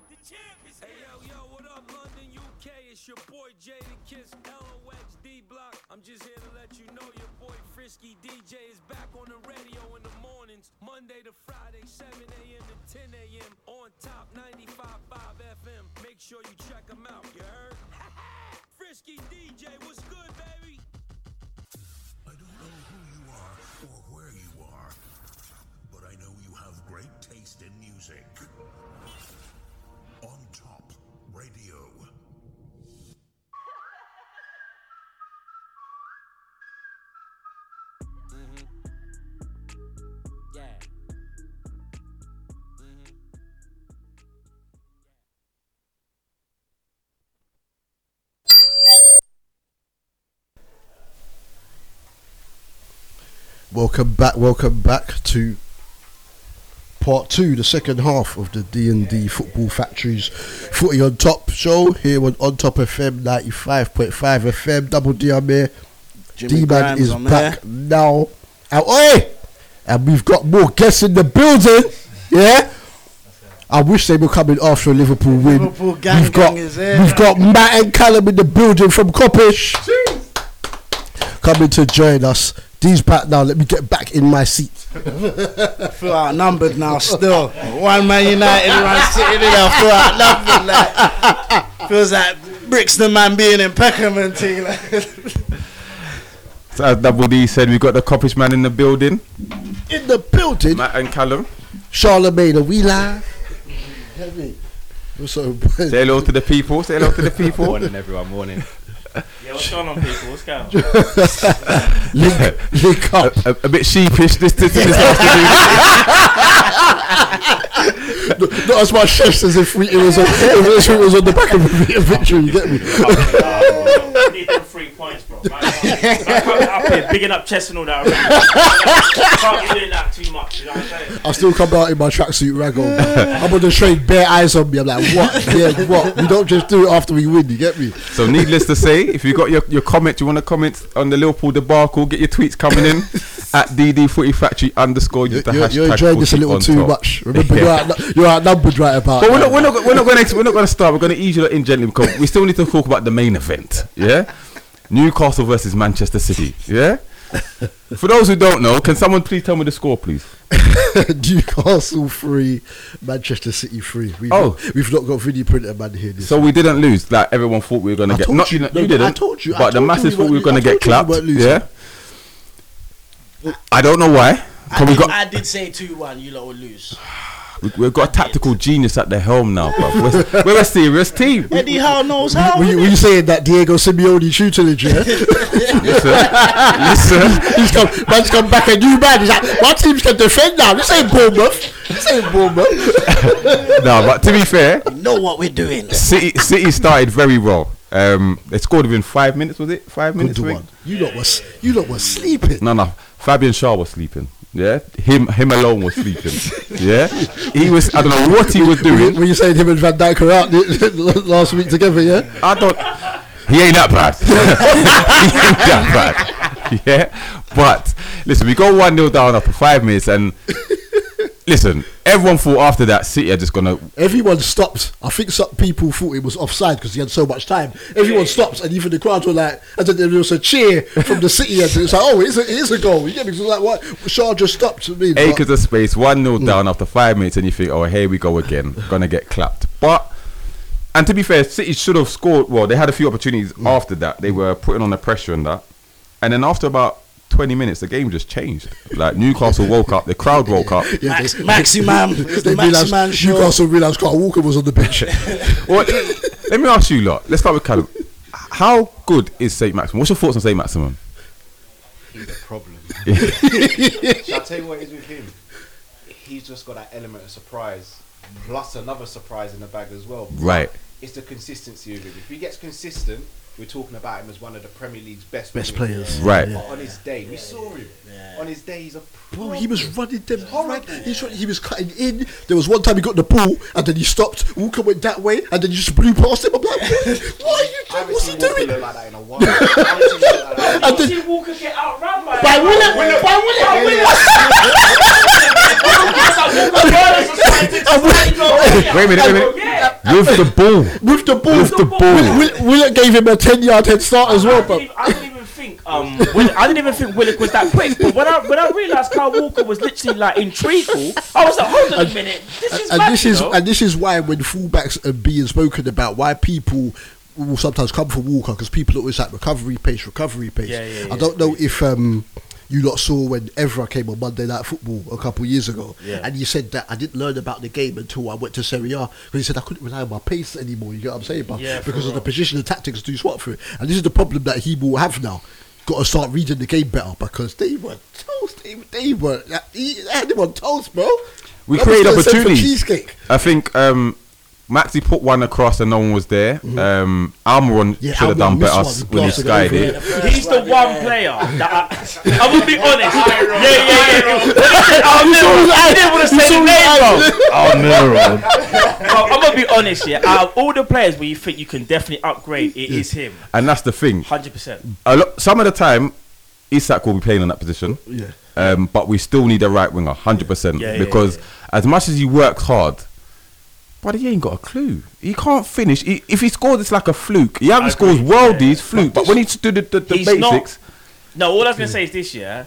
Speaker 2: The champ is here. Hey, yo, yo, what up, London, UK? It's your boy Jada Kiss, LOX, D Block. I'm just here to let you know your boy Frisky DJ is back on the radio in the mornings, Monday to Friday, 7 a.m. to 10 a.m. on top 95.5 FM. Make sure you check him out, you heard? Frisky DJ, what's good, baby?
Speaker 3: I don't know who you are or where you are, but I know you have great taste in music. On Top Radio.
Speaker 2: Yeah.
Speaker 5: Welcome back, welcome back to part two, the second half of the D and D Football Factory's Footy on Top show here on On Top FM ninety five point five FM. Double D I'm here.
Speaker 6: Jimmy
Speaker 5: D man
Speaker 6: Grimes,
Speaker 5: is
Speaker 6: I'm
Speaker 5: back now. And, oi! and we've got more guests in the building. Yeah. I wish they were coming after a Liverpool win.
Speaker 6: Liverpool gang
Speaker 5: we've got
Speaker 6: gang is here.
Speaker 5: we've got Matt and Callum in the building from Coppish coming to join us. D's back now. Let me get back in my seat.
Speaker 6: I feel outnumbered now. Still, one man United, one City. nigga, I feel outnumbered. Like feels like Brixton man being in Peckham and thing. Like.
Speaker 4: So as Double D said, we've got the Coppish man in the building,
Speaker 5: in the building.
Speaker 4: Matt and Callum.
Speaker 5: Charlemagne, are we live? Heavy. So,
Speaker 4: Say hello to the people. Say hello to the people.
Speaker 11: Morning, everyone. Morning.
Speaker 12: Yeah, what's going on, people? What's going on?
Speaker 5: link, link up.
Speaker 4: a, a bit sheepish this this, this afternoon.
Speaker 5: Not as much chefs as if we, it, was on, if it was on the back of a victory, you get me?
Speaker 12: Oh, we need them three points, bro. Man, I'm coming up here, bigging up chess and all that. already. Can't be doing that too much. You know what I'm saying?
Speaker 5: I still come out in my tracksuit rag on. I'm on the train, bare eyes on me. I'm like, what? Yeah, what? We don't just do it after we win, you get me?
Speaker 4: so, needless to say, if you got your, your comments, you want to comment on the Liverpool debacle, get your tweets coming in at DD Footy Factory underscore.
Speaker 5: You're,
Speaker 4: Use the
Speaker 5: you're,
Speaker 4: hashtag
Speaker 5: you're enjoying this a
Speaker 4: footy
Speaker 5: little
Speaker 4: on
Speaker 5: too
Speaker 4: top.
Speaker 5: much. Remember, you're,
Speaker 4: Yeah.
Speaker 5: out, you're outnumbered right about
Speaker 4: But we're
Speaker 5: now.
Speaker 4: not, we're not, we're not going to we're not going to start. We're going to ease you lot in gently because we still need to talk about the main event. Yeah, Newcastle versus Manchester City. Yeah. For those who don't know, can someone please tell me the score, please?
Speaker 5: Newcastle 3, Manchester City 3. We've,
Speaker 4: Oh.
Speaker 5: we've not got Vinny Printer Man here this
Speaker 4: So we didn't lose. Like everyone thought we were going to
Speaker 5: I
Speaker 4: get.
Speaker 5: told
Speaker 4: Not
Speaker 5: you.
Speaker 4: you,
Speaker 5: No,
Speaker 4: you
Speaker 5: I
Speaker 4: didn't.
Speaker 5: told you. I
Speaker 4: But the
Speaker 5: told you
Speaker 4: masses
Speaker 5: we
Speaker 4: thought we were
Speaker 5: weren't
Speaker 4: going to
Speaker 5: losing. I
Speaker 4: get
Speaker 5: told
Speaker 4: clapped.
Speaker 5: you we weren't
Speaker 4: Yeah. I don't know why.
Speaker 6: I
Speaker 4: But we
Speaker 6: did,
Speaker 4: got
Speaker 6: I did say two one. You lot will lose.
Speaker 4: we, we've got a tactical genius at the helm now, bro. We're, we're a serious team.
Speaker 6: Eddie Howe knows how.
Speaker 5: Were you, were you saying that Diego Simeone tutelage? Yeah?
Speaker 4: Listen, listen.
Speaker 5: he's come, man's come back a new man. He's like, my teams can defend now. This ain't Bournemouth. This ain't Bournemouth.
Speaker 4: No, but to be fair,
Speaker 6: know what we're doing.
Speaker 4: City City started very well. Um, they scored within five minutes. Was it five minutes? I think?
Speaker 5: You lot was, you lot was sleeping.
Speaker 4: No, no. Fabian Shaw was sleeping. Yeah, him him alone was sleeping. yeah, he was. I don't know what he was
Speaker 5: Were,
Speaker 4: doing.
Speaker 5: you saying him and Van Dijk are out last week together? Yeah.
Speaker 4: I don't. He ain't that bad. he ain't that bad. Yeah, but listen, we go one 0 down after five minutes, and listen, everyone thought after that City are just gonna.
Speaker 5: Everyone stopped. I think some people thought it was offside because he had so much time. Everyone stops, and even the crowd were like, and then there was a cheer from the city. And it's like, oh, it is a, it is a goal. You get me? 'Cause like, what? Shaw just stopped. I mean, but-
Speaker 4: acres of space, one 0 down after five minutes, and you think, oh, here we go again, gonna get clapped. But And to be fair, City should have scored. Well, they had a few opportunities
Speaker 5: Mm.
Speaker 4: after that. They were putting on the pressure and that. And then after about 20 minutes, the game just changed. Like Newcastle woke up, the crowd woke up.
Speaker 5: Yeah,
Speaker 6: Max- Maximum. It's the
Speaker 5: they realised,
Speaker 6: Maximum show.
Speaker 5: Newcastle realised Carl Walker was on the bench.
Speaker 4: Well, let me ask you lot. Let's start with Callum. How good is Saint Maximum? What's your thoughts on Saint Maximum?
Speaker 11: He's a problem. Shall I tell you what it is with him? He's just got that element of surprise, plus another surprise in the bag as well.
Speaker 4: Right.
Speaker 11: It's the consistency of him. If he gets consistent, we're talking about him as one of the Premier League's best
Speaker 5: Best
Speaker 11: wingers.
Speaker 5: players.
Speaker 4: Right.
Speaker 11: But on his day, we saw him. On his day, he's a
Speaker 5: Bro,
Speaker 11: problem.
Speaker 5: he was running them. Right.
Speaker 11: horrible.
Speaker 5: He's run- he was cutting in. There was one time he got the ball and then he stopped. Walker went that way and then he just blew past him. I'm like, what are you
Speaker 11: I
Speaker 5: doing?
Speaker 11: haven't
Speaker 5: What's he
Speaker 11: seen Walker
Speaker 5: doing?
Speaker 11: look like that in a while. I haven't seen him look like that in a
Speaker 5: And
Speaker 11: while.
Speaker 5: then
Speaker 12: See Walker get outrun by
Speaker 6: By Willock, by Willock, by Willock.
Speaker 4: Wait a minute, wait a minute.
Speaker 12: Yeah.
Speaker 4: With the ball.
Speaker 5: with the ball,
Speaker 4: With the ball.
Speaker 5: Will, Willett gave him a ten yard head start as well,
Speaker 12: I didn't even, I
Speaker 5: but
Speaker 12: didn't even think um Will- I didn't even think Willock was that quick. But when I when I realised Carl Walker was literally like in treacle, I was like, hold on a minute, this is
Speaker 5: and
Speaker 12: mad,
Speaker 5: this
Speaker 12: you
Speaker 5: is
Speaker 12: know?
Speaker 5: and this is why when fullbacks are being spoken about, why people will sometimes come for Walker because people are always like recovery pace, recovery pace.
Speaker 12: Yeah, yeah,
Speaker 5: I don't know if um, you lot saw when Evra came on Monday Night Football a couple of years ago, and he said that I didn't learn about the game until I went to Serie A. Because he said I couldn't rely on my pace anymore. You get what I'm saying, but because of the position and tactics to swap through, and this is the problem that he will have now. Got to start reading the game better because they were toast. They, they were they had him on toast, bro.
Speaker 4: We
Speaker 5: That was
Speaker 4: created
Speaker 5: like Sanford
Speaker 4: opportunities.
Speaker 5: Cheesecake.
Speaker 4: I think um, Maxi put one across and no one was there. Um, Almiron
Speaker 5: Mm-hmm. Yeah,
Speaker 4: should have done
Speaker 5: Almiron missed
Speaker 4: better
Speaker 5: one. He
Speaker 4: when he
Speaker 5: blasted
Speaker 4: skied
Speaker 5: over
Speaker 4: it.
Speaker 12: He's the one player that I, I'm gonna be honest. yeah, yeah, yeah. I didn't- I "Oh, didn't want to say the name, bro.
Speaker 4: Oh,
Speaker 12: Bro, I'm gonna be honest, yeah. Out of all the players where you think you can definitely upgrade, it is him,
Speaker 4: And that's the thing.
Speaker 12: hundred percent.
Speaker 4: A lot, some of the time, Isak will be playing in that position.
Speaker 5: Yeah.
Speaker 4: Um, but we still need a right winger, hundred percent,
Speaker 12: Yeah, yeah,
Speaker 4: because as much as he works hard, but he ain't got a clue. He can't finish. He, if he scores, it's like a fluke. He
Speaker 12: I
Speaker 4: haven't scores
Speaker 12: agree,
Speaker 4: worldies,
Speaker 12: yeah.
Speaker 4: fluke. But when he stood the, the, the
Speaker 12: He's not-
Speaker 4: basics,
Speaker 12: No, all I was gonna say is this, yeah.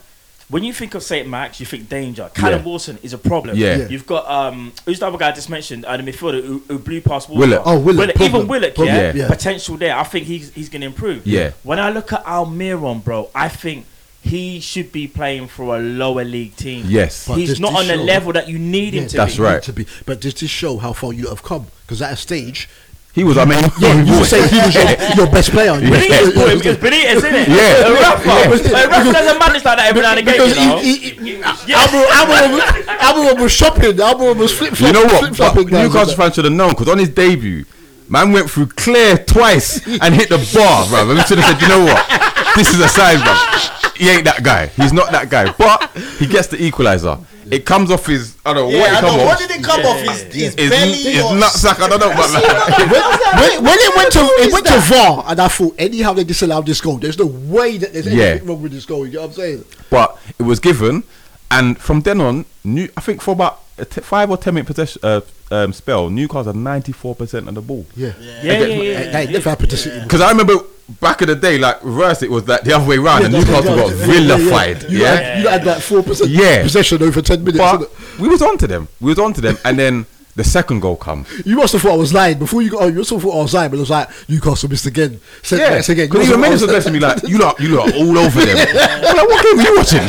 Speaker 12: When you think of Saint Max, you think danger. Callum
Speaker 4: Yeah.
Speaker 12: Wilson is a problem.
Speaker 4: Yeah. Yeah.
Speaker 12: You've got um, who's the other guy I just mentioned, uh, the midfielder who, who blew past Walker.
Speaker 4: Willock.
Speaker 5: Oh, Willock,
Speaker 12: Even
Speaker 5: problem,
Speaker 12: Willock,
Speaker 5: problem,
Speaker 12: yeah,
Speaker 5: yeah.
Speaker 12: potential there. I think he's he's gonna improve.
Speaker 4: Yeah.
Speaker 12: When I look at Almiron, bro, I think he should be playing for a lower league team.
Speaker 4: Yes.
Speaker 5: But
Speaker 12: he's
Speaker 5: does
Speaker 12: not
Speaker 5: this
Speaker 12: on the
Speaker 5: show-
Speaker 12: level that you need him to
Speaker 4: That's
Speaker 12: be.
Speaker 4: right.
Speaker 5: To be, but just to show how far you have come, because at a stage,
Speaker 4: he was. I mean,
Speaker 5: yeah, you would say he was your, your best player.
Speaker 12: Benitez put him because Benitez, isn't it?
Speaker 4: Yeah.
Speaker 12: A rapper.
Speaker 4: Yeah.
Speaker 12: A rapper doesn't manage like that every now and again, you know.
Speaker 5: Almiron was shopping. Almiron was flip
Speaker 4: You
Speaker 5: flopping.
Speaker 4: know what? But Newcastle fans should have known because on his debut, man went through Claire twice and hit the bar, bruv. And we should have said, you know what? This is a sign, bruv. He ain't that guy. He's not that guy. But he gets the equalizer. It comes off his. I don't know what
Speaker 6: Yeah,
Speaker 4: it
Speaker 6: I
Speaker 4: comes
Speaker 6: know. What
Speaker 4: off.
Speaker 6: did it come off? His, his
Speaker 4: His,
Speaker 6: belly
Speaker 4: his
Speaker 6: or
Speaker 4: nutsack. I don't know. But like,
Speaker 5: when, when it went to it went to VAR, and I thought anyhow they disallowed this goal. There's no way that there's
Speaker 4: Yeah.
Speaker 5: anything wrong with this goal. You know what I'm saying?
Speaker 4: but it was given, and from then on, new. I think for about a t- five or ten minute possession uh, um, spell, Newcastle had ninety four percent of the ball.
Speaker 5: Yeah,
Speaker 12: Yeah, yeah, yeah.
Speaker 5: that ain't never happened to City.
Speaker 4: Because I remember back in the day, like reverse, it was like the other way round, and
Speaker 5: that's-
Speaker 4: Newcastle got
Speaker 5: yeah, yeah, yeah.
Speaker 4: vilified. Yeah,
Speaker 5: You had, you had that four percent
Speaker 4: Yeah.
Speaker 5: possession over ten minutes. innit?
Speaker 4: but we was on to them. We was on to them, and then the second goal come.
Speaker 5: You must have thought I was lying before you got on. You must have thought I was lying, but it was like Newcastle missed again. Said
Speaker 4: Yeah,
Speaker 5: next again. You
Speaker 4: because
Speaker 5: must
Speaker 4: even
Speaker 5: have
Speaker 4: Mendes was
Speaker 5: thought I was-
Speaker 4: messaging me like, "You lot, you lot, are all over them." I'm like, "What game are you watching?"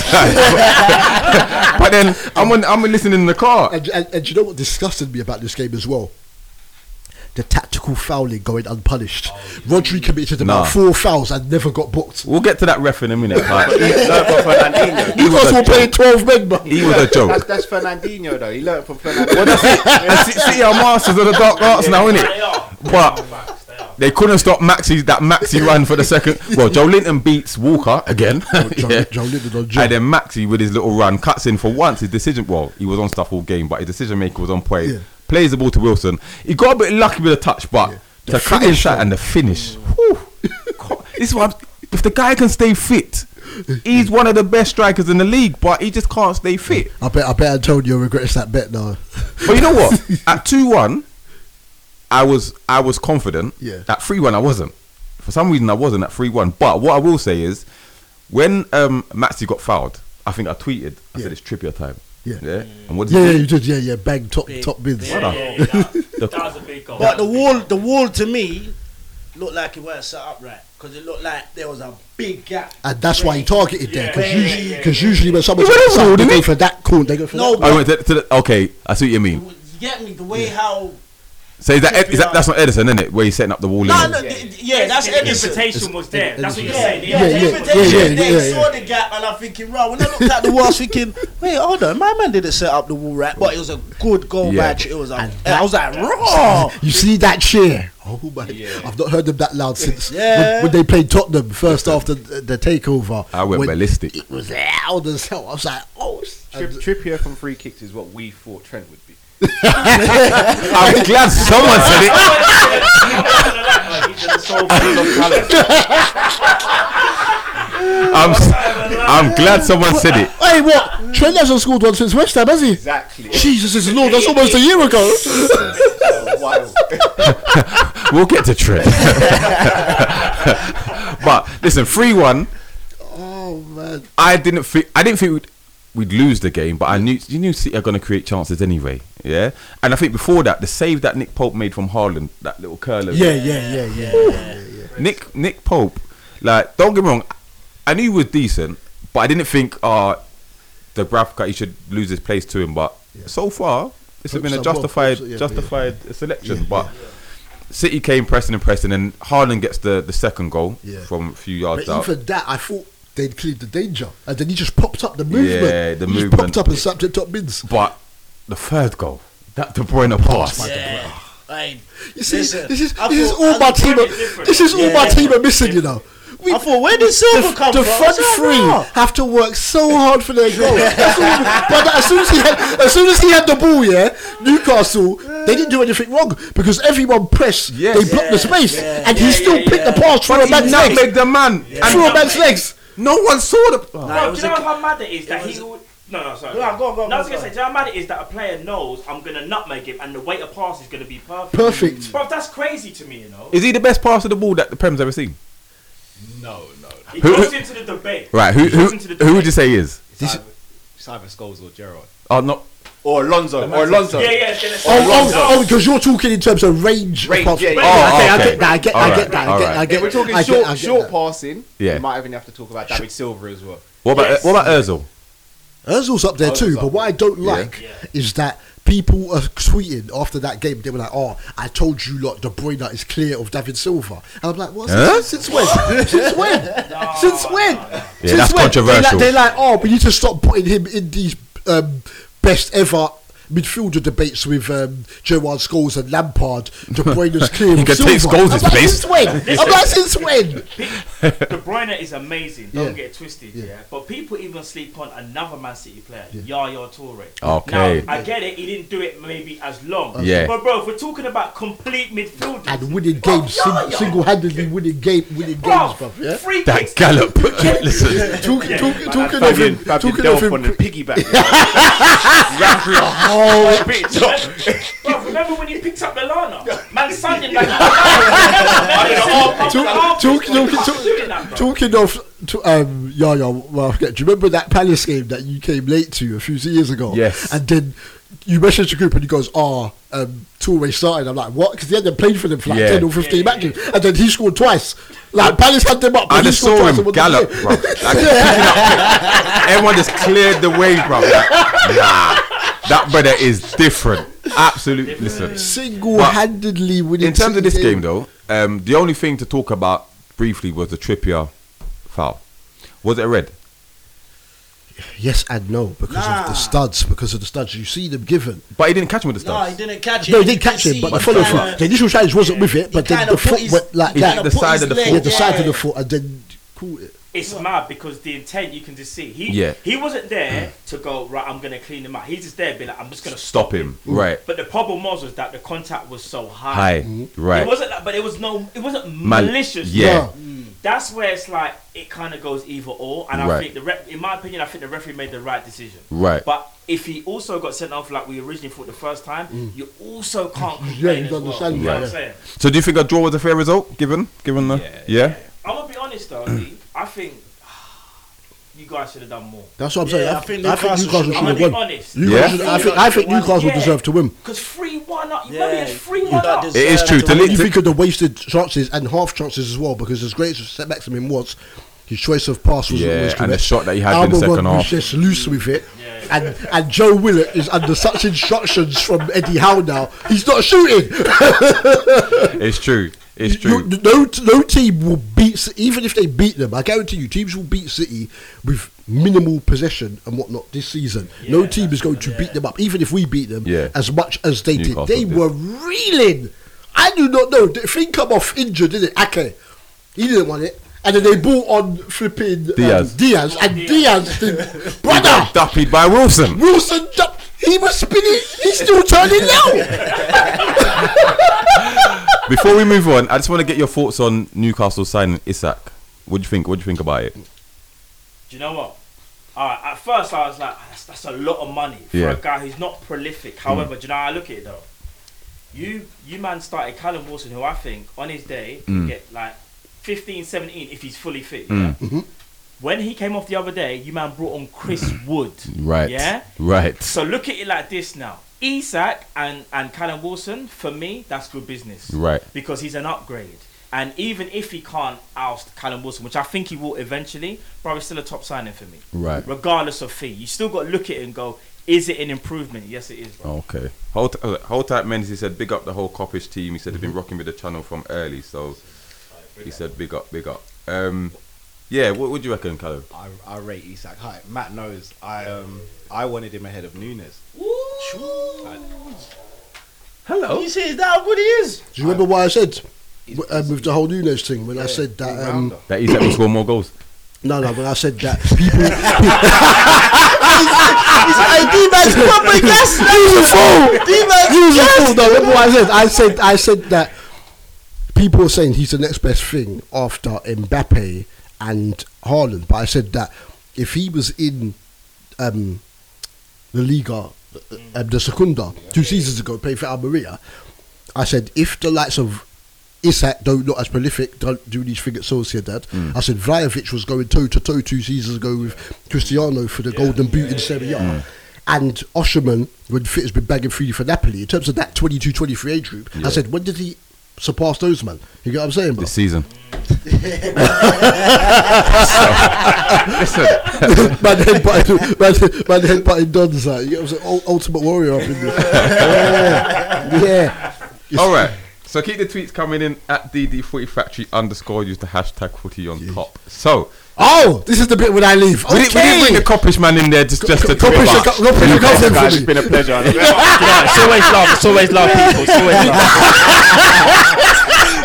Speaker 4: but then I'm on, I'm listening in the car.
Speaker 5: And, and, and you know what disgusted me about this game as well? The tactical fouling going unpunished. Rodri committed about
Speaker 4: Oh, Nah.
Speaker 5: four fouls and never got booked.
Speaker 4: We'll get to that ref in a minute.
Speaker 11: But
Speaker 4: Like,
Speaker 11: he- no, but Fernandinho,
Speaker 4: he was
Speaker 5: Newcastle
Speaker 4: a
Speaker 5: were playing
Speaker 4: joke.
Speaker 5: 12 men, man.
Speaker 4: He was a
Speaker 11: That's,
Speaker 4: joke.
Speaker 11: that's Fernandinho though. He learnt from Fernandinho.
Speaker 4: Well, that's it. And see, see our masters of the dark arts now,
Speaker 12: They
Speaker 4: innit?
Speaker 12: are.
Speaker 4: But They couldn't stop Maxi that Maxi run for the second. Well, Joe Linton beats Walker again.
Speaker 5: Joe-
Speaker 4: Yeah.
Speaker 5: Joe Linton on Joe.
Speaker 4: And then Maxi with his little run cuts in for once. His decision, well, he was on stuff all game, but his decision maker was on point.
Speaker 5: Yeah.
Speaker 4: Plays the ball to Wilson. He got a bit lucky with a touch, but to
Speaker 5: The
Speaker 4: cut
Speaker 5: finish,
Speaker 4: inside
Speaker 5: though.
Speaker 4: and the finish. Whew. Co- this is what I'm, if the guy can stay fit, he's one of the best strikers in the league, but he just can't stay fit.
Speaker 5: I bet, I bet Antonio regrets that bet now.
Speaker 4: But you know what? At two one, I was I was confident.
Speaker 5: Yeah.
Speaker 4: At three one, I wasn't. For some reason, I wasn't at three one. But what I will say is, when um, Maxi got fouled, I think I tweeted. I
Speaker 5: Yeah.
Speaker 4: said it's Trippier time.
Speaker 5: Yeah.
Speaker 4: Yeah. And what did
Speaker 5: yeah,
Speaker 4: he
Speaker 5: yeah,
Speaker 4: do?
Speaker 5: you did. Yeah, yeah. Bang top
Speaker 6: Big.
Speaker 5: top bids.
Speaker 6: Yeah,
Speaker 4: yeah,
Speaker 12: that was a big goal.
Speaker 6: But the wall, the wall to me looked like it wasn't set up right because it looked like there was a big gap.
Speaker 5: And that's why he targeted there because
Speaker 6: Yeah, yeah,
Speaker 5: usually,
Speaker 6: yeah,
Speaker 5: because usually when someone
Speaker 4: Well, that's all,
Speaker 5: they
Speaker 4: didn't
Speaker 5: go
Speaker 4: it?
Speaker 5: for that corner, they go for
Speaker 6: No,
Speaker 5: that.
Speaker 6: but-
Speaker 4: I went Oh, to, to the, okay, I see what you mean.
Speaker 6: You get me? The way how.
Speaker 4: So is that, Ed, is that that's not Edison, isn't it? Where he's setting up the wall.
Speaker 6: No,
Speaker 4: in
Speaker 6: no, th- yeah, that's
Speaker 12: the
Speaker 6: Edison.
Speaker 12: invitation was there. That's what you're
Speaker 6: Yeah, yeah, yeah,
Speaker 12: saying.
Speaker 5: Yeah, yeah,
Speaker 6: the invitation.
Speaker 5: yeah, yeah,
Speaker 6: they
Speaker 5: yeah,
Speaker 6: saw the gap, and I'm thinking, right. When I looked at the wall, I was thinking, wait, hold on, my man didn't set up the wall right, but it was a good goal
Speaker 4: Yeah.
Speaker 6: match. It was, a, I was like, raw.
Speaker 4: Oh.
Speaker 5: You see that cheer? Oh my! I've not heard them that loud since
Speaker 6: Yeah.
Speaker 5: when, when they played Tottenham first after the, the takeover.
Speaker 4: I went
Speaker 5: when
Speaker 4: Ah, ballistic.
Speaker 5: It was loud as hell. I was like, oh. s-
Speaker 11: Trip, Trippier from free kicks is what we thought Trent would be.
Speaker 4: I'm glad someone said it. I'm, s- I'm glad someone said it.
Speaker 5: Hey, what? Trent hasn't scored one since West Ham, has he?
Speaker 11: Exactly.
Speaker 5: Jesus is Lord. That's almost a year ago.
Speaker 11: Wild.
Speaker 4: We'll get to Trent. but listen, three one.
Speaker 5: oh man.
Speaker 4: I didn't think I didn't think we'd, we'd lose the game, but I knew you knew City are going to create chances anyway. Yeah, and I think before that, the save that Nick Pope made from Haaland, that little curler.
Speaker 5: Yeah, yeah, yeah, yeah. yeah, yeah.
Speaker 4: Nick Nick Pope, like don't get me wrong, I knew he was decent, but I didn't think uh the Bravka he should lose his place to him. But so far, this has
Speaker 5: Hope
Speaker 4: been a
Speaker 5: so, well,
Speaker 4: justified
Speaker 5: hope so, yeah,
Speaker 4: justified selection. but City came pressing and pressing, and Haaland gets the the second goal
Speaker 5: Yeah.
Speaker 4: from a few
Speaker 5: But
Speaker 4: yards out.
Speaker 5: even that, I thought they'd cleared the danger, and then he just popped up the movement.
Speaker 4: Yeah, the
Speaker 5: he just
Speaker 4: movement.
Speaker 5: popped up and slapped it top mids.
Speaker 4: But the third goal, that De Bruyne pass.
Speaker 6: Yeah. Like,
Speaker 5: You see,
Speaker 6: listen,
Speaker 5: this is
Speaker 6: I
Speaker 5: this is
Speaker 6: thought-
Speaker 5: all
Speaker 6: I
Speaker 5: my
Speaker 6: thought-
Speaker 5: team. Are, this is all my
Speaker 6: Yeah.
Speaker 5: team are missing. You know, we,
Speaker 6: I thought, where did Silver come
Speaker 5: the
Speaker 6: from?
Speaker 5: front
Speaker 6: Silver.
Speaker 5: three have to work so hard for their goal. That's all- but as soon as he had, as soon as he had the ball, yeah, Newcastle, they didn't do anything wrong because everyone pressed.
Speaker 4: Yes.
Speaker 5: they blocked the space, and he still
Speaker 12: yeah,
Speaker 5: picked the
Speaker 12: yeah.
Speaker 5: pass through a man's legs.
Speaker 4: Nutmeg the man.
Speaker 5: Through a man's legs.
Speaker 4: No one saw the.
Speaker 6: Nah, it
Speaker 12: No, do
Speaker 6: was
Speaker 12: you know
Speaker 6: a-
Speaker 12: how mad it is that
Speaker 6: it
Speaker 12: he. would- No, no, sorry.
Speaker 6: Go on, go on, go on,
Speaker 12: No, I was
Speaker 6: go on, go
Speaker 12: gonna say, do you know how mad it is that a player knows I'm gonna nutmeg him, and the way to pass is gonna be perfect.
Speaker 5: Perfect.
Speaker 12: Bro, that's crazy to me, you know.
Speaker 4: Is he the best passer of the ball that the Prem's ever seen?
Speaker 11: No, no.
Speaker 12: He
Speaker 4: Who-
Speaker 12: goes into the debate.
Speaker 4: Right. Who
Speaker 12: He
Speaker 4: who,
Speaker 12: goes into the
Speaker 4: who would you say he is?
Speaker 11: It's either, it's either Scholes or Gerrard.
Speaker 4: Oh no.
Speaker 11: Or Alonso. Or Alonso.
Speaker 12: Yeah, yeah. it's gonna
Speaker 5: Oh,
Speaker 12: say-
Speaker 5: oh, oh, because you're talking in terms of range. of
Speaker 11: Range,
Speaker 5: pass.
Speaker 11: yeah,
Speaker 5: Oh,
Speaker 11: yeah.
Speaker 4: Oh,
Speaker 5: okay, I
Speaker 4: okay.
Speaker 5: get that. I get, I get that. I get,
Speaker 4: Alright,
Speaker 5: I get.
Speaker 11: If we're talking
Speaker 5: I get-
Speaker 11: short,
Speaker 5: I get
Speaker 11: short
Speaker 5: that.
Speaker 11: passing,
Speaker 4: Yeah.
Speaker 11: we might even have to talk about David Silva as well.
Speaker 4: What about
Speaker 12: Yes.
Speaker 4: what about Özil?
Speaker 5: Özil's up there too,
Speaker 11: Ozil's
Speaker 5: but
Speaker 11: up
Speaker 5: what I don't
Speaker 4: Yeah.
Speaker 5: like is that people are tweeting after that game. They were like, "Oh, I told you, lot, De Bruyne is clear of David Silva," and I'm like, "What?
Speaker 4: Huh?
Speaker 5: Since when? Since when? Since when?
Speaker 4: that's
Speaker 5: Since when?" They're like-
Speaker 4: controversial.
Speaker 5: They're like, "Oh, we need to stop putting him in these um, best ever." Midfielder debates with um, Gerard Scholes and Lampard. De Bruyne's clear.
Speaker 4: He
Speaker 5: of
Speaker 4: can take
Speaker 5: Silva.
Speaker 4: Scholes'
Speaker 5: I'm like,
Speaker 4: place.
Speaker 5: Since when? I'm like, since when?
Speaker 12: De Bruyne is amazing. Don't
Speaker 5: Yeah.
Speaker 12: get it twisted.
Speaker 5: Yeah.
Speaker 12: Yeah. But people even sleep on another Man City player, Yaya Toure.
Speaker 4: Okay.
Speaker 12: Now I get it. He didn't do it maybe as long.
Speaker 4: Yeah.
Speaker 12: But bro, if we're talking about complete midfielders
Speaker 5: And winning games, sing-
Speaker 12: Yaya.
Speaker 5: single-handedly winning game, winning
Speaker 12: Bro,
Speaker 5: games, bruv. Yeah.
Speaker 12: free
Speaker 4: That
Speaker 12: kicks.
Speaker 4: Gallop. Listen.
Speaker 5: Talk-
Speaker 12: Yeah.
Speaker 5: talk- Talking of
Speaker 11: Fabian,
Speaker 5: him,
Speaker 11: Fabian
Speaker 5: talking of
Speaker 11: Delph on the
Speaker 5: him,
Speaker 11: piggyback.
Speaker 5: Ah!
Speaker 11: Yeah.
Speaker 5: oh,
Speaker 12: Bro, remember when he picked up Milana? Man, signed him like. Talk,
Speaker 5: talk- talk- talk- talking of to, um, Yaya, well, I forget. Do you remember that Palace game that you came late to a few years ago?
Speaker 4: Yes.
Speaker 5: And then you messaged the group and he goes, "Ah, um, Toure started." I'm like, "What?" Because he hadn't played for them for like
Speaker 4: Yeah.
Speaker 5: ten or fifteen matches, and then he scored twice. Like Palace had them up, but
Speaker 4: I
Speaker 5: he
Speaker 4: just
Speaker 5: scored
Speaker 4: saw
Speaker 5: twice and
Speaker 4: him
Speaker 5: won the
Speaker 4: gallop,
Speaker 5: game.
Speaker 4: bro. Like, picking up- everyone just cleared the way, bro. Like, nah, that brother is different. Absolutely. Listen.
Speaker 5: Single-handedly winning.
Speaker 4: In terms of
Speaker 5: two
Speaker 4: this game,
Speaker 5: games.
Speaker 4: though, um, the only thing to talk about briefly was the Trippier foul. Was it a red?
Speaker 5: yes and no, because of
Speaker 6: Nah.
Speaker 5: the studs, because of the studs you see them given.
Speaker 4: But he didn't catch him with the
Speaker 6: No,
Speaker 4: studs.
Speaker 6: he didn't catch it.
Speaker 5: No, he
Speaker 6: You
Speaker 5: didn't
Speaker 6: can
Speaker 5: catch him,
Speaker 6: see
Speaker 5: but the
Speaker 6: he
Speaker 5: follow
Speaker 6: kinda-
Speaker 5: through. The initial challenge wasn't with it,
Speaker 6: he
Speaker 5: but then
Speaker 6: kinda
Speaker 5: the
Speaker 6: put
Speaker 5: foot
Speaker 6: his-
Speaker 5: went like
Speaker 6: he
Speaker 5: that.
Speaker 6: kinda
Speaker 4: The
Speaker 6: put
Speaker 4: side
Speaker 6: his
Speaker 4: of the
Speaker 6: leg
Speaker 4: foot.
Speaker 5: Yeah, the side of
Speaker 6: there.
Speaker 5: the foot, and then caught it.
Speaker 12: It's mad because the intent you can just see. He
Speaker 4: Yeah. Mm.
Speaker 12: he wasn't there to go right. I'm gonna clean him out. He's just there, being like, I'm just gonna
Speaker 4: Stop him. Right.
Speaker 12: But the problem was was that the contact was so high.
Speaker 4: High.
Speaker 5: Mm-hmm.
Speaker 12: It
Speaker 4: Right.
Speaker 12: wasn't that, but it was no. It wasn't
Speaker 4: Man-
Speaker 12: malicious. Mm.
Speaker 4: Yeah.
Speaker 12: That's where it's like it kind of goes either or, and I
Speaker 4: Right.
Speaker 12: think the ref, in my opinion, I think the referee made the right decision.
Speaker 4: Right.
Speaker 12: But if he also got sent off like we originally thought the first time, you also can't complain
Speaker 5: Mm. Yeah, you
Speaker 12: as
Speaker 5: don't
Speaker 12: well.
Speaker 5: understand
Speaker 12: You know
Speaker 5: that,
Speaker 12: what I'm
Speaker 5: yeah.
Speaker 12: saying?
Speaker 4: So do you think a draw was a fair result given given the yeah?
Speaker 12: I'm gonna be honest though, Lee, I think you guys should have done more.
Speaker 5: That's what I'm saying. I, think, I think Newcastle should
Speaker 12: I'm gonna
Speaker 5: have
Speaker 12: be
Speaker 5: won.
Speaker 12: honest.
Speaker 5: Newcastle should- I think, I think Newcastle deserved to win.
Speaker 12: Because three one up. You remember, it's three
Speaker 5: Yeah.
Speaker 12: one up.
Speaker 4: It is true. To
Speaker 5: you
Speaker 4: lead,
Speaker 5: think of the wasted chances and half chances as well, because as great as Set Maximin was, his choice of pass was
Speaker 4: Yeah,
Speaker 5: always
Speaker 4: and
Speaker 5: correct.
Speaker 4: the shot that he had in the
Speaker 5: Alba
Speaker 4: second
Speaker 5: Rod was
Speaker 4: half.
Speaker 5: just loose with it, and and Joe Willett is under such instructions from Eddie Howe now. He's not shooting.
Speaker 4: it's true. It's
Speaker 5: You-
Speaker 4: true.
Speaker 5: no, no team will beat C- even if they beat them. I guarantee you, teams will beat City with minimal possession and whatnot this season. no team is going to beat them up, even if we beat them
Speaker 4: Yeah.
Speaker 5: as much as they
Speaker 4: Newcastle
Speaker 5: did. They
Speaker 4: did.
Speaker 5: were reeling. I do not know. The thing come off injured, didn't it? Ake, he didn't want it. And then they bought on flipping um,
Speaker 4: Diaz.
Speaker 5: Diaz, and Diaz, did, brother,
Speaker 4: Dappied by Wilson.
Speaker 5: Wilson, ju- he was spinning. He's still turning now.
Speaker 4: Before we move on, I just want to get your thoughts on Newcastle signing Isak. What do you think? What do you think about it?
Speaker 12: Do you know what? All right, at first I was like, that's, that's a lot of money for
Speaker 4: Yeah. Hmm.
Speaker 12: a guy who's not prolific. However, do you know how I look at it though? You you man started Callum Wilson, who I think on his day could
Speaker 4: Mm.
Speaker 12: get like 15, 17 if he's fully fit.
Speaker 4: Mm.
Speaker 12: yeah? When he came off the other day, you man brought on Chris Wood.
Speaker 4: Right.
Speaker 12: Yeah.
Speaker 4: Right.
Speaker 12: So look at it like this now. Isak and, and Callum Wilson, for me, that's good business.
Speaker 4: Right.
Speaker 12: Because he's an upgrade. And even if he can't oust Callum Wilson, which I think he will eventually, bro, it's still a top signing for me.
Speaker 4: Right.
Speaker 12: Regardless of fee. You still got to look at it and go, is it an improvement? Yes, it is, bro.
Speaker 5: Oh,
Speaker 4: Okay. Whole, t- uh, whole type Mendes, he said, big up the whole Coppish team. He said they've been
Speaker 5: Mm-hmm.
Speaker 4: rocking with the channel from early. So he said, big up, big up. Um, yeah, what would you reckon, Callum?
Speaker 11: I, I rate Isak high. Matt knows I um I wanted him ahead of Nunes.
Speaker 6: You see, is that how good he is?
Speaker 5: Do you remember why I said um, with the whole Nunes thing when I said that? Um,
Speaker 11: Rounder.
Speaker 4: That Isak will score more goals.
Speaker 5: No, no, when I said that, people. He was a fool. No, remember what I said? I said, I said that people were saying he's the next best thing after Mbappe and Haaland. But I said that if he was in um, the Liga,
Speaker 4: Mm.
Speaker 5: uh, the Secunda, two seasons ago, playing for Almeria, I said if the likes of Isak, though not as prolific, don't do these things at Sociedad.
Speaker 4: Mm.
Speaker 5: I said Vlahovic was going toe to toe two seasons ago with Cristiano for the Golden Boot in Serie A.
Speaker 4: Mm.
Speaker 5: And Osherman, when fit, has been bagging freely for Napoli. In terms of that 22 23 age group, I said, when did he surpass those, man? You get what I'm saying, bro?
Speaker 4: This season. Listen,
Speaker 5: man headbutting, man, man headbutting Don's like, you know what I'm saying? Ul- Ultimate Warrior up in this. yeah. yeah.
Speaker 4: All right. So keep the tweets coming in at DD40 Factory underscore. Use the hashtag footy on top. So
Speaker 5: Oh, this is the bit when I leave.
Speaker 4: we,
Speaker 5: Okay.
Speaker 4: didn't, we didn't bring the Coppish man in there just, just to
Speaker 5: Go
Speaker 4: talk
Speaker 5: push
Speaker 4: about.
Speaker 5: your go- go push your
Speaker 4: Newcastle
Speaker 5: cousin
Speaker 11: Guys,
Speaker 5: for
Speaker 11: it's
Speaker 5: me.
Speaker 11: been a pleasure.
Speaker 12: Yeah, it's always love. It's always love, people. It's always love.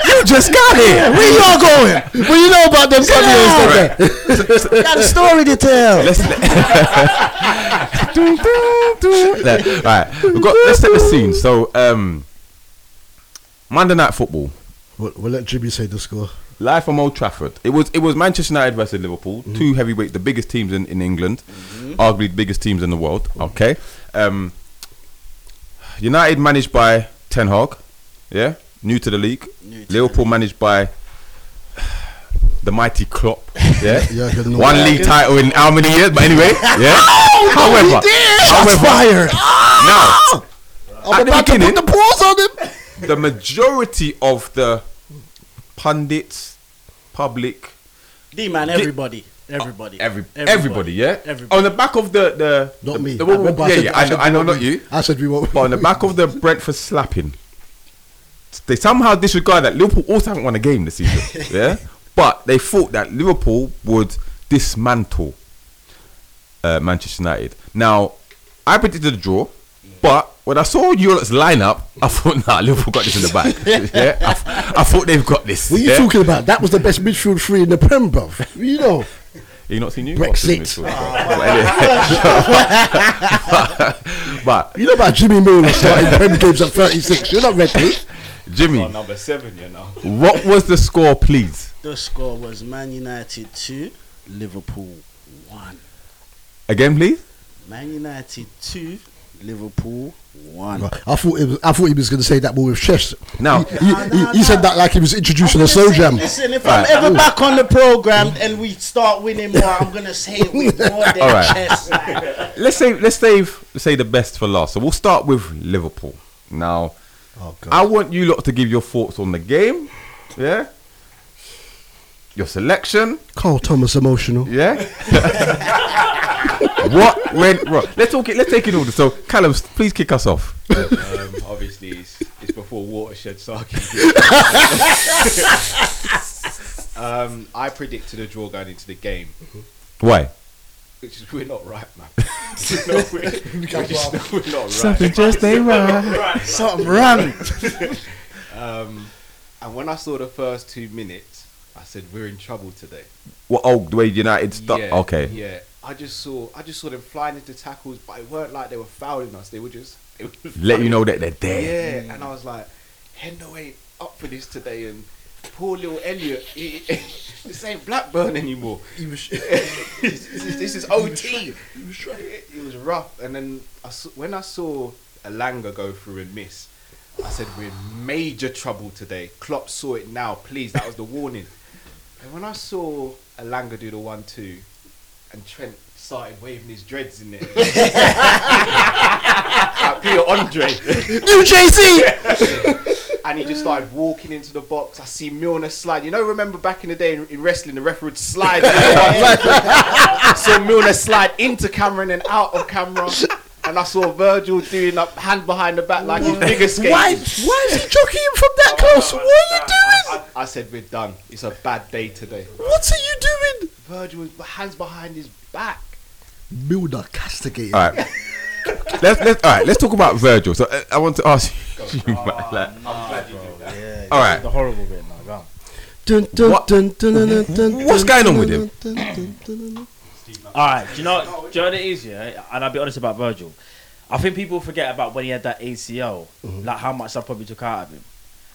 Speaker 5: You just got here. Where you all going? What you know about them
Speaker 4: All
Speaker 5: Sundays?
Speaker 4: right.
Speaker 5: Got a story to tell.
Speaker 4: Let's let- Dun, dun, dun. There. All right. We've got, let's set the scene. So um, Monday night football.
Speaker 5: We'll, we'll let Jimmy say the score.
Speaker 4: Live from Old Trafford. It was it was Manchester United versus Liverpool, two heavyweight, the biggest teams in, in England, arguably the biggest teams in the world. Okay, um, United managed by Ten Hag, yeah, new to the league. Liverpool managed by the mighty Klopp, yeah.
Speaker 5: Jurgen
Speaker 4: One
Speaker 5: Klopp.
Speaker 4: league title in how many years? But anyway, yeah. Oh, however,
Speaker 5: Shots
Speaker 4: however,
Speaker 5: fired.
Speaker 4: now
Speaker 5: I'm
Speaker 4: at Oh, the
Speaker 5: about to put
Speaker 4: beginning-
Speaker 5: the paws on him.
Speaker 4: the majority of the pundits, public,
Speaker 6: D man, everybody, everybody,
Speaker 4: Every, everybody, yeah.
Speaker 6: everybody.
Speaker 4: On the back of the the
Speaker 5: Not
Speaker 4: the-
Speaker 5: me.
Speaker 4: the-
Speaker 5: I remember I
Speaker 4: yeah,
Speaker 5: said-
Speaker 4: yeah.
Speaker 5: I
Speaker 4: I know,
Speaker 5: said
Speaker 4: I know,
Speaker 5: we
Speaker 4: not
Speaker 5: won't-
Speaker 4: you.
Speaker 5: I said we won't.
Speaker 4: But on the back of the Brentford slapping, they somehow disregard that Liverpool also haven't won a game this season. yeah, but they thought that Liverpool would dismantle uh, Manchester United. Now, I predicted a draw, but when I saw Europe's lineup, I thought, nah, Liverpool got this in the bag. yeah, I, th- I thought they've got this.
Speaker 5: What are you
Speaker 4: yeah?
Speaker 5: talking about? That was the best midfield three in the Prem, bruv. You know.
Speaker 4: Have you not seen you?
Speaker 5: Brexit.
Speaker 11: Oh,
Speaker 4: but
Speaker 5: You know about Jimmy Miller starting Prem games at 36. You're not ready.
Speaker 4: Jimmy,
Speaker 11: On Oh, number seven, you know.
Speaker 4: what was the score, please,
Speaker 6: The score was Man United two, Liverpool one.
Speaker 4: again, please?
Speaker 6: Man United two, Liverpool one.
Speaker 5: I thought it was, I thought he was going to say that ball with chest.
Speaker 4: Now
Speaker 5: he, he, he- he said that like he was introducing a slow jam.
Speaker 6: Listen, if
Speaker 4: Right.
Speaker 6: I'm ever back on the program and we start winning more, I'm gonna say it with more than
Speaker 4: All right.
Speaker 6: chest.
Speaker 4: let's say let's save say the best for last. So we'll start with Liverpool. Now,
Speaker 5: Oh,
Speaker 4: I want you lot to give your thoughts on the game. Yeah. Your selection.
Speaker 5: Carl Thomas emotional.
Speaker 4: Yeah. what went wrong? Let's talk it. Let's take it order. So, Callum, s- please kick us off.
Speaker 11: Um, obviously, it's, it's before watershed sake. um, I predicted a draw going into the game,
Speaker 4: Why?
Speaker 11: which is we're not right, man. no, we're, we're just, no, we're not right.
Speaker 4: just ain't right.
Speaker 6: Something wrong.
Speaker 11: Um, and when I saw the first two minutes, I said we're in trouble today.
Speaker 4: Well, oh, the way United start.
Speaker 11: Yeah,
Speaker 4: okay.
Speaker 11: Yeah, I just saw I just saw them flying into tackles, but it weren't like they were fouling us. They were just they were just
Speaker 4: Let you
Speaker 11: flying.
Speaker 4: know that they're there.
Speaker 11: Yeah, and I was like, Hendo ain't up for this today, and poor little Elliot, he, this ain't Blackburn anymore.
Speaker 5: He was,
Speaker 11: this, is, this is OT.
Speaker 5: he was
Speaker 11: It was rough, and then I saw, when I saw Alanga go through and miss, I said we're in major trouble today. Klopp saw it now, please. That was the warning. And when I saw Alanga do the one-two, and Trent started waving his dreads in there, like Peter Andre.
Speaker 5: New JC.
Speaker 11: and he just started walking into the box. I see Milner slide. You know, remember back in the day in, in wrestling, the referee would slide. so Milner slide into camera and then out of camera. And I saw Virgil doing up hand behind the back like his figure skating.
Speaker 5: Why? Why is he jockeying him from that close? What are you doing?
Speaker 11: I, I said we're done. It's a bad day today.
Speaker 5: What are you doing?
Speaker 11: Virgil with hands behind his back.
Speaker 5: Milner castigated.
Speaker 4: All right. let's let's all right. Let's talk about Virgil. So uh, I want to ask you, man, like,
Speaker 6: Yeah,
Speaker 4: All right.
Speaker 6: The horrible bit now. Go on.
Speaker 5: Dun, dun,
Speaker 4: What-
Speaker 5: dun, dun, dun, dun, dun,
Speaker 4: What's
Speaker 5: dun,
Speaker 4: going on with him?
Speaker 5: dun, dun, dun, dun, dun.
Speaker 12: All right, do you know, do you know what it is, yeah? And I'll be honest about Virgil. I think people forget about when he had that ACL, like how much that probably took out of him.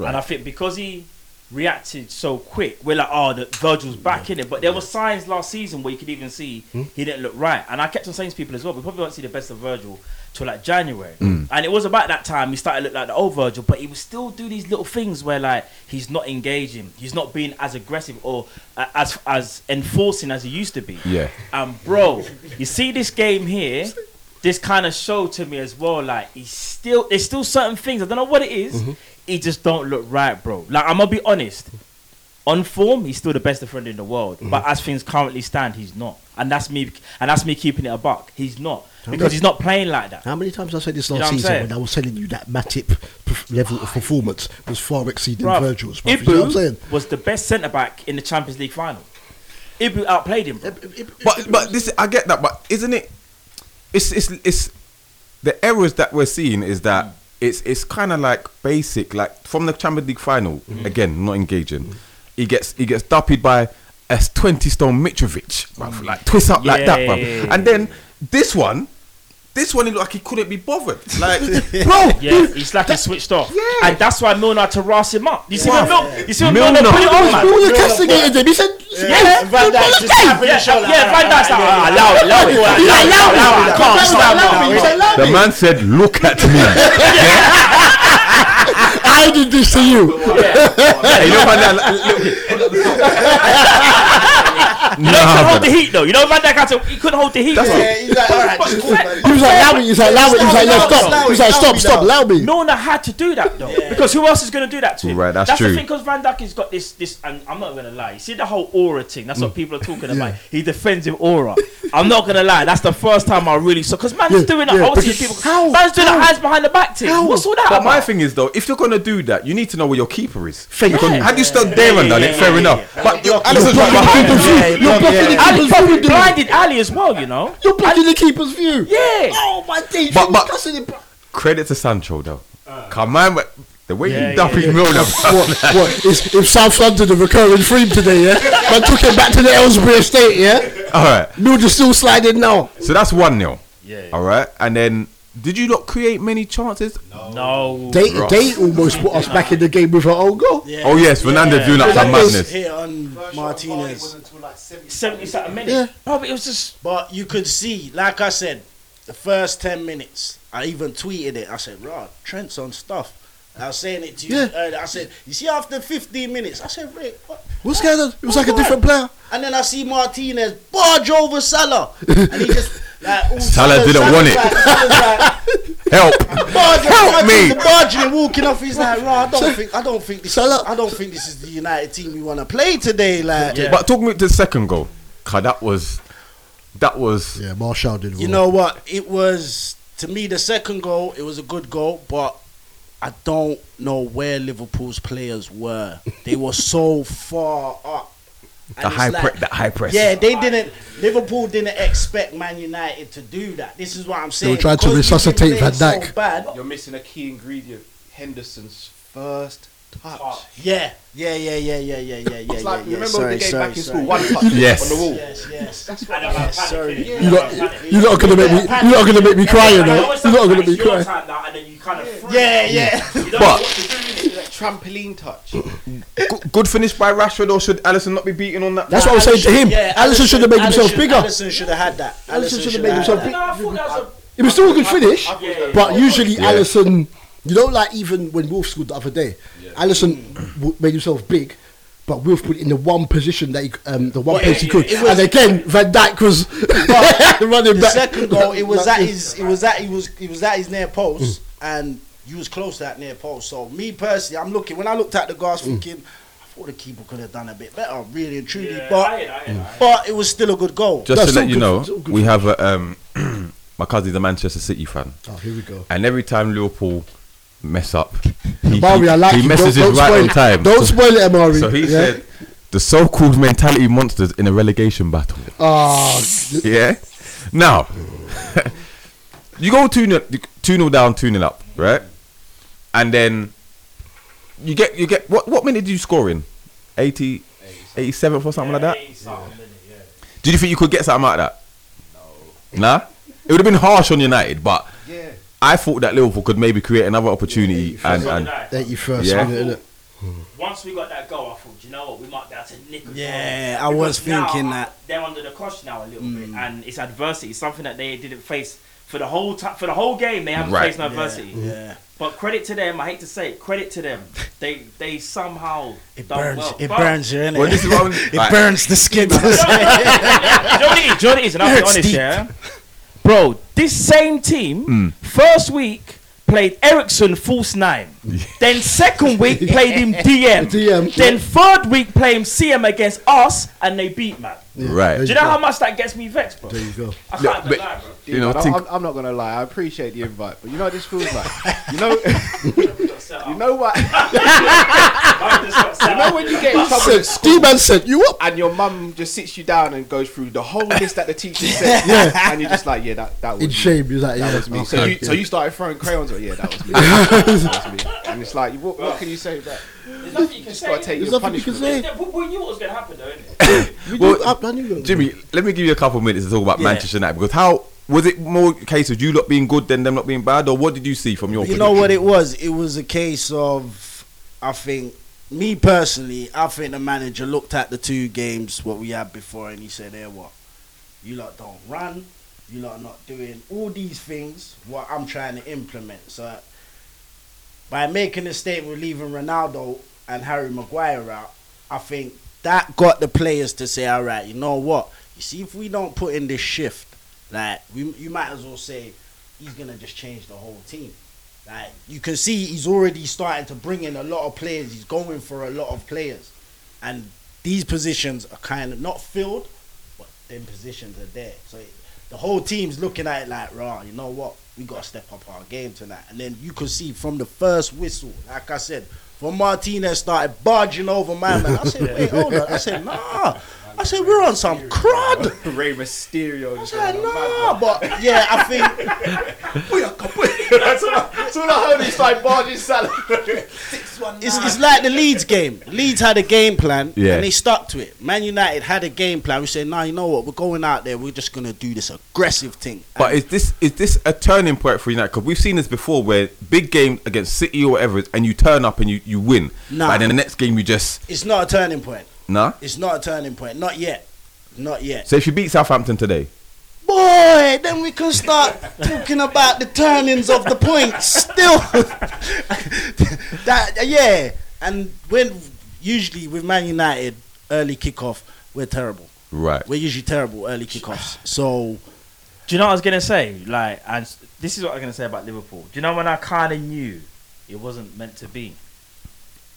Speaker 12: And I think because he reacted so quick, we're like, oh, the Virgil's back in it. But there were signs last season where you could even see he didn't look right. And I kept on saying to people as well, we probably won't see the best of Virgil till like January.
Speaker 5: Mm.
Speaker 12: And it was about that time he started to look like the old Virgil, but he would still do these little things where like he's not engaging, he's not being as aggressive or uh, as as enforcing as he used to be.
Speaker 4: Yeah.
Speaker 12: And bro, you see this game here, this kind of showed to me as well. Like he's still there's still certain things. I don't know what it is,
Speaker 5: Mm-hmm.
Speaker 12: He just don't look right, bro. Like I'm gonna be honest. On form, he's still the best defender in the world.
Speaker 5: Mm-hmm.
Speaker 12: But as things currently stand, he's not. And that's me and that's me keeping it a buck. He's not. Because he's not playing like that.
Speaker 5: How many times I said this
Speaker 12: You know
Speaker 5: last
Speaker 12: what I'm
Speaker 5: season
Speaker 12: saying?
Speaker 5: when I was telling you that Matip perf- level of performance was far exceeding
Speaker 12: Bruv,
Speaker 5: Virgil's? bruv, you know what I'm saying?
Speaker 12: Ibu was the best centre back in the Champions League final. Ibu outplayed him. bro.
Speaker 4: But but this I get that, but isn't it? It's it's it's the errors that we're seeing is
Speaker 12: Mm.
Speaker 4: that it's it's kind of like basic, like from the Champions League final
Speaker 12: Mm-hmm.
Speaker 4: again, not engaging. He gets he gets duppied by a twenty stone Mitrovic, bruv, like twist up like that, bruv.
Speaker 12: Mm. Yeah.
Speaker 4: and then this one. This one, he looked like he couldn't be bothered. Like, bro,
Speaker 12: Yeah, he's like he switched off.
Speaker 4: Yeah.
Speaker 12: And that's why Milner had to ras him up. You see
Speaker 4: Bruv.
Speaker 12: when Milner, you see when Milner,
Speaker 4: Milner.
Speaker 12: put it on, man.
Speaker 5: Milner castigated him. He said,
Speaker 12: Yeah,
Speaker 6: Van Dijk just tapping the shoulder.
Speaker 12: yeah, Van Dijk's like, "Ah, allow it, allow it, allow it, allow it, allow it, I can't stop now."
Speaker 4: the man said, "Look at me."
Speaker 5: I did this to you.
Speaker 4: Hey, you know what?
Speaker 12: You
Speaker 4: Nah, look,
Speaker 12: know, he couldn't
Speaker 4: nah,
Speaker 12: hold the
Speaker 4: bruv.
Speaker 12: heat though. You know, Van Dijk had to, he couldn't hold the heat.
Speaker 6: Yeah, he's like, all right, just cool, man.
Speaker 5: He was like, allow me. He was like, allow me. He was like, no, stop. He was like, stop, stop, allow me.
Speaker 12: Milner had to do that though, because who else is going to do that to him?
Speaker 4: Right, that's
Speaker 12: the
Speaker 4: true.
Speaker 12: thing, because Van Dijk has got this, this, and I'm not going to lie. You see the whole aura thing. That's what people are talking about. He defends him aura. I'm not going to lie. That's the first time I really saw. Because man's
Speaker 5: Yeah,
Speaker 12: doing that.
Speaker 5: yeah,
Speaker 12: obviously,
Speaker 5: because-
Speaker 12: people.
Speaker 5: how?
Speaker 12: Man's doing
Speaker 5: How?
Speaker 12: the hands behind the back thing.
Speaker 5: How?
Speaker 12: What's all that
Speaker 4: But my
Speaker 12: about?
Speaker 4: thing is though, if you're gonna do that, you need to know where your keeper is.
Speaker 5: Fake
Speaker 4: Because
Speaker 5: it.
Speaker 4: had you stood there and done it, fair enough. But you're,
Speaker 5: You're
Speaker 4: Alisson's right
Speaker 5: blocking the
Speaker 4: behind
Speaker 5: keeper's
Speaker 4: you.
Speaker 5: view. You're blocking the
Speaker 12: Ali
Speaker 5: keeper's
Speaker 12: probably
Speaker 5: view. dude.
Speaker 12: blinded Ali as well, you know.
Speaker 5: You're blocking the keeper's view.
Speaker 12: Yeah.
Speaker 5: Oh my days.
Speaker 4: But-
Speaker 5: But
Speaker 4: but-
Speaker 5: but.
Speaker 4: Credit to Sancho though. Come on, but the way
Speaker 12: Yeah,
Speaker 4: you dumping
Speaker 12: yeah,
Speaker 4: Milner.
Speaker 5: What? What? It's, if South London are recurring theme today, yeah, man took it back to the Ellsbury estate, yeah.
Speaker 4: All right,
Speaker 5: Milner's still sliding now.
Speaker 4: so that's one 0
Speaker 12: Yeah.
Speaker 4: All right, and then did you not create many chances?
Speaker 12: No.
Speaker 5: They
Speaker 4: Right.
Speaker 5: they almost put us back in the game with our own goal.
Speaker 6: Yeah.
Speaker 4: Oh yes, Fernandez doing up some
Speaker 5: That was-
Speaker 4: madness.
Speaker 6: Here on Martinez.
Speaker 11: wasn't until like 70.
Speaker 12: Seventy something minutes.
Speaker 5: Yeah.
Speaker 12: Bro, but it was just
Speaker 6: But you could see, like I said, the first 10 minutes, I even tweeted it. I said, "Rod, Trent's on stuff." I was saying it to you.
Speaker 5: Yeah.
Speaker 6: earlier. I said, "You see, after 15 minutes, I said, Rick, what?"
Speaker 5: What's going on? It
Speaker 6: What's
Speaker 5: was like a
Speaker 6: going
Speaker 5: different
Speaker 6: on?
Speaker 5: player.
Speaker 6: And then I see Martinez barge over Salah, and he just like all
Speaker 4: Salah didn't
Speaker 6: Salah's
Speaker 4: want it.
Speaker 6: Like, Salah's like,
Speaker 4: Help!
Speaker 6: barging,
Speaker 4: Help
Speaker 6: barging,
Speaker 4: me!
Speaker 6: barging and walking off. He's like, "Rod, I
Speaker 5: Salah-
Speaker 6: don't think, I don't think this,
Speaker 5: Salah-
Speaker 6: I don't think this is the United team we want to play today." Like,
Speaker 4: But talk me to the second goal. Cause that was, that was.
Speaker 5: Yeah, Marshall did.
Speaker 6: You know what? It was to me the second goal. It was a good goal, but I don't know where Liverpool's players were. They were so far up.
Speaker 4: The high pre- that high press.
Speaker 6: Yeah, they didn't. Liverpool didn't expect Man United to do that. This is what I'm saying.
Speaker 5: trying to
Speaker 6: Because you've been
Speaker 5: resuscitate
Speaker 6: playing
Speaker 5: Van
Speaker 6: so
Speaker 5: Dijk.
Speaker 6: bad.
Speaker 11: You're missing a key ingredient. Henderson's first touch.
Speaker 12: Oh,
Speaker 6: Yeah, yeah, yeah, yeah, yeah, yeah, yeah, yeah. yeah,
Speaker 11: It's like
Speaker 6: yeah.
Speaker 11: remember
Speaker 6: Sorry,
Speaker 11: the game
Speaker 6: sorry,
Speaker 11: back in
Speaker 6: sorry.
Speaker 11: school, one touch
Speaker 4: Yes.
Speaker 11: on the wall.
Speaker 6: Yes, yes. That's
Speaker 12: I don't have
Speaker 6: sorry.
Speaker 12: panic.
Speaker 5: you lot, you lot are gonna make me. You lot are gonna make me cry. You know, you lot are gonna make me cry.
Speaker 12: And then you kind of freeze.
Speaker 6: Yeah, yeah.
Speaker 12: You don't know
Speaker 4: But-
Speaker 12: what to do innit?
Speaker 11: That trampoline touch.
Speaker 4: Good, good finish by Rashford, or should Allison not be beaten on that?
Speaker 5: That's what I was saying to him.
Speaker 6: Yeah,
Speaker 5: Allison should have made
Speaker 6: Alisson-
Speaker 5: himself bigger.
Speaker 6: Allison should have had that.
Speaker 5: Allison should have
Speaker 6: shoulda
Speaker 5: made
Speaker 6: had
Speaker 5: himself
Speaker 6: that.
Speaker 5: bigger.
Speaker 12: No, I thought that was
Speaker 5: It was still a good finish,
Speaker 11: I thought that was
Speaker 5: but usually
Speaker 4: Yeah.
Speaker 5: Allison, you know, like even when Wolf scored the other day, Allison w- made himself big. But Wolf put it in the one position that he, c- um, the one
Speaker 6: Well,
Speaker 5: place he
Speaker 6: yeah,
Speaker 5: could,
Speaker 6: yeah, it was-
Speaker 5: and again Van Dijk was running
Speaker 6: the
Speaker 5: back.
Speaker 6: second goal, it was
Speaker 5: Like
Speaker 6: at
Speaker 5: this.
Speaker 6: his, it was at, he was, it was at his near post, and you was close to that near post. So me personally, I'm looking when I looked at the grass,
Speaker 5: Mm.
Speaker 6: thinking, I thought the keeper could have done a bit better, really and truly.
Speaker 12: Yeah,
Speaker 6: but,
Speaker 12: I hear that, I hear that.
Speaker 6: but it was still a good goal.
Speaker 4: Just
Speaker 5: Oh, That's
Speaker 4: to
Speaker 5: all
Speaker 4: let you
Speaker 5: good-
Speaker 4: know,
Speaker 5: it's all good
Speaker 4: we have a, um, my cousin's a Manchester City fan,
Speaker 5: Oh, here we go.
Speaker 4: and every time Liverpool mess up, he,
Speaker 5: Mari, I like
Speaker 4: he
Speaker 5: you. Don't-
Speaker 4: messages
Speaker 5: don't
Speaker 4: right
Speaker 5: spoil
Speaker 4: on
Speaker 5: it.
Speaker 4: time.
Speaker 5: Don't
Speaker 4: so,
Speaker 5: spoil it, Amari.
Speaker 4: so he
Speaker 5: yeah?
Speaker 4: said, the so-called mentality monsters in a relegation battle.
Speaker 5: "Ah,
Speaker 4: yeah. Now, you go 2 0 two nil down, 2 0 up, right? And then you get, you get, what, what minute did you score in? 80, 87th or something like that?
Speaker 12: Hey, something, innit? Yeah.
Speaker 4: Did you think you could get something out of that? No. Nah? It would have been harsh on United, but
Speaker 11: Yeah.
Speaker 4: I thought that Liverpool could maybe create another opportunity
Speaker 5: Yeah,
Speaker 4: and,
Speaker 12: So
Speaker 4: and
Speaker 12: did I.
Speaker 5: 81st
Speaker 4: Yeah.
Speaker 5: minute, innit?
Speaker 12: Once we got that goal, I thought, you know what, we might be able to nick a goal.
Speaker 6: Yeah, I was
Speaker 12: Because
Speaker 6: thinking
Speaker 12: now,
Speaker 6: that. Mm.
Speaker 12: they're under the cosh now a little bit, and it's adversity, something that they didn't face for the whole time, for the whole game. They haven't
Speaker 4: Right.
Speaker 12: faced no adversity.
Speaker 6: Yeah,
Speaker 12: But credit to them, I hate to say it, credit to them. They they somehow
Speaker 6: it
Speaker 12: done
Speaker 6: burns.
Speaker 12: well.
Speaker 6: It
Speaker 12: But-
Speaker 6: burns you, innit?
Speaker 4: Well, this is what I'm-
Speaker 6: it
Speaker 4: Right.
Speaker 6: burns the skin.
Speaker 12: Do you know what it is? Do you know what it is? And I'll be
Speaker 6: Hurts
Speaker 12: honest,
Speaker 6: deep.
Speaker 12: yeah. Bro, this same team, first week, played Ericsson false nine. then second week, played him DM.
Speaker 5: DM,
Speaker 12: Then third week, played him CM against us, and they beat, man.
Speaker 4: right.
Speaker 12: Do you know how much that gets me vexed, bro?
Speaker 5: There you go.
Speaker 12: I can't
Speaker 4: Look,
Speaker 12: even
Speaker 4: but-
Speaker 12: lie, bro.
Speaker 4: You know,
Speaker 11: Dude,
Speaker 4: think-
Speaker 11: I'm, I'm not gonna lie. I appreciate the invite, but you know what this feels like. You know, you know what? You know when you get in trouble at school
Speaker 5: D man said, "You up?"
Speaker 11: and your mum just sits you down and goes through the whole list that the teacher said, yeah. and you're just like, yeah, that that was
Speaker 5: In
Speaker 11: me.
Speaker 5: shame, he's like, "Yeah,
Speaker 11: That was me. So
Speaker 5: okay,
Speaker 11: you, so
Speaker 5: yeah."
Speaker 11: you started throwing crayons. Or, yeah, that was me. that was me. And it's like, what, what can you say back?
Speaker 12: There's nothing you can
Speaker 11: You just
Speaker 12: say.
Speaker 11: gotta take
Speaker 5: There's
Speaker 11: your
Speaker 5: nothing you can
Speaker 11: punishment.
Speaker 5: say.
Speaker 12: Yeah, but we knew what was going to happen, though, innit?
Speaker 5: You
Speaker 4: Well,
Speaker 5: do up, man, you go.
Speaker 4: Jimmy, let me give you a couple of minutes to talk about Manchester United because how was it more a case of you lot being good than them not being bad, or what did you see from your?
Speaker 6: You know what
Speaker 4: prediction?
Speaker 6: it was? It was a case of, I think, me personally, I think the manager looked at the two games what we had before and he said, "Hey, what? You lot don't run. You lot are not doing all these things what I'm trying to implement." So by making the statement leaving Ronaldo and Harry Maguire out, I think that got the players to say, "All right, you know what? You see, if we don't put in this shift, like we, you might as well say." He's gonna just change the whole team. Like you can see, he's already starting to bring in a lot of players. He's going for a lot of players, and these positions are kind of not filled, but them positions are there. So it, the whole team's looking at it like, "Raw, you know what? We gotta step up our game tonight." And then you can see from the first whistle, like I said, when Martinez started barging over my man, I said, "Wait, hold on!" I said, "Nah." I said, "We're on some crud."
Speaker 11: Ray Mysterio.
Speaker 6: I said, "Nah," but yeah, I think.
Speaker 11: That's all I heard. It's like barging salad.
Speaker 6: It's, it's like the Leeds game. Leeds had a game plan
Speaker 4: Yeah.
Speaker 6: and they stuck to it. Man United had a game plan. We said, nah, you know what? We're going out there. We're just going to do this aggressive thing.
Speaker 4: But is this is this a turning point for United? Because we've seen this before, where big game against City or whatever, and you turn up and you you win,
Speaker 6: Nah.
Speaker 4: and then the next game you just
Speaker 6: It's not a turning point.
Speaker 4: nah.
Speaker 6: It's not a turning point. Not yet. Not yet.
Speaker 4: So if you beat Southampton today,
Speaker 6: boy, then we can start talking about the turnings of the points. Still, that yeah. And when usually with Man United early kickoff, we're terrible.
Speaker 4: Right.
Speaker 6: We're usually terrible early kickoffs. So
Speaker 12: Do you know what I was gonna say? Like, and s- this is what I was gonna say about Liverpool. Do you know when I kind of knew it wasn't meant to be?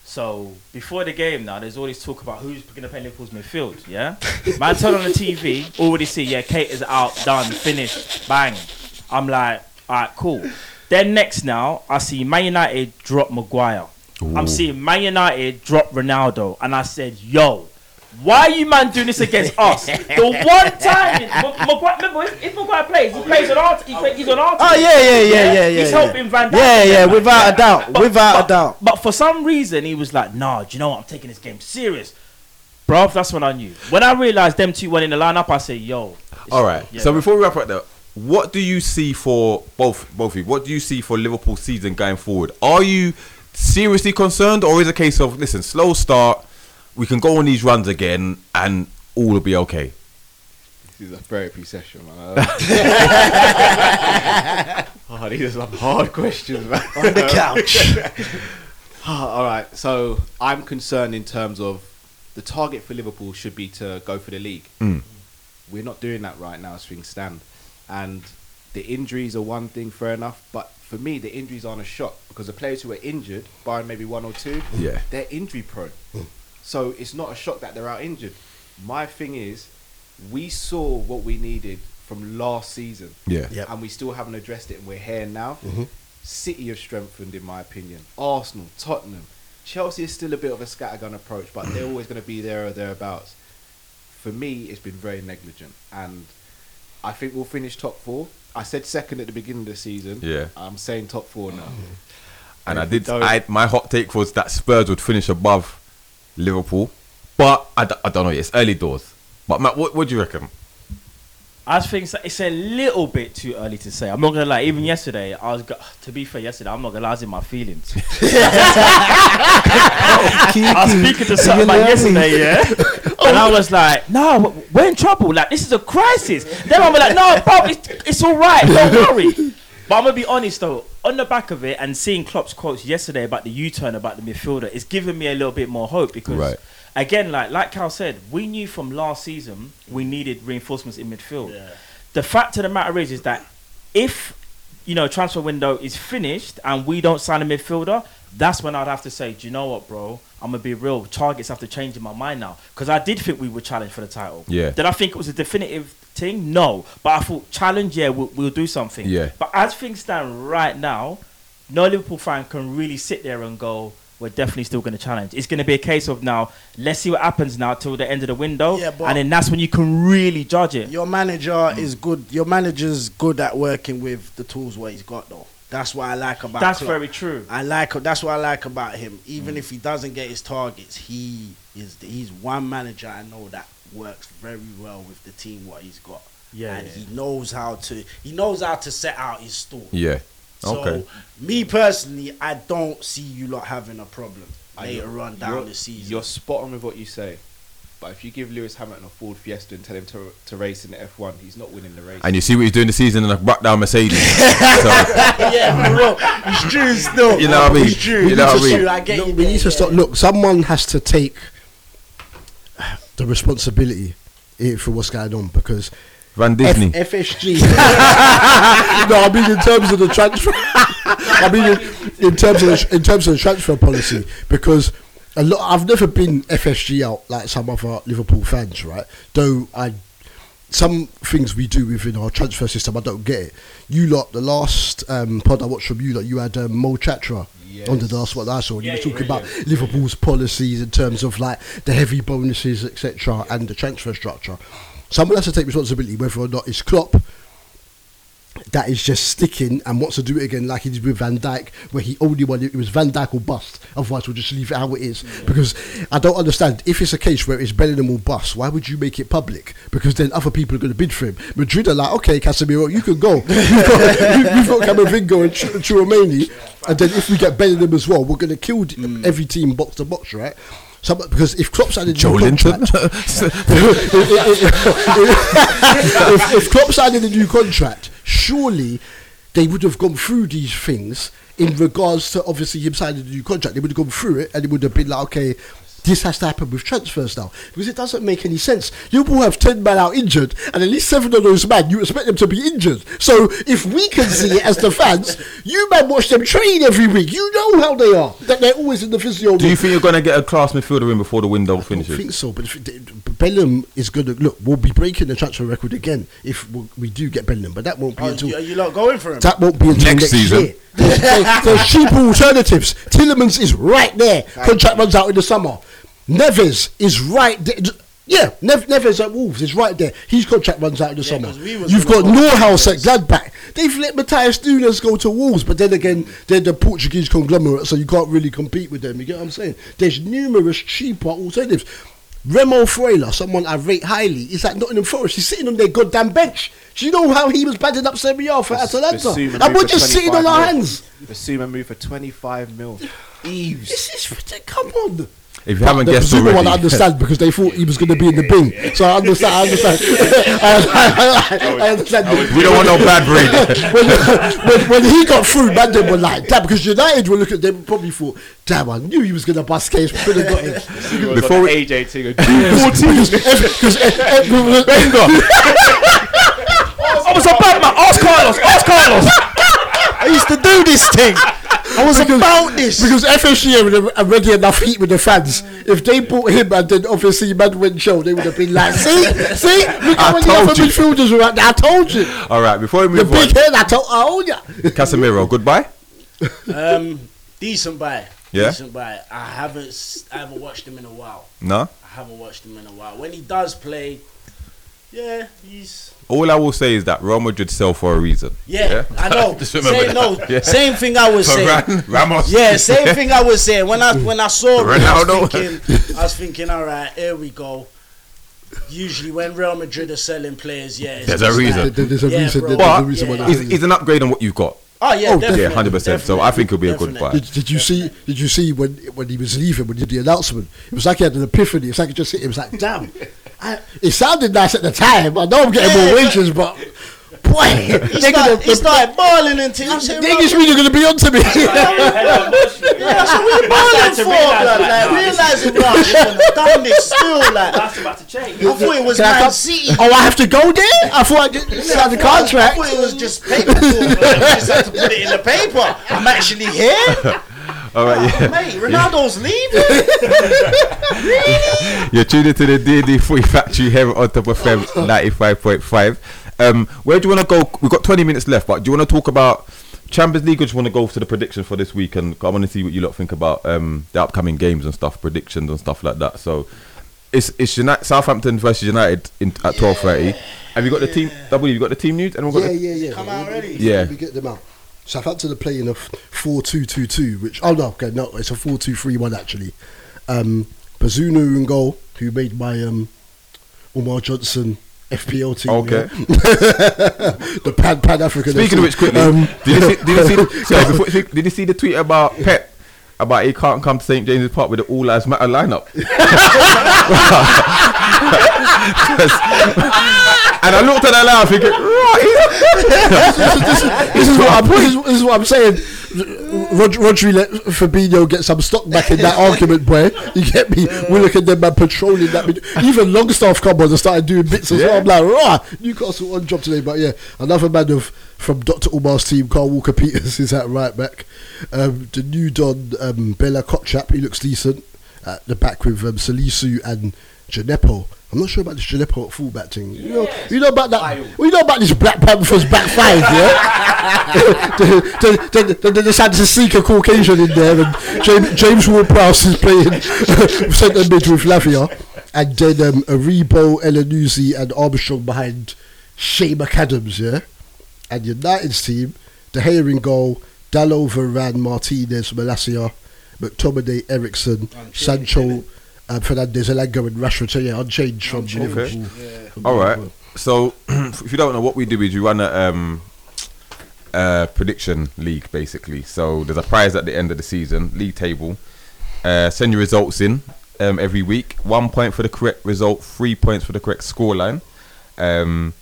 Speaker 12: So before the game, now there's all this talk about who's gonna play Liverpool's midfield. Yeah, man, turn on the TV, already see yeah, Kate is out, done, finished, bang. I'm like, all right, cool. Then next now, I see Man United drop Maguire. I'm seeing Man United drop Ronaldo, and I said, yo. Why are you man doing this against us? The one time, Ma- Maguire, remember if- if Maguire plays, he plays on our, he play, he's on our.
Speaker 6: Oh,
Speaker 12: team.
Speaker 6: yeah, yeah, yeah, yeah, yeah,
Speaker 12: He's
Speaker 6: yeah.
Speaker 12: helping Van Dijk.
Speaker 6: Yeah, yeah,
Speaker 12: man.
Speaker 6: without a doubt, without a doubt.
Speaker 12: But for some reason, he was like, "Nah, do you know what? I'm taking this game serious, bruv." That's when I knew. When I realized them two went in the lineup, I said, "Yo." it's-
Speaker 4: All right.
Speaker 12: yeah.
Speaker 4: So before we wrap up, though, what do you see for both both of you? What do you see for Liverpool season going forward? Are you seriously concerned, or is it a case of listen, slow start, we can go on these runs again, and all will be okay?
Speaker 11: This is a therapy session, man. oh, these are some hard questions, man. On the couch. All right, so I'm concerned in terms of the target for Liverpool should be to go for the league.
Speaker 4: Mm.
Speaker 11: We're not doing that right now as things stand. And the injuries are one thing, fair enough. But for me, the injuries aren't a shock because the players who are injured, barring maybe one or two,
Speaker 4: Yeah. Hmm.
Speaker 11: they're injury prone. So it's not a shock that they're out injured. My thing is, we saw what we needed from last season.
Speaker 4: Yeah. Mm-hmm.
Speaker 5: Yep.
Speaker 11: And we still haven't addressed it, and we're here now. City have strengthened, in my opinion. Arsenal, Tottenham. Chelsea is still a bit of a scattergun approach, but they're always going to be there or thereabouts. For me, it's been very negligent. And I think we'll finish top four. I said second at the beginning of the season.
Speaker 4: Yeah.
Speaker 11: I'm saying top four now.
Speaker 4: And I
Speaker 11: If we
Speaker 4: did.
Speaker 11: don't-
Speaker 4: I my hot take was that Spurs would finish above Liverpool, but I, d- I don't know. yet. It's early doors. But Matt, what, what do you reckon?
Speaker 12: I think it's- it's a little bit too early to say. I'm not gonna lie. Even yesterday, I was. Go- to be fair, yesterday I'm not gonna lie. I was in my feelings. I was speaking to someone yesterday, yeah, and I was like, "No, w- we're in trouble. Like this is a crisis." Then I'm like, "No, bro, it's, it's all right. Don't worry." But I'm gonna be honest though, on the back of it, and seeing Klopp's quotes yesterday about the U-turn about the midfielder, it's given me a little bit more hope because,
Speaker 4: Right.
Speaker 12: again, like like Cal said, we knew from last season we needed reinforcements in midfield. The fact of the matter is, is that if you know transfer window is finished and we don't sign a midfielder, that's when I'd have to say, do you know what, bro? I'm gonna be real. Targets have to change in my mind now because I did think we were challenged for the title.
Speaker 4: Yeah.
Speaker 12: Did I think it was a definitive thing? No, but I thought challenge. Yeah, we'll, we'll do something.
Speaker 4: Yeah.
Speaker 12: But as things stand right now, no Liverpool fan can really sit there and go. We're definitely still going to challenge. It's going to be a case of now. Let's see what happens now till the end of the window,
Speaker 6: Yeah, but-
Speaker 12: and then that's when you can really judge it.
Speaker 6: Your manager is good. Your manager's good at working with the tools what he's got though. That's what I like about.
Speaker 12: That's
Speaker 6: Klopp.
Speaker 12: very true.
Speaker 6: I like. That's what I like about him. Even if he doesn't get his targets, he is. The, he's one manager I know that works very well with the team what he's got.
Speaker 12: Yeah,
Speaker 6: and
Speaker 12: yeah.
Speaker 6: he knows how to. He knows how to set out his store.
Speaker 4: Yeah.
Speaker 6: So
Speaker 4: Okay.
Speaker 6: me personally, I don't see you lot having a problem
Speaker 11: Uh,
Speaker 6: later
Speaker 11: you're-
Speaker 6: on down
Speaker 11: you're-
Speaker 6: the season.
Speaker 11: You're spot on with what you say. But if you give Lewis Hamilton a Ford Fiesta and tell him to, to race in the F1, he's not winning the race.
Speaker 4: And you see what he's doing this season, and I brought down Mercedes. so,
Speaker 6: yeah, for real. It's true still.
Speaker 4: You know what I mean?
Speaker 6: It's true.
Speaker 4: You know what I
Speaker 6: It's
Speaker 4: mean?
Speaker 6: true, I get
Speaker 5: Look,
Speaker 6: you
Speaker 5: we
Speaker 6: there,
Speaker 5: need to
Speaker 6: yeah.
Speaker 5: stop. Look, someone has to take the responsibility eh, for what's going on because
Speaker 4: Van
Speaker 5: F-
Speaker 4: Disney.
Speaker 5: FSG. no, I mean in terms of the transfer. I mean in, in terms of the, in terms of the transfer policy because a lot. I've never been FSG out like some other Liverpool fans, right? Though I. Some things we do within our transfer system, I don't get it. You lot, the last um, pod I watched from you lot, you had um, Mo Chatra on the last one I saw. And you
Speaker 12: Yeah,
Speaker 5: were talking
Speaker 12: yeah,
Speaker 5: about Liverpool's policies in terms of like the heavy bonuses, etc., and the transfer structure. Someone has to take responsibility, whether or not it's Klopp that is just sticking and wants to do it again, like he did with Van Dyke, where he only wanted it was Van Dyke or bust. Otherwise, we'll just leave it how it is. Because I don't understand if it's a case where it's Bellingham or bust, why would you make it public? Because then other people are going to bid for him. Madrid are like, okay, Casemiro, you can go. You've got, you, have got Camavingo and Ch-
Speaker 4: Mm.
Speaker 5: Chouameni, and then if we get Bellingham as well, we're going to kill d- every team box to box, right? Some, because if Klopp signed a new
Speaker 4: Joe Linton?
Speaker 5: contract, if, if- if Klopp signed a new contract, surely they would have gone through these things in regards to obviously him signing a new contract. They would have gone through it and it would have been like, okay, this has to happen with transfers now because it doesn't make any sense. You will have ten men out injured, and at least seven of those men you expect them to be injured. So if we can see it as the fans, you man watch them train every week. You know how they are. That they're always in the physio.
Speaker 4: Do
Speaker 5: room.
Speaker 4: you think you're going to get a class midfielder in before the window
Speaker 5: I think
Speaker 4: finishes?
Speaker 5: so, but if, they- Bellingham is going to look. We'll be breaking the transfer record again if we, we do get Bellingham, but that won't be
Speaker 6: Are
Speaker 5: until
Speaker 6: Oh, you, are you lot going for him?
Speaker 5: that won't be until
Speaker 4: Next
Speaker 5: next,
Speaker 4: season.
Speaker 5: year. There's, there's, there's cheaper alternatives. Tillemans is right there. Contract runs out in the summer. Neves is right there. Yeah, Nev- Neves at Wolves is right there. His contract runs out in the
Speaker 6: Yeah,
Speaker 5: summer.
Speaker 6: 'cause we was
Speaker 5: You've got
Speaker 6: gonna go
Speaker 5: Norhouse at Gladbach. They've let Matthias Nunes go to Wolves, but then again, they're the Portuguese conglomerate, so you can't really compete with them. You get what I'm saying? There's numerous cheaper alternatives. Remo Freyler, someone I rate highly, is at Nottingham Forest. He's sitting on their goddamn bench. Do you know how he was batting up Serie A for Atalanta?
Speaker 11: Basuma
Speaker 5: And we're
Speaker 11: moved for
Speaker 5: just sitting on
Speaker 11: 25
Speaker 5: our
Speaker 11: mil.
Speaker 5: hands.
Speaker 11: Basuma moved for 25 mil. Eves.
Speaker 5: This is ridiculous. Come on.
Speaker 4: If you haven't
Speaker 5: the
Speaker 4: guessed
Speaker 5: Zuma one I
Speaker 4: already,
Speaker 5: understand because they thought he was going to be in the bin. So I understand. I understand. I, I- I- I understand.
Speaker 4: we don't want no bad breed.
Speaker 5: when, when, when he got through, man, they were like, damn, because United were looking at them probably thought, damn, I knew he was going to bust case. Could have got him.
Speaker 4: Before
Speaker 11: Before
Speaker 4: we-
Speaker 11: AJ Tigger. Dude,
Speaker 5: Because every- because everyone was-
Speaker 12: I was a bad man. Ask Carlos. Ask Carlos.
Speaker 5: I used to do this thing. I was about this because FSG would have already enough heat with the fans. If they bought him and then obviously man went show, they would have been like, "See, see, look
Speaker 4: I
Speaker 5: how many other
Speaker 4: told you."
Speaker 5: midfielders were out there. I told you, the
Speaker 4: All right, before we move
Speaker 5: big
Speaker 4: on,
Speaker 5: head. I told, I told ya."
Speaker 4: Casemiro, goodbye.
Speaker 6: Um, decent buy.
Speaker 4: Yeah?
Speaker 6: Decent buy. I haven't, s- I haven't watched him in a while.
Speaker 4: No.
Speaker 6: I haven't watched him in a while. When he does play, yeah, he's
Speaker 4: All I will say is that Real Madrid sell for a reason.
Speaker 6: yeah. I know.
Speaker 4: Just remember
Speaker 6: same, no,
Speaker 4: that. Yeah.
Speaker 6: same thing I was saying.
Speaker 4: Varane, Ramos.
Speaker 6: Yeah, same thing I was saying. When I when I saw him, I
Speaker 4: Ronaldo.
Speaker 6: was, thinking, I was thinking, all right, here we go. Usually, when Real Madrid are selling players, yeah, it's
Speaker 4: There's a
Speaker 6: just
Speaker 4: reason.
Speaker 6: like-
Speaker 5: There- there's a
Speaker 6: Yeah,
Speaker 5: reason.
Speaker 6: bro.
Speaker 5: There's
Speaker 4: But
Speaker 5: a reason why.
Speaker 6: Yeah.
Speaker 5: that
Speaker 4: it's,
Speaker 5: happens.
Speaker 4: it's an upgrade on what you've got.
Speaker 6: Oh yeah,
Speaker 5: Oh,
Speaker 6: definitely,
Speaker 4: Yeah, 100%. So I think it'll be a good
Speaker 6: definitely.
Speaker 4: buy.
Speaker 5: Did, did you see? Did you see when when he was leaving when he did the announcement? It was like he had an epiphany. It's like it just hit him. It's like, damn. I, it sounded nice at the time. I know I'm getting more
Speaker 6: Yeah,
Speaker 5: wages, but boy,
Speaker 6: He
Speaker 5: nigga,
Speaker 6: started,
Speaker 5: the-
Speaker 6: he
Speaker 5: the-
Speaker 6: started balling until he
Speaker 5: the
Speaker 6: said,
Speaker 5: English media going to be on to me.
Speaker 6: Yeah, that's what we balling for, blood. Like, realizing, bro, we could have done this still. Like, I
Speaker 12: That's about to change.
Speaker 6: thought it was
Speaker 5: Can I
Speaker 6: Man
Speaker 5: come-
Speaker 6: City.
Speaker 5: oh, I have to go there. I thought I just signed the
Speaker 6: I
Speaker 5: contract.
Speaker 6: thought it was just paper. talk, but I just had to put it in the paper. I'm actually here.
Speaker 4: All right, yeah.
Speaker 6: Oh, Mate, Ronaldo's leaving.
Speaker 4: You're tuned into the D&D 40 Factory here on Top FM 95.5. Um, where do you want to go? We've got 20 minutes left, but do you want to talk about Champions League or do you want to go to the prediction for this week? And I want to see what you lot think about um, the upcoming games and stuff, predictions and stuff like that. So it's it's United, Southampton versus United in, at 12.30. Have you got the team? W, you got the team news? Anyone got
Speaker 5: Yeah,
Speaker 4: the-
Speaker 5: yeah, yeah.
Speaker 6: Come out already.
Speaker 4: Yeah.
Speaker 5: We get them out. Southampton are playing a 4 2 2 2, which, oh no, okay, no, it's a 4 2 3 1 actually. Um, Bazunu in goal, who made my um, Omar Johnson FPL team.
Speaker 4: Okay.
Speaker 5: yeah. the Pan Pan African.
Speaker 4: Speaking of which, quickly,
Speaker 5: Um,
Speaker 4: did, you see, did, you see, sorry, before you speak, did you see the tweet about Pep? About he can't come to St James's Park with the All Lives Matter lineup. and I looked at that lineup thinking, right,
Speaker 5: this, is what I'm, this, is, this is what I'm saying. Rod- Rodri let Fabinho get some stock back in that argument, boy. You get me? We're looking at them man patrolling that. Mid- Even Longstaff come on and started doing bits as well. I'm like, rah, Newcastle on job today. But yeah, another man of from Dr. Umar's team, Carl Walker Peters, is at right back. Um, the new Don, um, Bella Kotchap, he looks decent at the back with um, Salisu and Gineppo. I'm not sure about this Gineppo at fullback thing. You know, you know about that. We know about this Black Panthers back five, yeah. they, they, they, they, they decided to seek a Caucasian in there, and James, James Ward-Prowse is playing centre mid with Lavia, and then um, Aribo, Elanuzi, and Armstrong behind Shea McAdams, yeah. And United's team, De Gea in goal, Dallo, Varane, Martinez, Malasia, McTominay, Ericsson, Sancho, uh, Fernandez, Elango, and Rashford. So yeah, unchanged from Liverpool. From
Speaker 4: all right.
Speaker 5: Liverpool.
Speaker 4: So if you don't know what we do, is we run a um, uh, prediction league basically. So there's a prize at the end of the season, league table. Uh, send your results in. um, every week. One point for the correct result, three points for the correct scoreline. Um,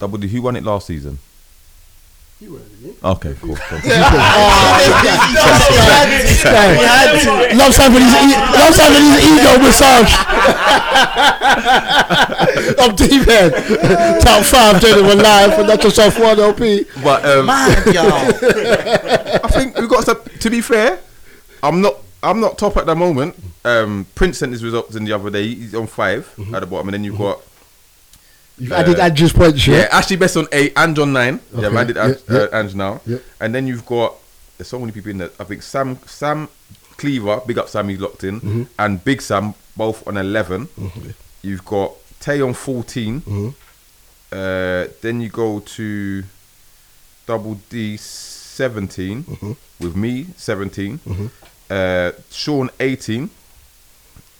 Speaker 4: Double D, who won it last season?
Speaker 5: You were, didn't you?
Speaker 4: Okay, cool. cool.
Speaker 5: Loves having his e- loves having his ego massage. I'm deep head. Top five doing it live for not yourself one LP.
Speaker 4: But um,
Speaker 5: y'all.
Speaker 4: I think we've got to. To be fair, I'm not. I'm not top at the moment. Um, Prince sent his results in the other day. He's on 5 at the bottom, and then you've got.
Speaker 5: You've added Andrew's points, yeah?
Speaker 4: Uh, Yeah, actually, best on eight and on nine. Yeah, I've
Speaker 5: Okay,
Speaker 4: added
Speaker 5: yeah,
Speaker 4: Ange,
Speaker 5: yeah.
Speaker 4: uh, Ange now,
Speaker 5: Yeah.
Speaker 4: and then you've got there's so many people in there. I think Sam, Sam Cleaver, big up Sam, he's locked in,
Speaker 5: Mhm.
Speaker 4: and Big Sam both on 11
Speaker 5: Mhm.
Speaker 4: You've got Tay on 14
Speaker 5: Mm-hmm.
Speaker 4: Uh, then you go to Double D 17
Speaker 5: Mm-hmm.
Speaker 4: with me 17 uh, Sean eighteen,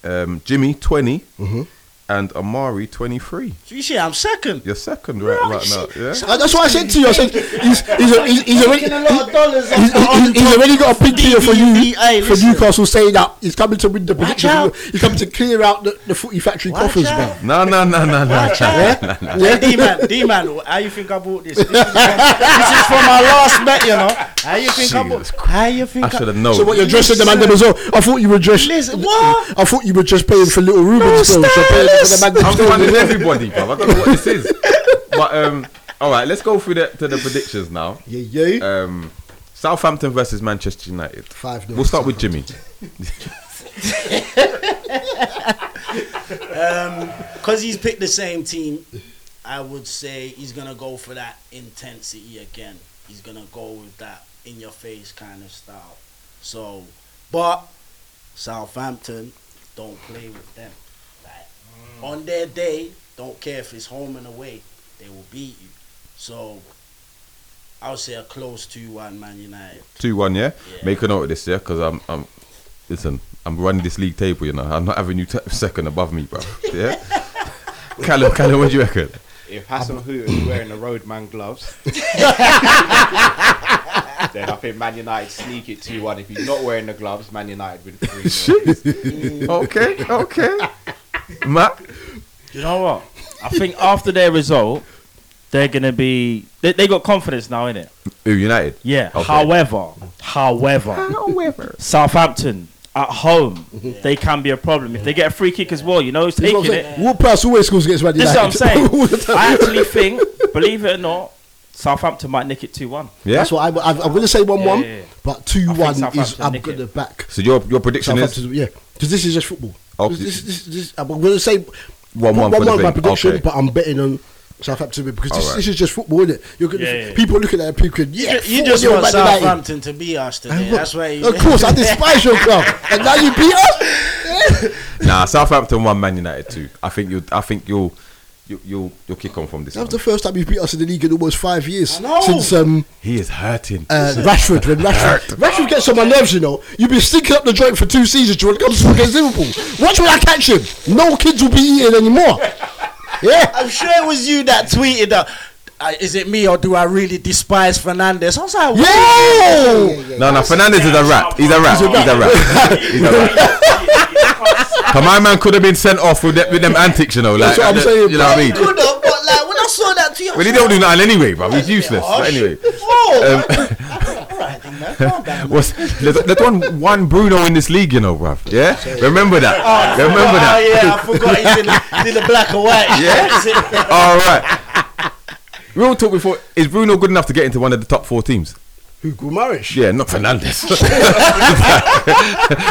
Speaker 4: um, Jimmy 20
Speaker 5: Mm-hmm.
Speaker 4: and Amari twenty three.
Speaker 6: So you see, I'm second.
Speaker 4: You're second right, right now. Yeah.
Speaker 5: Uh, That's what I said to you. I said he's he's a, he's, he's already
Speaker 6: Making a lot of dollars off
Speaker 5: he's,
Speaker 6: the
Speaker 5: he's, he's
Speaker 6: underdog.
Speaker 5: already got a big deal for you
Speaker 6: DBA, E
Speaker 5: for
Speaker 6: listen.
Speaker 5: Newcastle saying that he's coming to win the prediction.
Speaker 6: out.
Speaker 5: He's coming to clear out the, the footy factory
Speaker 6: Watch
Speaker 5: coffers,
Speaker 6: out.
Speaker 5: man.
Speaker 4: No, no, no, no, no.
Speaker 6: Watch out.
Speaker 5: Yeah.
Speaker 6: Hey, D-man, D-man, how you think I bought this? This is from, this is from our last bet, you know. How you think I bought?
Speaker 4: Jesus
Speaker 6: How you think?
Speaker 4: I should have known.
Speaker 5: So what you're dressing the man them as well? I thought you were dressed.
Speaker 6: Listen, what?
Speaker 5: I thought you were just paying for little Rubens, bro. You're paying for the man them
Speaker 4: I'm
Speaker 5: still.
Speaker 4: finding everybody, bruv. I don't know what this is. But um, all right, let's go through the, to the predictions now.
Speaker 5: Yeah, yeah.
Speaker 4: Um, Southampton versus Manchester United.
Speaker 5: 5-0
Speaker 4: We'll start with Jimmy.
Speaker 6: Because Um, he's picked the same team, I would say he's gonna go for that intensity again. He's gonna go with that in your face kind of style. So, but Southampton don't play with them. Like, On their day, don't care if it's home and away, they will beat you. So, I would say a close two-one Man United.
Speaker 4: Two one, yeah.
Speaker 6: Yeah.
Speaker 4: Make a note of this, yeah, because I'm, I'm, listen, I'm running this league table, you know. I'm not having you t- second above me, bro. Yeah. Callum, Callum, what do you reckon?
Speaker 11: If Hassan Hoot is wearing the roadman gloves, then I think Man United sneak it 2 1. If he's not wearing the gloves, Man United win 3 0.
Speaker 4: okay, okay. Matt,
Speaker 12: You know what? I think after their result, they're gonna be they, they got confidence now, innit?
Speaker 4: Ooh, United.
Speaker 12: Yeah.
Speaker 4: Okay.
Speaker 12: However, however, however, Southampton at home
Speaker 4: Mm-hmm.
Speaker 12: they can be a problem if they get a free kick as well. You know, who's
Speaker 5: You know what
Speaker 12: taking it.
Speaker 5: I'm saying? Wall Prowse always scores against Man
Speaker 12: This is
Speaker 5: United.
Speaker 12: what I'm saying.
Speaker 5: All the time.
Speaker 12: I actually think, believe it or not, Southampton might nick it two one.
Speaker 4: Yeah.
Speaker 5: That's what I, am going to say one one,
Speaker 12: Yeah, yeah, yeah.
Speaker 5: but two
Speaker 12: think
Speaker 5: one is
Speaker 12: Southampton
Speaker 5: I'm
Speaker 12: nick
Speaker 5: going to back.
Speaker 4: so your your prediction is
Speaker 5: Southampton, yeah, because this is just football.
Speaker 4: Oh,
Speaker 5: This, this, this, this, I'm going to say
Speaker 4: One, one for the
Speaker 5: my
Speaker 4: thing.
Speaker 5: prediction,
Speaker 4: Okay.
Speaker 5: but I'm betting on Southampton because this,
Speaker 4: Alright.
Speaker 5: this is just football, isn't it? You're gonna,
Speaker 12: Yeah, yeah.
Speaker 5: People looking at it, people, yeah,
Speaker 6: You just
Speaker 5: 4-0
Speaker 6: want
Speaker 5: Man United.
Speaker 6: Southampton to be us today.
Speaker 5: Look,
Speaker 6: That's why. You,
Speaker 5: of course, I despise your club, and now you beat us.
Speaker 4: Nah, Southampton one, Man United two. I think you. I think you'll. You, you'll you'll kick on from this.
Speaker 5: that
Speaker 4: One.
Speaker 5: was the first time you beat us in the league in almost five years
Speaker 6: I know.
Speaker 5: since um,
Speaker 4: he is hurting.
Speaker 5: uh, Rashford. When Rashford, Rashford gets on my nerves, you know. You've been sticking up the joint for two seasons. When it comes to against Liverpool, watch when I catch him. No kids will be eating anymore. Yeah.
Speaker 6: I'm sure it was you that tweeted that. Uh, is it me or do I really despise Fernandez? I was like,
Speaker 5: Yo!
Speaker 4: no, no, Fernandez is a rat. He's a rat. He's a rat. He's a rat. Come on, man, could have been sent off with, that, with them antics, you know. Like,
Speaker 5: That's what I'm saying,
Speaker 4: You know what I
Speaker 6: He
Speaker 4: mean?
Speaker 6: could have, but like when I saw that tweet, I
Speaker 4: Well,
Speaker 6: was
Speaker 4: he
Speaker 6: like,
Speaker 4: don't do nothing anyway, bro. He's useless. But anyway,
Speaker 6: Whoa! all right, then, man, calm down.
Speaker 4: what's Um, there's, there's one one Bruno in this league, you know, bruv. Yeah, remember that. remember
Speaker 6: Oh
Speaker 4: that.
Speaker 6: yeah, I forgot he's in the, in the black and white.
Speaker 4: Yeah. All right. Real talk before is Bruno good enough to get into one of the top four teams?
Speaker 5: Who Gumarish?
Speaker 4: Yeah, not Fernandez.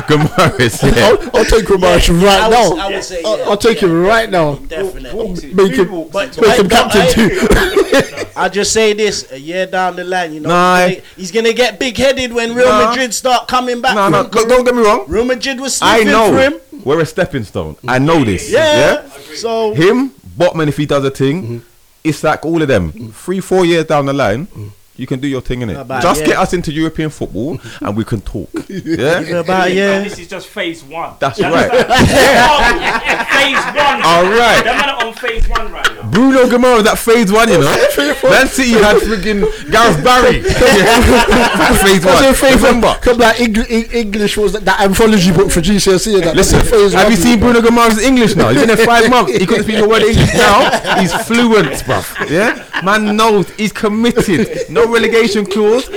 Speaker 4: Gomares, yeah.
Speaker 5: I'll, I'll take Gumarish right
Speaker 6: I
Speaker 5: now.
Speaker 6: would- I would say,
Speaker 5: I'll,
Speaker 6: yeah.
Speaker 5: I'll take him right now.
Speaker 6: Definitely. But-
Speaker 5: Make him, make him
Speaker 6: but- but
Speaker 5: captain
Speaker 6: I-
Speaker 5: too.
Speaker 6: I'll just say this: a year down the line, you know,
Speaker 4: Nah.
Speaker 6: he's, gonna, he's gonna get big-headed when Real
Speaker 4: Nah.
Speaker 6: Madrid start coming back.
Speaker 4: No, no,
Speaker 6: from-
Speaker 4: look, don't get me wrong.
Speaker 6: Real Madrid was
Speaker 4: I
Speaker 6: sniffing for
Speaker 4: know
Speaker 6: him.
Speaker 4: we're a stepping stone. I know this.
Speaker 6: Yeah. So
Speaker 4: Him, Botman, if he does a thing, it's like all of them. Three, four years down the line, You can do your thing in it.
Speaker 12: About,
Speaker 4: Just
Speaker 12: yeah.
Speaker 4: get us into European football, and we can talk. Yeah.
Speaker 12: And this is just phase one.
Speaker 4: That's
Speaker 12: You
Speaker 4: right.
Speaker 12: understand? phase one.
Speaker 4: All right.
Speaker 12: The man are on phase one right now.
Speaker 4: Bruno Gamara, that phase one, you know. Man City had freaking Gareth Barry. phase
Speaker 5: That's
Speaker 4: one.
Speaker 5: your phase one.
Speaker 4: Remember?
Speaker 5: Come like Eng- Eng- English was that, that anthology book for GCSE. and E That
Speaker 4: Listen,
Speaker 5: that phase
Speaker 4: have
Speaker 5: one
Speaker 4: you seen
Speaker 5: was-
Speaker 4: Bruno Gamara's English now? He's been there five months. He couldn't speak a word of English now. He's fluent, bruv. Yeah? Man knows he's committed. No relegation clause.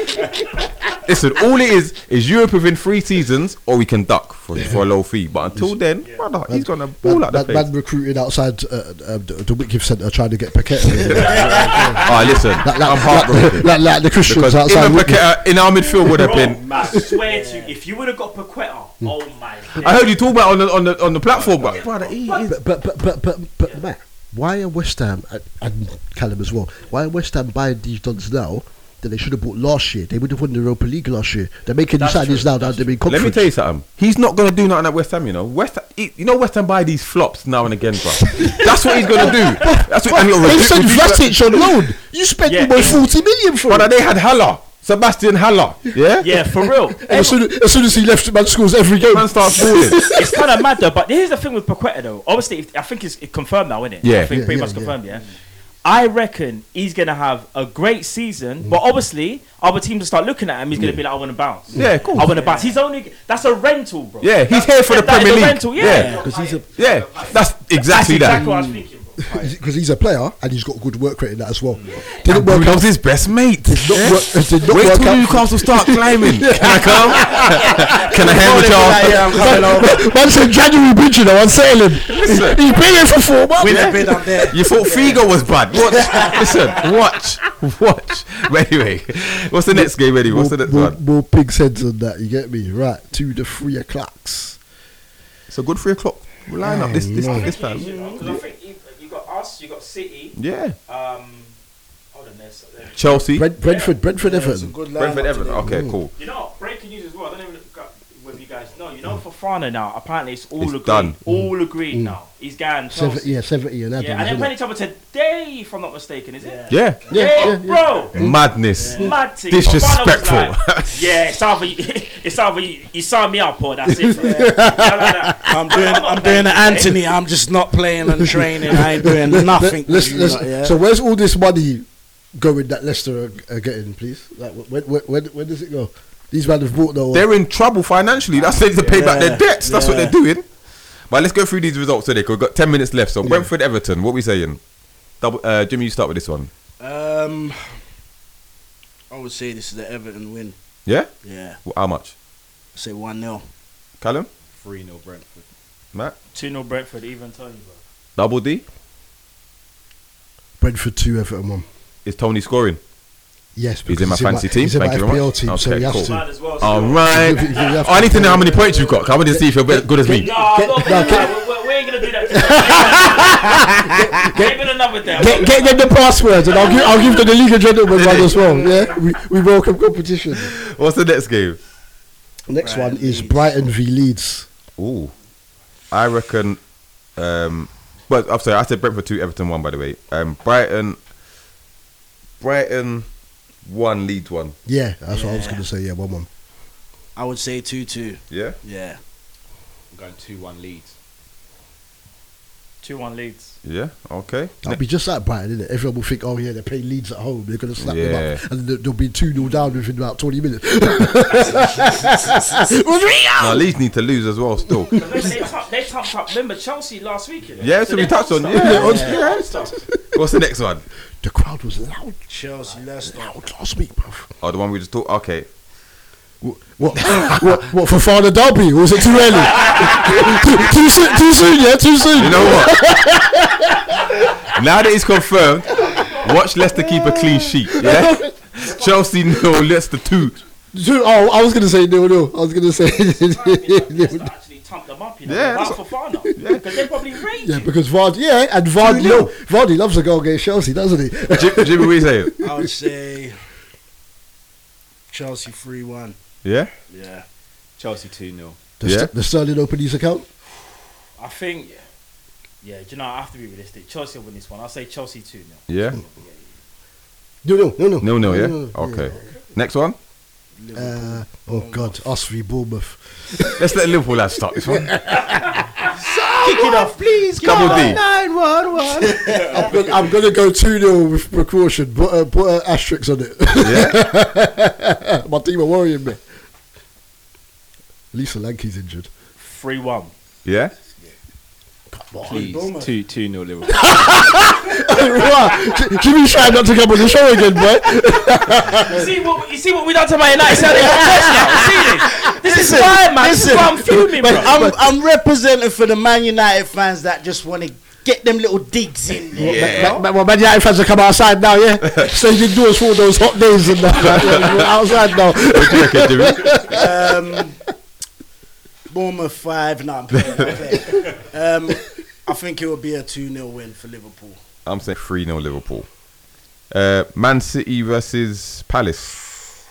Speaker 4: Listen, all it is is Europe within three seasons, or we can duck for, for a low fee. But until then, brother, he's gonna ball
Speaker 5: Man,
Speaker 4: out the
Speaker 5: man,
Speaker 4: place.
Speaker 5: man recruited outside uh, uh, the, the Wycliffe Centre trying to get Paquette.
Speaker 4: Ah, listen,
Speaker 5: Like- like-
Speaker 4: I'm heartbroken.
Speaker 5: like- like- like the Christians
Speaker 4: because
Speaker 5: outside
Speaker 4: Ivan
Speaker 5: Wigan.
Speaker 4: Paqueta in our midfield would have been.
Speaker 12: I swear to you, if you would have got Paqueta, oh my
Speaker 4: I heard you talk about it on the on the on the platform, but brother, he is.
Speaker 5: but but but but but, but Matt, why are West Ham and, and Callum as well? Why are West Ham buying these dons now that they should have bought last year? They would have won the Europa League last year. They're making these signings now that they're being
Speaker 4: Let
Speaker 5: conference.
Speaker 4: me tell you something. He's not gonna do nothing at West Ham, you know. West, he, you know, West Ham buy these flops now and again, bro. That's what he's gonna do. That's what. and he'll
Speaker 5: They
Speaker 4: redu-
Speaker 5: sent
Speaker 4: reduce-
Speaker 5: Vlasic on loan. You spent
Speaker 12: Yeah.
Speaker 5: almost forty million for
Speaker 4: Brother,
Speaker 5: him.
Speaker 4: they had Haller, Sebastian Haller. Yeah,
Speaker 12: Yeah, for real.
Speaker 5: And as soon as, soon as he left, man scores every game.
Speaker 4: Man starts balling.
Speaker 12: it's kind of mad though. But here's the thing with Paqueta though. Obviously, if, I think it's it confirmed now, isn't it?
Speaker 4: Yeah.
Speaker 12: I think
Speaker 5: Yeah,
Speaker 12: pretty
Speaker 5: yeah,
Speaker 12: much
Speaker 5: yeah.
Speaker 12: confirmed. Yeah. I reckon he's gonna have a great season, but obviously other teams will start looking at him. He's gonna be like, "I want to bounce.
Speaker 4: Yeah, of course.
Speaker 12: I want to bounce." He's only that's a rental, bro.
Speaker 4: Yeah, he's here for the
Speaker 12: That is
Speaker 4: Premier
Speaker 12: a
Speaker 4: League.
Speaker 12: rental, yeah.
Speaker 4: yeah, yeah. That's
Speaker 12: That's
Speaker 4: exactly
Speaker 12: exactly
Speaker 4: that.
Speaker 12: what I was thinking. Bro.
Speaker 5: because he's a player and he's got good work rate in that as well.
Speaker 4: That
Speaker 5: Didn't work out.
Speaker 4: Bruno's his best mate.
Speaker 5: Did not work- did not
Speaker 4: Wait
Speaker 5: work
Speaker 4: till
Speaker 5: out.
Speaker 4: Newcastle start climbing. Can I come? Can I hang with y'all?
Speaker 5: Man, man said January bridge, you know, I'm sailing. He's
Speaker 4: Listen.
Speaker 5: been here for four months.
Speaker 4: Yeah. You thought Figo was bad. Watch, listen, watch, watch. But anyway, what's the next game? Anyway, what's the
Speaker 5: more,
Speaker 4: next
Speaker 5: more,
Speaker 4: one?
Speaker 5: more pig's heads on that, you get me? Right, two to three o'clocks.
Speaker 4: It's a good three o'clock lineup this this
Speaker 5: no.
Speaker 4: this time.
Speaker 12: Because I think you, you got us, you got City.
Speaker 4: Yeah,
Speaker 12: Um, hold on, there's, there's
Speaker 4: Chelsea,
Speaker 5: Brent, Brentford, Brentford,
Speaker 6: It's a
Speaker 5: Everton.
Speaker 6: good lineup
Speaker 4: Brentford, Everton.
Speaker 6: today.
Speaker 4: Okay, cool.
Speaker 12: You know, breaking news as well. I don't even got- whether you guys know. You know, Fofana now. Apparently, it's all
Speaker 4: It's
Speaker 12: agreed.
Speaker 4: done.
Speaker 12: All agreed now. He's going
Speaker 5: Seven,
Speaker 12: Chelsea.
Speaker 5: yeah, seventy and
Speaker 12: yeah, and
Speaker 5: Adams.
Speaker 12: they're
Speaker 5: innit?
Speaker 12: playing each other today, if I'm not mistaken, is it?
Speaker 4: Yeah,
Speaker 5: Yeah, yeah,
Speaker 12: bro.
Speaker 4: madness. Mm.
Speaker 12: Mad thing.
Speaker 4: Disrespectful.
Speaker 12: Fofana was like, yeah, it's either you, it's either you, you sign me up or that's it. bro." You know, like that.
Speaker 6: I'm doing, I'm doing an Anthony. I'm just not playing and training. I ain't doing nothing.
Speaker 5: Let- let's-
Speaker 6: You
Speaker 5: let's-
Speaker 6: lot, yeah?
Speaker 5: So where's all this money going that Leicester are, are getting, please? Like, wh- when, when, when, when does it go? These men have bought no one.
Speaker 4: They're in trouble financially. That's they need to pay back their debts. That's what they're doing. But let's go through these results today. 'cause We've got ten minutes left. So Brentford, Everton. What we saying? Double, uh, Jimmy, you start with this one.
Speaker 6: Um, I would say this is the Everton win.
Speaker 4: Yeah.
Speaker 6: Yeah,
Speaker 4: Wh- How much?
Speaker 6: say one 0
Speaker 4: Callum,
Speaker 11: 3 0 Brentford.
Speaker 4: Matt,
Speaker 12: Two 0 Brentford. Even Tony, bro.
Speaker 4: Double D.
Speaker 5: Brentford two, Everton one.
Speaker 4: Is Tony scoring?
Speaker 5: Yes,
Speaker 4: He's
Speaker 5: because
Speaker 4: in my fancy team.
Speaker 5: He's in
Speaker 4: Thank you
Speaker 5: my
Speaker 4: very
Speaker 5: FPL
Speaker 4: much.
Speaker 5: team, so
Speaker 4: Okay,
Speaker 5: he has
Speaker 4: cool.
Speaker 5: to.
Speaker 12: Mad as well.
Speaker 4: All
Speaker 12: still.
Speaker 4: right.
Speaker 5: You- you have
Speaker 4: Oh, I need to
Speaker 5: to-
Speaker 4: know how many points you've got. 'cause I want to see if you're be- good as me.
Speaker 12: No, I'm not gonna do that. We're, we're- we ain't gonna do that. to- Ain't gonna another day.
Speaker 5: Get, get them the passwords, and I'll give, I'll give them the League of Gentlemen one as well. Yeah, we, we welcome competition.
Speaker 4: What's the next game?
Speaker 5: Next one is Brighton v Leeds.
Speaker 4: Ooh, I reckon. Um, but I'm sorry, I said Brentford two, Everton one. By the way, um, Brighton, Brighton one, Leeds one.
Speaker 5: Yeah, that's what I was going to say. Yeah, one one.
Speaker 6: I would say two two.
Speaker 4: Yeah,
Speaker 6: Yeah,
Speaker 11: I'm going 2 1 Leeds.
Speaker 12: Two one leads.
Speaker 4: yeah, okay.
Speaker 5: That'll be just like Brighton, innit? Everyone will think, oh yeah, they're playing Leeds at home. They're going to slap them
Speaker 4: Yeah.
Speaker 5: up, and they'll, they'll be two 0 down within about twenty minutes.
Speaker 4: Now Leeds need to lose as well. Still,
Speaker 12: They, they, top, they topped up. Remember Chelsea last week? You know?
Speaker 4: yeah. So, we
Speaker 12: they
Speaker 4: touched on
Speaker 12: topped
Speaker 4: yeah.
Speaker 12: up.
Speaker 4: yeah, on- yeah. What's the next one?
Speaker 5: the crowd was loud,
Speaker 6: Chelsea, Leicester.
Speaker 5: loud last week, bruv.
Speaker 4: Oh, the one we just talked. Okay,
Speaker 5: What? what? What for? Father Derby? Or was it too early? too, too soon? Too soon? Yeah, too soon.
Speaker 4: you know what? now that it's confirmed, watch Leicester keep a clean sheet. Yeah, Chelsea no, Leicester two.
Speaker 5: Dude, oh, I was gonna say nil nil. I was gonna say
Speaker 12: Leicester actually tumped them up, you know.
Speaker 4: Yeah,
Speaker 12: Yeah,
Speaker 4: that's
Speaker 12: for Fana. Because they're probably raging.
Speaker 5: yeah because Vardy, yeah, and Vardy, lo- Vardy loves a goal against Chelsea, doesn't he?
Speaker 4: Jim, Jimmy, what are you saying?
Speaker 6: I would say Chelsea three one.
Speaker 4: Yeah,
Speaker 6: Yeah,
Speaker 11: Chelsea 2 0.
Speaker 5: The,
Speaker 4: Yeah.
Speaker 5: Ster- the Sterling opened his account.
Speaker 12: I think, yeah, do you know, I have to be realistic. Chelsea will win this one. I'll say Chelsea 2 0.
Speaker 4: yeah.
Speaker 5: No, no, no, no.
Speaker 4: Nil nil, yeah?
Speaker 5: No, no,
Speaker 4: Okay. Next one.
Speaker 5: Uh, oh God, us v Bournemouth.
Speaker 4: Let's let Liverpool lads start this one.
Speaker 11: Kick it off, please.
Speaker 4: Double D.
Speaker 11: Nine one one.
Speaker 5: I'm gonna, I'm gonna go two 0 with precaution. uh, Put a, put a asterisk on it. My team are worrying me. Lisa Lanky's injured.
Speaker 12: Three one.
Speaker 4: Yeah?
Speaker 11: Please, two two nil Liverpool.
Speaker 5: Jimmy's trying not to come on the show again, boy.
Speaker 12: You see what you see what we done to my United Saturday now. You see this? This is why, man. This is why I'm fuming, bro.
Speaker 6: But I'm, I'm representing for the Man United fans that just want to get them little digs in there.
Speaker 5: Ma- ma- Well, Man United fans have come outside now, yeah. Staging doors for all those hot days and that. We're outside now.
Speaker 4: What do you reckon, Jimmy?
Speaker 6: Um, Bournemouth five. No, I'm playing. I'm playing. Um, I think it will be a two 0 win for Liverpool.
Speaker 4: I'm saying 3 0 Liverpool. Uh, Man City versus Palace.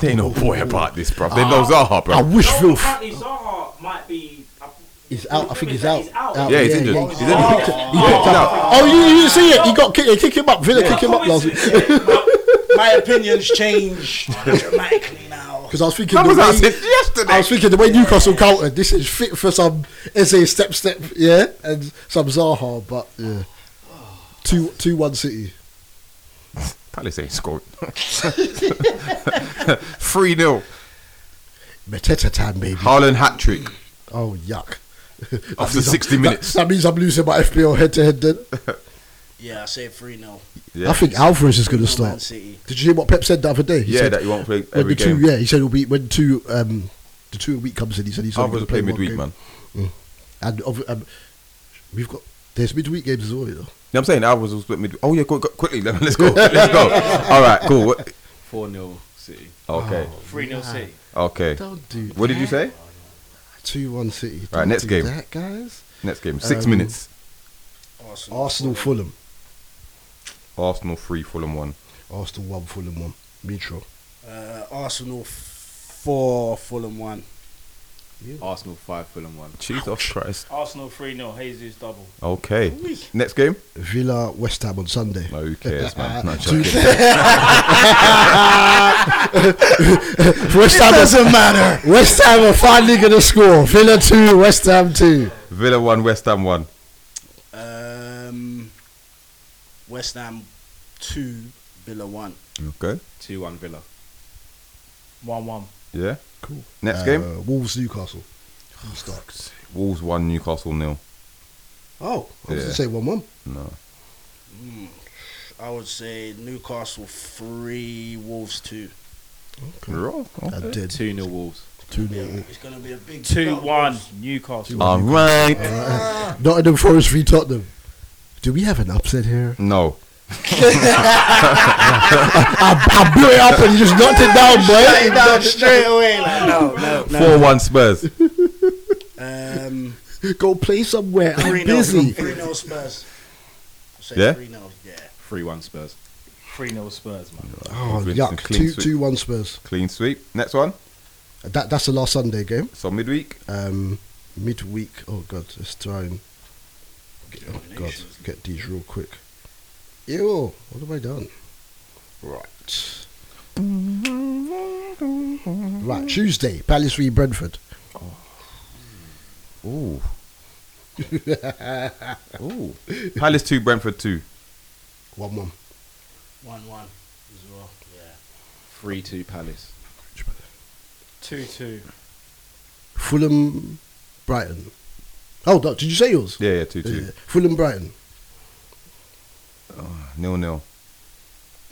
Speaker 4: They know boy about this, bro. They know Zaha,
Speaker 5: I
Speaker 4: bro.
Speaker 5: wish Phil. F-
Speaker 12: Apparently Zaha might be.
Speaker 5: is out. I think he's out. out.
Speaker 4: Yeah, he's injured. He's injured.
Speaker 5: He
Speaker 4: He
Speaker 5: picked
Speaker 4: picked
Speaker 5: it- he picked it up. Oh, you, you didn't see it? He got kicked. They kicked him up. Villa kicked him up last week.
Speaker 6: My opinions change dramatically now.
Speaker 5: Because I was thinking,
Speaker 4: That
Speaker 5: the
Speaker 4: was us
Speaker 5: way,
Speaker 4: yesterday.
Speaker 5: I was thinking the way Newcastle countered. This is fit for some SA step step, yeah, and some Zaha, but yeah, two two one City.
Speaker 4: Palace ain't scored. 3 0.
Speaker 5: Mateta time, baby.
Speaker 4: Haaland hat trick.
Speaker 5: Oh yuck! That
Speaker 4: After
Speaker 5: means I'm-
Speaker 4: 60 minutes.
Speaker 5: That, that means I'm losing my FPL head to head. Then
Speaker 6: Yeah, I say three 0
Speaker 4: Yeah.
Speaker 5: I think Alvarez is going to
Speaker 6: Man
Speaker 5: start.
Speaker 6: City.
Speaker 5: Did you hear what Pep said the other day? He
Speaker 4: Yeah,
Speaker 5: said
Speaker 4: that he won't play
Speaker 5: when
Speaker 4: every
Speaker 5: the two.
Speaker 4: game.
Speaker 5: Yeah, he said it'll be when two. Um, the two a week comes in. He said he's
Speaker 4: Alvarez
Speaker 5: going
Speaker 4: will
Speaker 5: to
Speaker 4: play midweek, man.
Speaker 5: Mm. And of- um, we've got there's midweek games as well. You know.
Speaker 4: You know what I'm saying? Alvarez will split midweek. Oh, yeah, go, go, quickly. Let's go. Let's go. All right, cool. What-
Speaker 11: Four 0 City.
Speaker 4: Okay.
Speaker 11: Oh,
Speaker 12: Three 0 City.
Speaker 4: Okay.
Speaker 5: Don't do.
Speaker 4: What did you say?
Speaker 5: Two one City.
Speaker 4: Right,
Speaker 5: Don't
Speaker 4: next
Speaker 5: do
Speaker 4: game.
Speaker 5: that, guys.
Speaker 4: Next game. Six
Speaker 5: Um,
Speaker 4: minutes.
Speaker 6: Arsenal.
Speaker 5: Arsenal Fulham.
Speaker 4: Arsenal 3, Fulham 1.
Speaker 5: Arsenal one Fulham one. Mitro.
Speaker 6: Uh, Arsenal four. Fulham one.
Speaker 11: Arsenal five Fulham one.
Speaker 4: Jesus Christ.
Speaker 12: Arsenal three 0 Jesus double.
Speaker 4: Okay. Next game?
Speaker 5: Villa West Ham on Sunday.
Speaker 4: No, who cares, man? No,
Speaker 5: Two-
Speaker 4: joking.
Speaker 5: West Ham doesn't matter. West Ham are finally gonna score. Villa two, West Ham two.
Speaker 4: Villa one, West Ham one.
Speaker 6: Um, West Ham two. Villa one.
Speaker 4: Okay.
Speaker 11: Two one Villa.
Speaker 12: One one.
Speaker 4: Yeah.
Speaker 5: Cool.
Speaker 4: Next game,
Speaker 5: Uh, Wolves Newcastle. You start.
Speaker 4: Wolves one, Newcastle nil.
Speaker 5: Oh, I was
Speaker 4: Yeah.
Speaker 5: gonna say one one.
Speaker 4: No.
Speaker 6: hmm. I would say Newcastle three. Wolves two.
Speaker 4: Roll.
Speaker 5: I did
Speaker 11: Two 0 Wolves.
Speaker 5: two 0
Speaker 6: It's gonna be a big
Speaker 12: Two
Speaker 6: battle.
Speaker 12: one Newcastle.
Speaker 4: All right.
Speaker 5: Uh, Nottingham Forest v Tottenham. Do we have an upset here?
Speaker 4: No.
Speaker 5: I blew it up and you just knocked it down, boy.
Speaker 6: down straight away. Like, no, no,
Speaker 4: Four one Spurs.
Speaker 6: no. Um,
Speaker 5: Go play somewhere. I'm
Speaker 6: 3 0
Speaker 5: busy.
Speaker 6: 3 0 Spurs. I'll Say
Speaker 4: Yeah?
Speaker 6: 3 0, yeah.
Speaker 11: Three one Spurs.
Speaker 12: Three 0 Spurs, man.
Speaker 5: Oh,
Speaker 4: Vincent,
Speaker 5: yuck.
Speaker 4: clean
Speaker 5: Two,
Speaker 4: sweep.
Speaker 5: two, one Spurs.
Speaker 4: Clean sweep. Next one.
Speaker 5: That, that's the last Sunday game.
Speaker 4: So midweek.
Speaker 5: Um, midweek. Oh, God. Let's try and. Oh, God. Get these real quick. Ew. What have I done? Right.
Speaker 12: Mm-hmm.
Speaker 5: Right. Tuesday. Palace v Brentford.
Speaker 4: Ooh. Ooh. Palace two, Brentford two.
Speaker 5: 1 1.
Speaker 6: 1 1 as well, yeah.
Speaker 11: Three two Palace.
Speaker 12: Two two.
Speaker 5: Fulham. Brighton. Oh, no, did you say yours?
Speaker 4: Yeah, yeah, two two.
Speaker 5: Yeah. Fulham Brighton.
Speaker 4: Ah, Nil nil.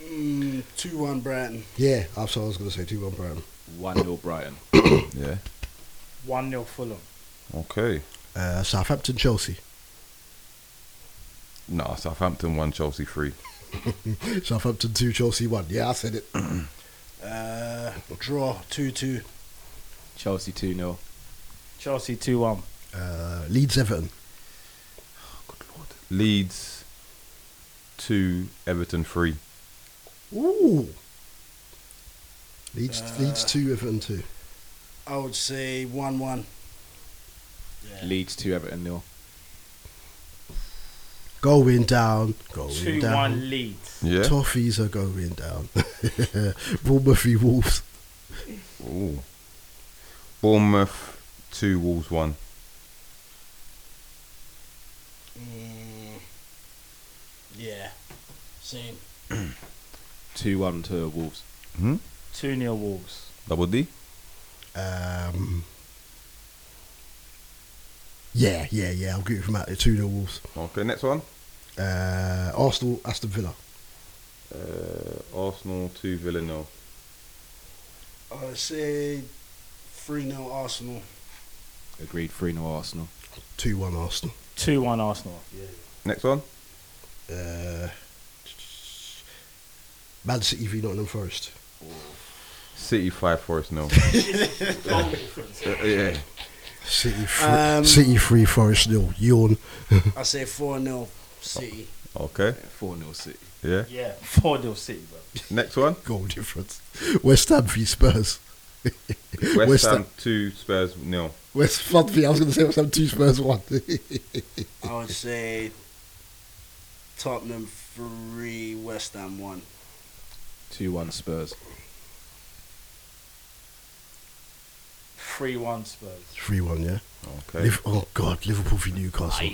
Speaker 6: Mm, 2 1 Brighton.
Speaker 5: Yeah, that's what I was going to say. 2 1 Brighton.
Speaker 11: One 0 Brighton.
Speaker 4: Yeah.
Speaker 12: One 0 Fulham.
Speaker 4: Okay.
Speaker 5: Uh, Southampton Chelsea.
Speaker 4: No, Southampton one, Chelsea three.
Speaker 5: Southampton 2, Chelsea 1. Yeah, I said it.
Speaker 6: Uh, draw 2 2.
Speaker 11: Chelsea two 0
Speaker 12: Chelsea two one.
Speaker 5: Uh, Leeds Everton.
Speaker 4: Leeds two, Everton three.
Speaker 5: Ooh. Leeds,
Speaker 12: Uh,
Speaker 5: Leeds 2, Everton 2.
Speaker 6: I would say 1 1.
Speaker 11: Leeds two Everton 0
Speaker 5: Going down, going
Speaker 12: Two
Speaker 5: down.
Speaker 12: one lead.
Speaker 4: Yeah.
Speaker 5: Toffees are going down. Bournemouth v Wolves.
Speaker 4: Ooh. Bournemouth two, Wolves one.
Speaker 6: Mm, yeah, same.
Speaker 11: Two one to Wolves.
Speaker 4: Hmm?
Speaker 12: Two 0 Wolves.
Speaker 4: Double D.
Speaker 5: Um, yeah, yeah, yeah. I'll give it from out there. 2 0 Wolves.
Speaker 4: Okay, next one.
Speaker 5: Uh, Arsenal, Aston Villa.
Speaker 4: Uh, Arsenal two, Villa nil.
Speaker 6: I say 3 0 Arsenal.
Speaker 11: Agreed. Three 0 Arsenal.
Speaker 5: 2 1 Arsenal.
Speaker 12: Two one Arsenal.
Speaker 4: Next one.
Speaker 5: Uh, Man City v Nottingham Forest.
Speaker 4: City five, Forest nil. Uh, yeah.
Speaker 5: City, fr-
Speaker 6: Um,
Speaker 5: City 3 Forest nil. Yawn.
Speaker 6: I say 4 0 City.
Speaker 4: Okay.
Speaker 11: Four 0 City.
Speaker 4: Yeah.
Speaker 12: Yeah, four 0 City, bro.
Speaker 4: Next one.
Speaker 5: Goal difference. West Ham v Spurs.
Speaker 4: West,
Speaker 5: West
Speaker 4: Ham
Speaker 5: Ham.
Speaker 4: two, Spurs nil.
Speaker 5: West Ham v. I was going to say West Ham 2 Spurs 1.
Speaker 6: I would say Tottenham 3, West Ham 1.
Speaker 11: Two one Spurs.
Speaker 12: Three one Spurs.
Speaker 5: 3 1, yeah.
Speaker 4: Okay.
Speaker 5: Liv- oh, God. Liverpool v Newcastle.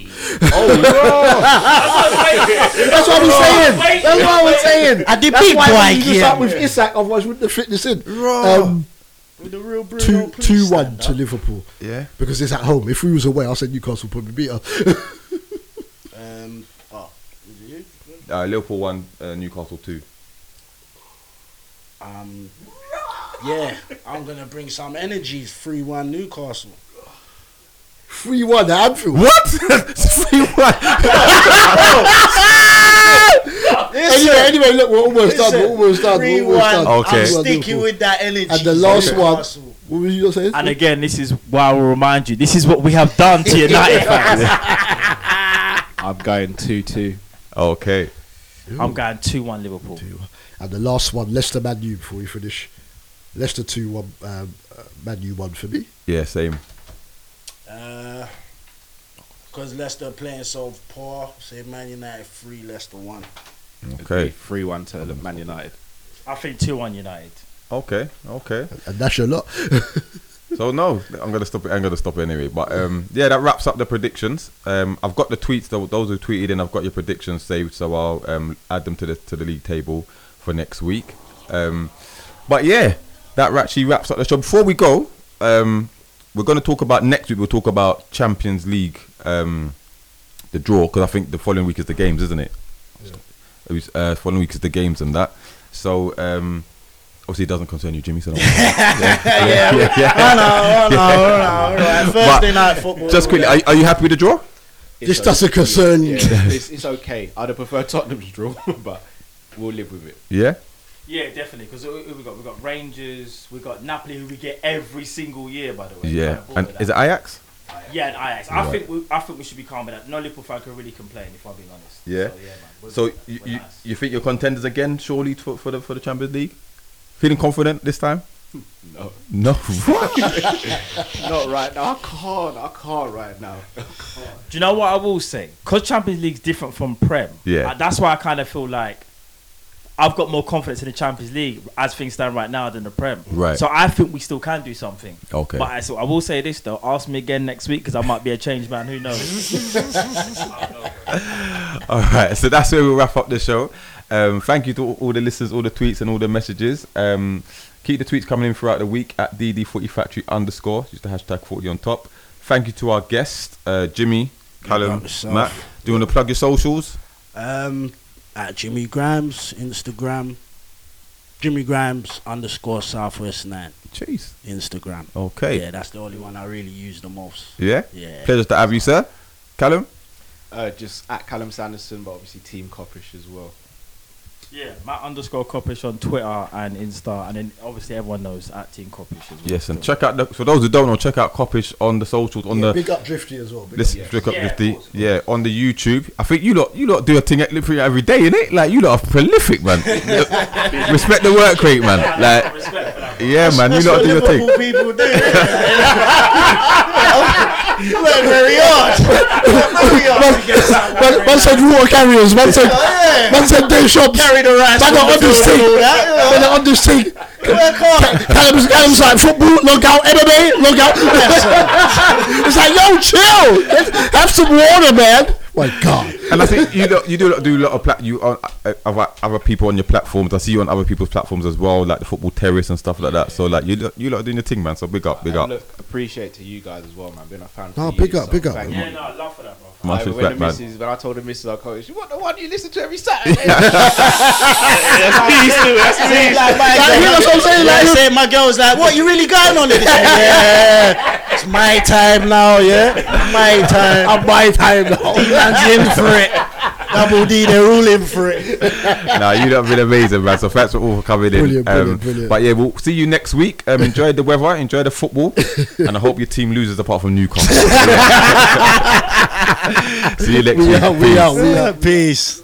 Speaker 6: Oh,
Speaker 12: That's
Speaker 4: Oh,
Speaker 5: That's what I was saying.
Speaker 12: wait.
Speaker 5: That's what I was saying.
Speaker 13: At the
Speaker 5: That's
Speaker 13: big
Speaker 5: why
Speaker 13: boy
Speaker 5: we need to
Speaker 13: game.
Speaker 5: start with Isak, otherwise we wouldn't have fit this in. Um,
Speaker 6: With the real Bruno,
Speaker 5: two, two, one to Liverpool
Speaker 4: Oh. Yeah.
Speaker 5: because it's at home. If we was away, I said Newcastle probably beat us.
Speaker 6: Um, oh, is it you?
Speaker 4: Uh, Liverpool one, uh, Newcastle two.
Speaker 6: Um, yeah, I'm gonna bring some energy. Three one Newcastle.
Speaker 5: Three one at Anfield.
Speaker 4: What? Three one.
Speaker 5: Anyway, anyway, look, we're almost done. We're almost done. We're almost done.
Speaker 4: Okay.
Speaker 6: I'm
Speaker 5: Three-one
Speaker 6: sticking
Speaker 5: Liverpool.
Speaker 6: with that energy.
Speaker 5: And the last
Speaker 6: Newcastle.
Speaker 5: one. What were you gonna say?
Speaker 12: And again, this is why I will remind you. This is what we have done to United fans.
Speaker 11: I'm going two two.
Speaker 4: Okay.
Speaker 12: I'm going two one Liverpool.
Speaker 5: And the last one, Leicester Man U. Before we finish, Leicester two one, um, uh, Man U one for me.
Speaker 4: Yeah, same.
Speaker 6: Uh, because Leicester are playing so poor. Say Man United three, Leicester one.
Speaker 4: Okay.
Speaker 11: Three one to Man United.
Speaker 12: I think two one United.
Speaker 4: Okay. Okay.
Speaker 5: And that's your lot.
Speaker 4: So no, I'm gonna stop it. I'm gonna stop it anyway. But um, yeah, that wraps up the predictions. Um, I've got the tweets tho- those who tweeted, and I've got your predictions saved, so I'll um, add them to the to the league table for next week. Um, but yeah, that actually wraps up the show. Before we go, um, we're gonna talk about next week. We'll talk about Champions League, um, the draw, because I think the following week is the games, isn't it? It was, uh, following week is the games and that. So um, obviously, it doesn't concern you, Jimmy. So. Don't yeah, yeah, yeah.
Speaker 6: Oh no! Oh no! Oh no! Right. Thursday
Speaker 4: But-
Speaker 6: night football.
Speaker 4: Just quickly, are, are you happy with the draw?
Speaker 5: this doesn't concern you.
Speaker 11: it's, it's okay. I'd have preferred Tottenham to draw, but we'll live with it.
Speaker 4: Yeah.
Speaker 12: Yeah, definitely. Because we got we got Rangers, we got Napoli, who we get every single year, by the way.
Speaker 4: Yeah.
Speaker 12: Kinda bored
Speaker 4: And
Speaker 12: with
Speaker 4: is it
Speaker 12: that.
Speaker 4: Ajax?
Speaker 12: Yeah, and Ajax. I
Speaker 4: Right.
Speaker 12: think we, I think we should be calm with that. No Liverpool fan can really complain, if I'm being honest.
Speaker 4: Yeah.
Speaker 12: So, yeah, man. We're
Speaker 4: So
Speaker 12: good,
Speaker 4: you,
Speaker 12: we're
Speaker 4: you,
Speaker 12: nice.
Speaker 4: you think you're contenders again, surely for, for the for the Champions League? Feeling confident this time?
Speaker 11: No,
Speaker 4: No.
Speaker 11: not right now. I can't. I can't right now.
Speaker 12: Do you know what I will say? Because Champions League's different from Prem.
Speaker 4: Yeah.
Speaker 12: uh, that's why I kind of feel like I've got more confidence in the Champions League as things stand right now than the Prem.
Speaker 4: Right.
Speaker 12: So I think we still can do something.
Speaker 4: Okay.
Speaker 12: But I, so I will say this though. Ask me again next week because I might be a changed man. Who knows?
Speaker 4: all right. So that's where we wrap up the show. Um, thank you to all, all the listeners, all the tweets, and all the messages. Um, keep the tweets coming in throughout the week at DD40Factory underscore. Use the hashtag 40 on top. Thank you to our guest, uh, Jimmy, Callum,
Speaker 6: yourself.
Speaker 4: Matt. Do you want to plug your socials?
Speaker 6: Um, at Jimmy Grimes Instagram. Jimmy Grimes underscore Southwest Nine
Speaker 4: Jeez.
Speaker 6: Instagram.
Speaker 4: Okay.
Speaker 6: Yeah, that's the only one I really use the most.
Speaker 4: Yeah.
Speaker 6: Yeah.
Speaker 4: Pleasure to have you, sir. Callum.
Speaker 11: Uh, just at Callum Sanderson, but obviously Team Coppish as well.
Speaker 12: yeah. Matt underscore Coppish on Twitter and Insta, and then obviously everyone knows at Team Coppish as well.
Speaker 4: Yes, and uh, check out the, for those who don't know, check out Coppish on the socials on the
Speaker 5: Big up Drifty as well. Big
Speaker 4: this
Speaker 5: up.
Speaker 4: Drake up
Speaker 12: Yeah,
Speaker 4: with
Speaker 12: of
Speaker 4: the-
Speaker 12: course, of
Speaker 4: yeah on the YouTube. I think you lot you lot do a thing at- literally every day, innit? Like you lot are prolific, man. Respect the work rate, man. Like
Speaker 12: Respect for that.
Speaker 4: yeah, man, you lot do your thing.
Speaker 6: Liverpool people do. You work very hard. Very hard to get that
Speaker 5: Man,
Speaker 6: one
Speaker 13: Man said water carriers. Man said,
Speaker 6: Yeah.
Speaker 13: man said day shops.
Speaker 6: Carry the rice
Speaker 13: Man
Speaker 6: from
Speaker 13: got
Speaker 6: the
Speaker 13: on this
Speaker 6: field
Speaker 13: thing.
Speaker 6: and all that, you know.
Speaker 13: Man got on this thing. Callum's Callum's like football. Log out MMA. Log out. it's like yo, chill. Have some water, man. My God.
Speaker 4: And I think you do, you do a lot- do a lot of plat you on uh, other other people on your platforms. I see you on other people's platforms as well, like the football terrace and stuff like that. So like you lot- you lot are doing your thing, man. So big up, big
Speaker 11: And
Speaker 4: up.
Speaker 11: Look, appreciate to you guys as well, man. Been a fan.
Speaker 13: No,
Speaker 11: for
Speaker 13: big
Speaker 11: years,
Speaker 13: up, big up.
Speaker 11: thank
Speaker 13: Yeah,
Speaker 11: you.
Speaker 13: no,
Speaker 12: I love for that, bro.
Speaker 11: Like,
Speaker 4: Massive
Speaker 11: when, the
Speaker 4: back, man.
Speaker 11: missus, when I told the missus, I coach, what the one you listen to every Saturday?
Speaker 6: That's peace, too. That's
Speaker 11: And
Speaker 6: peace.
Speaker 11: then, like, my
Speaker 6: Like,
Speaker 11: girl-
Speaker 6: hear what I'm saying?
Speaker 11: Yeah,
Speaker 6: Like,
Speaker 11: I said,
Speaker 6: say my girl's like, what, you really going on in this? yeah. It's my time now, yeah? My time. I'm my time now. D-Man's in for it. Double D, they're all in for it.
Speaker 4: nah, you lot have been amazing, man. So thanks for all for coming in.
Speaker 13: Brilliant, brilliant,
Speaker 4: um,
Speaker 13: brilliant.
Speaker 4: But yeah, we'll see you next week. Um, enjoy the weather, enjoy the football, and I hope your team loses apart from Newcastle. see you next
Speaker 13: We
Speaker 4: week.
Speaker 13: out.
Speaker 4: Peace.
Speaker 13: We out. We out.
Speaker 6: Peace.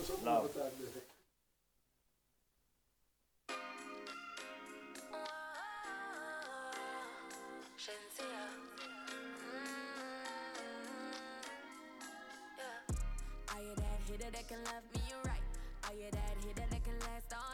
Speaker 8: Are you that hitter that can love me right? Are you that hitter that can last all